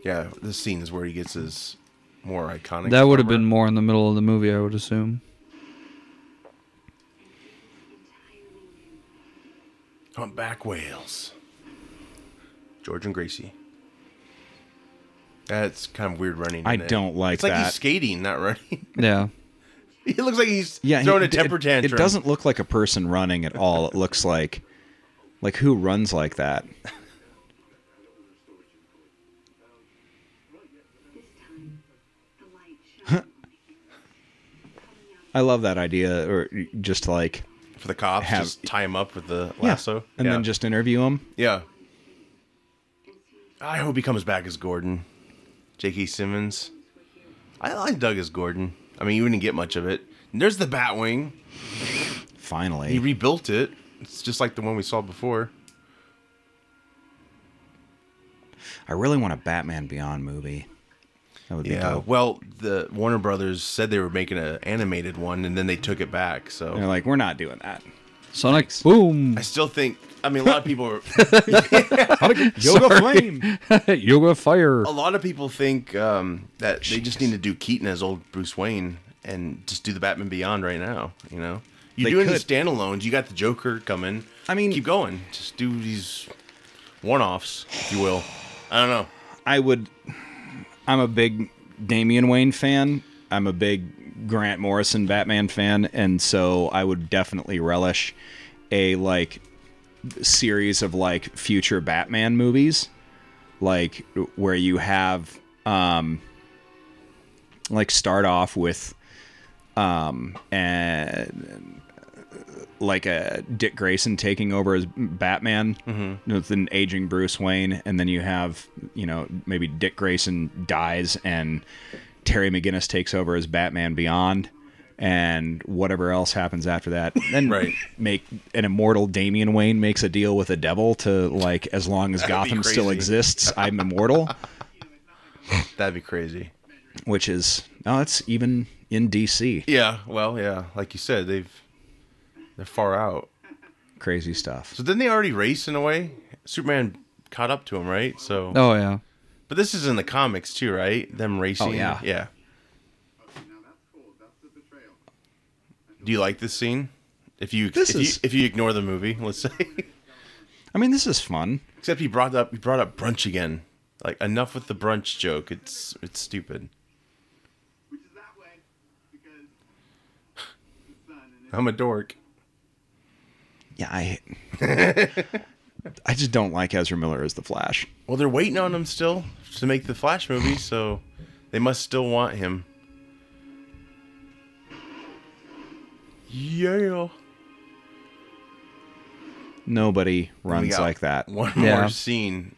Yeah. This scene is where he gets his more iconic.
That would have
armor.
been more in the middle of the movie, I would assume.
humpback whales. George and Gracie. That's kind of weird running.
I
isn't it?
don't like
It's like
that.
he's skating, not running. (laughs)
Yeah.
he looks like he's
yeah,
throwing
he-
a temper
it,
tantrum.
It doesn't look like a person running at all. It looks like like who runs like that?
This time, the light shone on me. Coming out
I love that idea, or just like
for the cops.
have-
just tie him up with the
yeah,
lasso,
and
Yeah.
then just interview him.
yeah.
and seemed
I hope he comes back as Gordon, J.K. Simmons. I like Doug as Gordon. I mean, you wouldn't get much of it. And there's the Batwing.
Finally,
He rebuilt it. It's just like the one we saw before.
I really want a Batman Beyond movie. That would be
Yeah.
dope.
Well, the Warner Brothers said they were making an animated one, and then they took it back. So
They're like, we're not doing that.
Sonic boom.
I still think. I mean, a lot of people. Are,
(laughs)
(laughs)
Yoga Flame.
Yoga fire.
a lot of people think um, that they just need to do Keaton as old Bruce Wayne and just do the Batman Beyond right now. You know, you
They
do doing
could.
these standalones. You got the Joker coming.
I mean-
keep going. Just do these one-offs, if you will. I don't know.
I would. I'm a big Damian Wayne fan. I'm a big Grant Morrison Batman fan, and so I would definitely relish a like series of like future Batman movies, like where you have um like start off with um and like a Dick Grayson taking over as Batman with an aging Bruce Wayne, and then you have you know maybe Dick Grayson dies and Terry McGinnis takes over as Batman Beyond, and whatever else happens after that. Then
Right.
make an immortal Damian Wayne makes a deal with the devil to like as long
(laughs)
as
That'd be
Gotham still
crazy.
exists, I'm immortal,
That'd be crazy.
which is oh, it's even in DC.
Yeah. Well, yeah. Like you said, they've they're far out.
Crazy stuff.
So didn't they already race in a way? Superman caught up to him, right? So,
Oh yeah.
but this is in the comics too, right? Them racing.
Oh, yeah.
Yeah.
Okay, now that's cold. That's the betrayal.
Do you like this scene? If you
This
if,
is-
you if you ignore the movie, let's say. (laughs)
I mean, this is fun.
Except he brought up he brought up brunch again. Like enough with the brunch joke. It's it's stupid.
Which is that way, because the sun
(coughs)
and
I'm a dork.
Yeah,
(laughs)
I I just don't like Ezra Miller as the Flash.
Well, they're waiting on him still to make the Flash movie,
(laughs)
so they must still want him. Yeah.
Nobody
We
runs
got
like that.
One
Yeah.
more scene,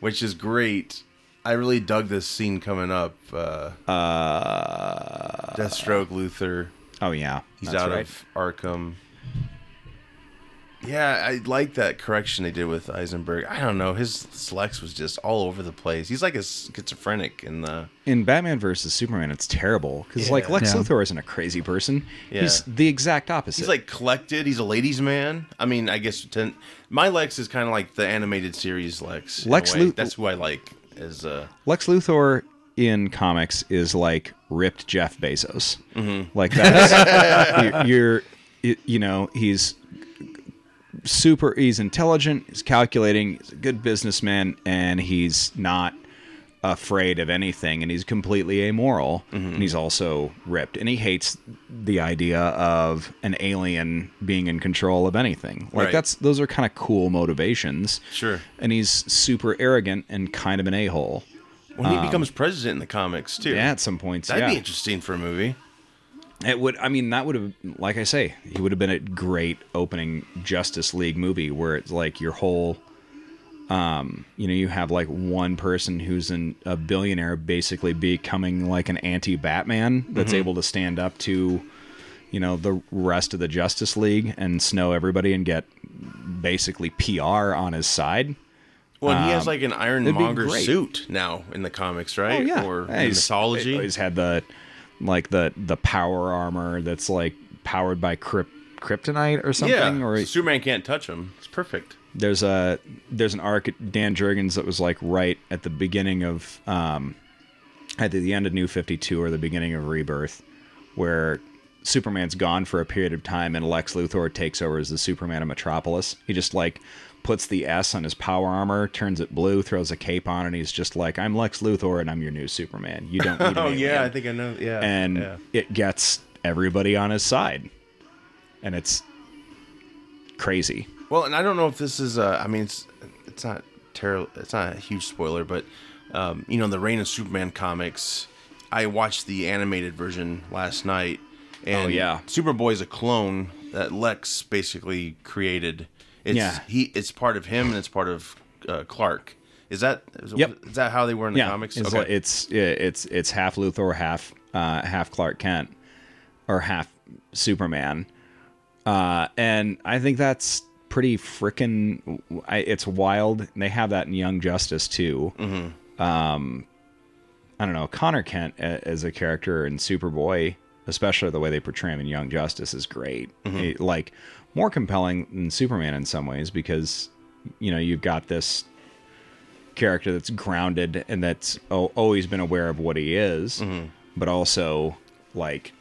which is great. I really dug this scene coming up. Uh,
Uh,
Deathstroke, Luther.
oh yeah,
He's
that's
out
right.
of Arkham. Yeah, I like that correction they did with Eisenberg. I don't know. His Lex was just all over the place. He's like a schizophrenic in the.
in Batman versus Superman. It's terrible because like
Yeah.
Lex
Yeah.
Luthor isn't a crazy person.
Yeah.
He's the exact opposite.
He's like collected. He's a ladies' man. I mean, I guess ten, my Lex is kind of like the animated series Lex. in a
Lex
way.
Lut-
That's who I like. As uh,
Lex Luthor in comics is like ripped Jeff Bezos.
Mm-hmm. (laughs)
Like that's you- you're, you- you know, he's super. He's intelligent. He's calculating. He's a good businessman, and he's not afraid of anything. And he's completely amoral.
Mm-hmm.
And he's also ripped. And he hates the idea of an alien being in control of anything. Like
Right.
that's those are kind of cool motivations.
Sure.
And he's super arrogant and kind of an a hole.
when he becomes president in the comics too.
Um, Yeah, at some points.
that'd
yeah.
be interesting for a movie.
It would. I mean, that would have, like I say, he would have been a great opening Justice League movie where it's like your whole, um, you know, you have like one person who's an, a billionaire basically becoming like an anti-Batman that's
Mm-hmm.
able to stand up to, you know, the rest of the Justice League and snow everybody and get basically PR on his side.
Well, and he has like an Ironmonger
Um, great.
suit now in the comics, right? Or
Oh, Yeah,
in
he's-
mythology.
He's had the like the the power armor that's like powered by kryp- kryptonite or something.
yeah.
Or
so Superman can't touch him. It's perfect.
there's a there's an arc at Dan Jurgens that was like right at the beginning of um at the end of New Fifty Two or the beginning of Rebirth, where Superman's gone for a period of time and Lex Luthor takes over as the Superman of Metropolis. He just like puts the S on his power armor, turns it blue, throws a cape on, and he's just like, "I'm Lex Luthor and I'm your new Superman. You don't need
(laughs)
an
Oh
alien."
yeah, I think I know. Yeah.
and
Uh, yeah.
it gets everybody on his side, and it's crazy.
Well, and I don't know if this is. Uh, I mean, it's it's not terrible. It's not a huge spoiler, but um, you know, the Reign of Superman comics. I watched the animated version last night, and
Oh, yeah.
Superboy's a clone that Lex basically created. It's,
Yeah.
he. It's part of him, and it's part of uh, Clark. Is that is,
Yep.
is that how they were in the
yeah,
comics?
It's, like- it's yeah, it's it's half Luthor, half uh, half Clark Kent, or half Superman, uh, and I think that's pretty freaking. I- It's wild. They have that in Young Justice too. Um, I don't know. Connor Kent a- as a character in Superboy, especially the way they portray him in Young Justice, is great.
Mm-hmm.
It- like more compelling than Superman in some ways because you know you've got this character that's grounded and that's oh, always been aware of what he is,
Mm-hmm.
but also like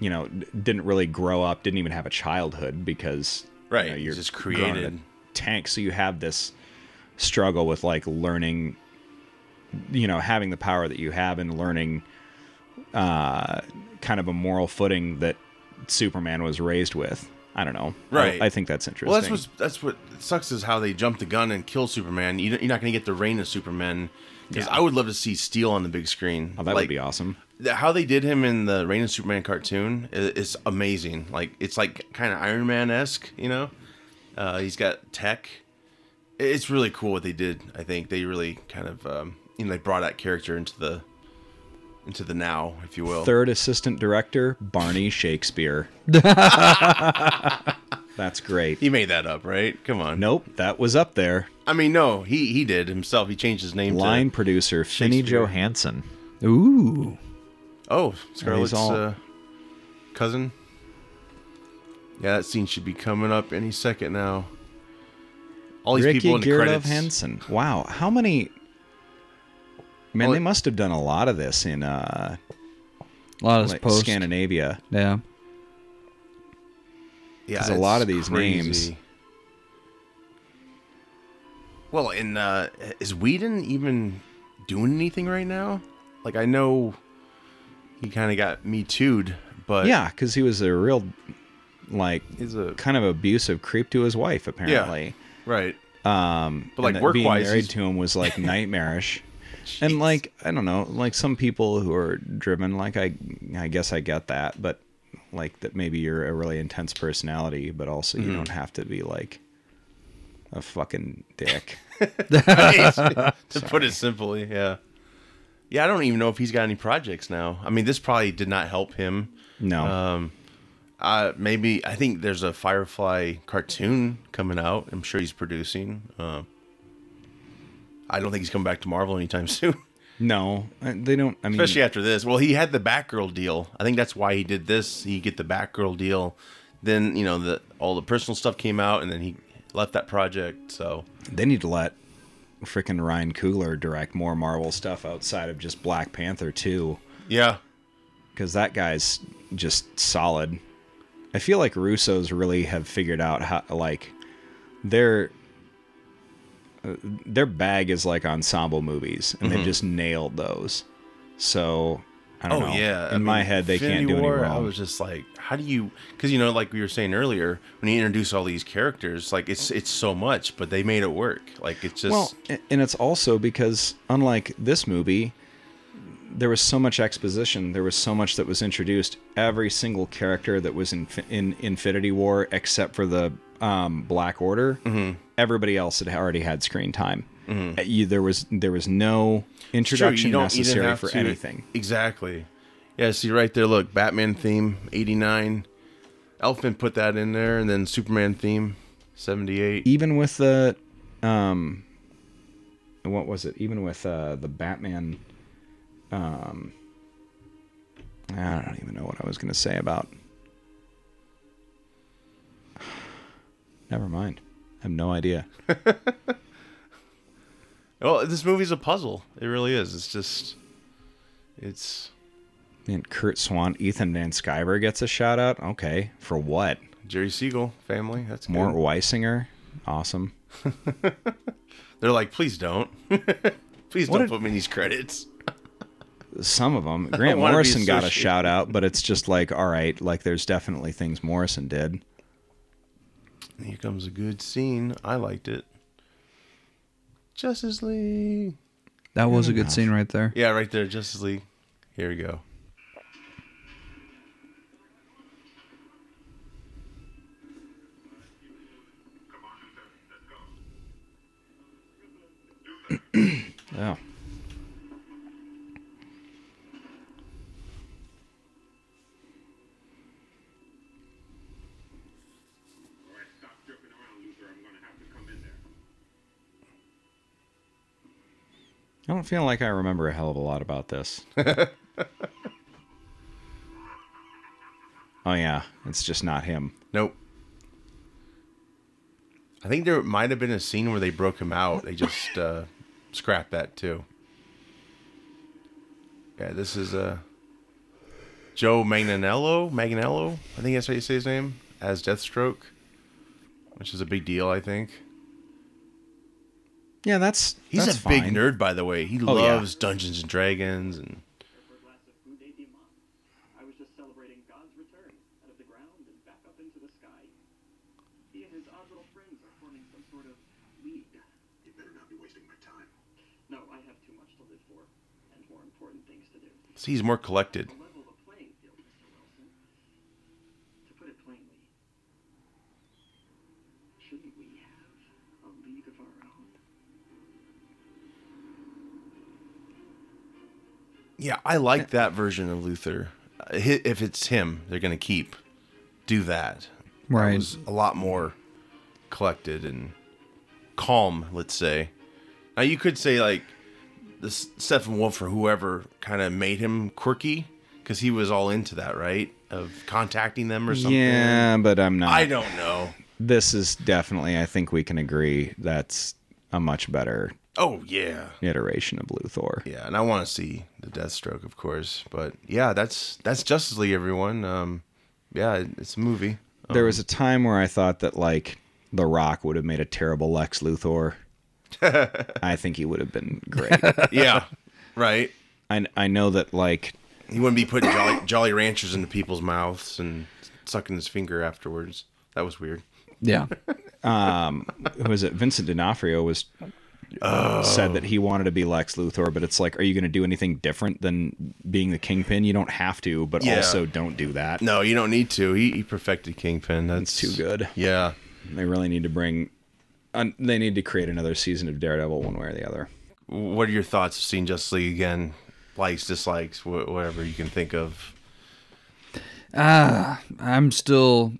you know d- didn't really grow up, didn't even have a childhood because
Right,
you know,
he's
you're
just
grown in a
created.
tank. So you have this struggle with like learning, you know, having the power that you have and learning uh, kind of a moral footing that Superman was raised with. I don't know. I-
Right.
I, think that's interesting.
Well, that's what's, that's what sucks is how they jump the gun and kill Superman. You, don't- you're not going to get the reign of Superman because I would love to see Steel on the big screen.
oh, that
Like,
would be awesome.
the- how they did him in the Reign of Superman cartoon i- is amazing. Like it's like kind of Iron Man esque, you know. Uh, he's got tech. I- It's really cool what they did. I think they really kind of um, you know they brought that character into the into the now, if you will.
Third assistant director
(laughs)
Barney Shakespeare. That's great.
He made that up, right? Come on.
Nope, that was up there.
I mean, no, he he did himself. He changed his name.
Line
To,
producer Finny
Shakespeare.
Johansson.
Ooh.
oh, Scarlett's
all-
uh, cousin. Yeah, that scene should be coming up any second now. All these
Ricky
people in the
Gerlov
credits.
Hansen. Wow, how many? Man,
Well,
they
it-
must have done a lot of this in uh,
A lot of
like
like post.
Scandinavia.
Yeah.
Yeah,
'Cause a
it's
lot of these names-
Well, in uh, is Whedon even doing anything right now? Like I know he kind of got me too'd, but
Yeah, because he was a real, like,
he's a
kind of abusive creep to his wife. Apparently,
right.
um,
But, like,
and that being
work-wise,
married
he's-
to him was like
(laughs)
nightmarish. and like, I don't know, like some people who are driven, like I, I guess I get that, but like that maybe you're a really intense personality, but also
Mm-hmm.
you don't have to be like a fucking dick.
(laughs) to put it simply, yeah. Yeah, I don't even know if he's got any projects now. I mean, this probably did not help him.
No.
Um, uh, maybe I think there's a Firefly cartoon coming out. I'm sure he's producing. Uh, I don't think he's coming back to Marvel anytime (laughs) soon,
No, uh, they don't. I mean,
especially after this. Well, he had the Batgirl deal. I think that's why he did this. He get the Batgirl deal. Then you know the all the personal stuff came out, and then he left that project. So
they need to let freaking Ryan Coogler direct more Marvel stuff outside of just Black Panther too,
yeah,
because that guy's just solid. I feel like Russo's really have figured out how like their uh, their bag is like ensemble movies, and
Mm-hmm.
they've just nailed those. So I don't
oh
know.
yeah,
in
I
my
mean,
head they
Infinity
can't do
War,
any wrong.
I was just like, how do you? Because you know, like we were saying earlier, when you introduce all these characters, like it's it's so much, but they made it work. Like it's just
Well, a- and it's also because unlike this movie, there was so much exposition. There was so much that was introduced. Every single character that was in in Infinity War, except for the um, Black Order,
Mm-hmm.
everybody else had already had screen time. Uh, You, there was there was no
It's true, Mm-hmm.
introduction
you don't- you didn't
necessary
have
for
to-
anything.
Exactly. Yeah. See right there. Look, Batman theme eighty nine. Elfman put that in there, and then Superman theme seventy eight.
Even with the, um, what was it? Even with uh, the Batman, um, I don't even know what I was gonna say about Never mind. I have no
(laughs)
idea.
Well, this movie's a puzzle. It really is. It's just, it's
And Kurt Swan, Ethan Van Sciver gets a shout out. Okay. For what?
Jerry Siegel family. That's
Mort
Good.
Weisinger? Awesome.
They're like, please don't, (laughs) please
What
don't
did-
put me in these credits.
Some
(laughs)
of them. Grant
wanna be
Morrison got a
associated.
shout out, but it's just like, all right, like there's definitely things Morrison did.
Here comes a good scene. I liked it. Justice League.
That was a good scene right there.
Yeah, right there, Justice League. Here we go.
Come on, Luther, let's go.
Oh.
All right, stop joking around, Luther. I'm gonna have to come in there.
I don't feel like I remember a hell of a lot about (laughs) this. oh yeah, it's just not him.
Nope. I think there might have been a scene where they broke him out. They just uh, scrapped that too. Yeah, this is uh, Joe Manganiello. Manganiello, I think that's how you say his name, as Deathstroke, which is a big deal. I think
Yeah, that's
he's
that's
a big
fine.
nerd, by the way. He
Oh, yeah.
loves Dungeons and Dragons and
Edward Lassa Funde Dimas. I was just celebrating God's return out of the ground and back up into the sky. He and his odd little friends are forming some sort of league.
You better not be wasting my time.
No, I have too much to live for. And more important things to do.
See, he's more collected.
To level the playing field, Mr. Wilson. To put it plainly, shouldn't we have a league of our own?
Yeah, I like that version of Luther. Uh, hi- If it's him, they're gonna keep do that. That
Right.
was a lot more collected and calm. Let's say. Now you could say like the S- Stephen Wolf or whoever kind of made him quirky because he was all into that, right? Of contacting them or something.
Yeah, but I'm not.
I don't know.
This is definitely. I think we can agree that's a much better
Oh yeah.
iteration of Luthor.
Yeah, and I want to see the Deathstroke, of course. But yeah, that's that's Justice League, everyone. Um, yeah, it- it's a movie.
(laughs) There was a time where I thought that like The Rock would have made a terrible Lex (laughs) Luthor. I think he would have been great.
Yeah, right.
I I know that like
He wouldn't be putting Jolly, Jolly Ranchers into people's mouths and sucking his finger afterwards. That was weird.
Yeah.
(laughs) who is it? Vincent D'Onofrio was said that he wanted to be Lex Luthor, but it's like, are you going to do anything different than being the Kingpin? You don't have to, but
Yeah.
also don't do that.
No, you don't need to. He, he perfected Kingpin. That's
It's too good.
Yeah.
They really need to bring. un they need to create another season of Daredevil, one way or the other.
What are your thoughts of seeing Justice League again? Likes, dislikes, wh- whatever you can think of.
I'm still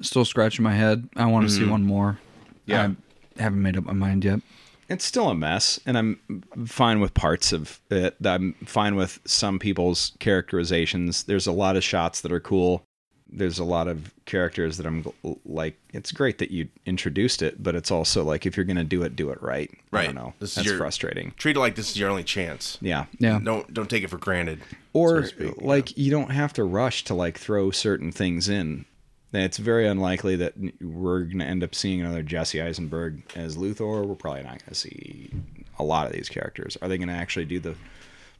still scratching my head. I want to see one more. Um,
Yeah.
I haven't made up my mind yet.
It's still a mess, and I'm fine with parts of it. I'm fine with some people's characterizations. There's a lot of shots that are cool. There's a lot of characters that I'm gl- like, it's great that you introduced it, but it's also like, if you're going to do it, do it right. I
Right.
don't know.
This is
That's
your-
frustrating.
Treat it like this is your only chance.
Yeah.
Yeah.
Don't don't take it for granted.
Or
so to speak,
like, you don't have to rush to like throw certain things in. And It's very unlikely that n- we're going to end up seeing another Jesse Eisenberg as Luthor. We're probably not going to see a lot of these characters. Are they going to actually do the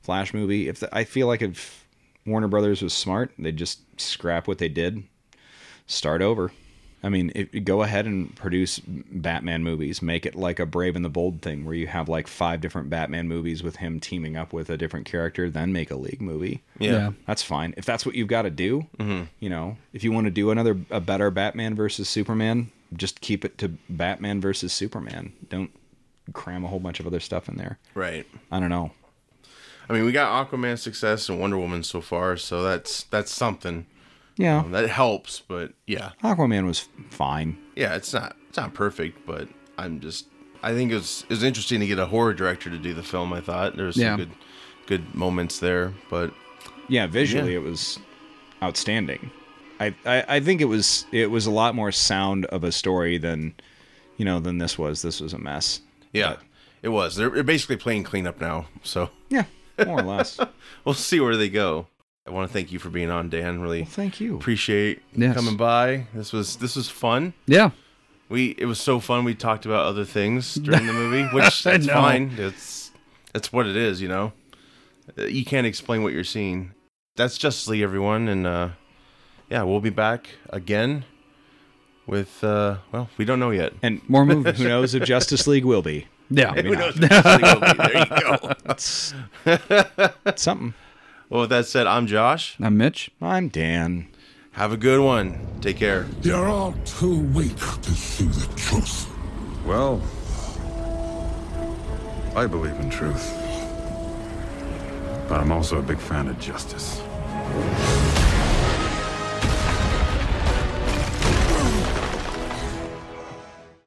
Flash movie? If the, I feel like if Warner Brothers was smart, they'd just scrap what they did, start over. I mean, if, go ahead and produce Batman movies. Make it like a Brave and the Bold thing, where you have like five different Batman movies with him teaming up with a different character. Then make a League movie
Yeah. yeah.
that's fine. If that's what you've got to do, you know, if you want to do another a better Batman versus Superman, just keep it to Batman versus Superman. Don't cram a whole bunch of other stuff in there.
Right.
I don't know.
I mean, we got Aquaman's success and Wonder Woman so far, so that's that's something
Yeah,
Um, that helps. But yeah,
Aquaman was fine.
yeah, it's not it's not perfect, but I'm just I think it was it was interesting to get a horror director to do the film. I thought there was some
Yeah.
good good moments there, but
Yeah, visually
Yeah.
it was outstanding. I, I I think it was it was a lot more sound of a story than you know than this was. This was a mess.
yeah, it was. They're, they're basically playing cleanup now, so (laughs)
Yeah, more or less. Well,
we'll see where they go. I want to thank you for being on, Dan. Really
thank you.
appreciate you
Yes.
coming by. This was this was fun.
Yeah.
We it was so fun. We talked about other things during the
(laughs)
movie, which
I
that's
know.
fine. It's that's what it is, you know. Uh, You can't explain what you're seeing. That's Justice League, everyone, and uh, yeah, we'll be back again with uh, well, we don't know (laughs) yet.
And
More movies.
who knows if Justice League will be?
Yeah.
Who knows? what Justice League will be. There you go.
That's something.
(laughs) Well, with that said, I'm Josh.
I'm Mitch.
I'm Dan.
Have a good one. Take care.
You're all too weak to see the truth.
Well, I believe in truth. But I'm also a big fan of justice.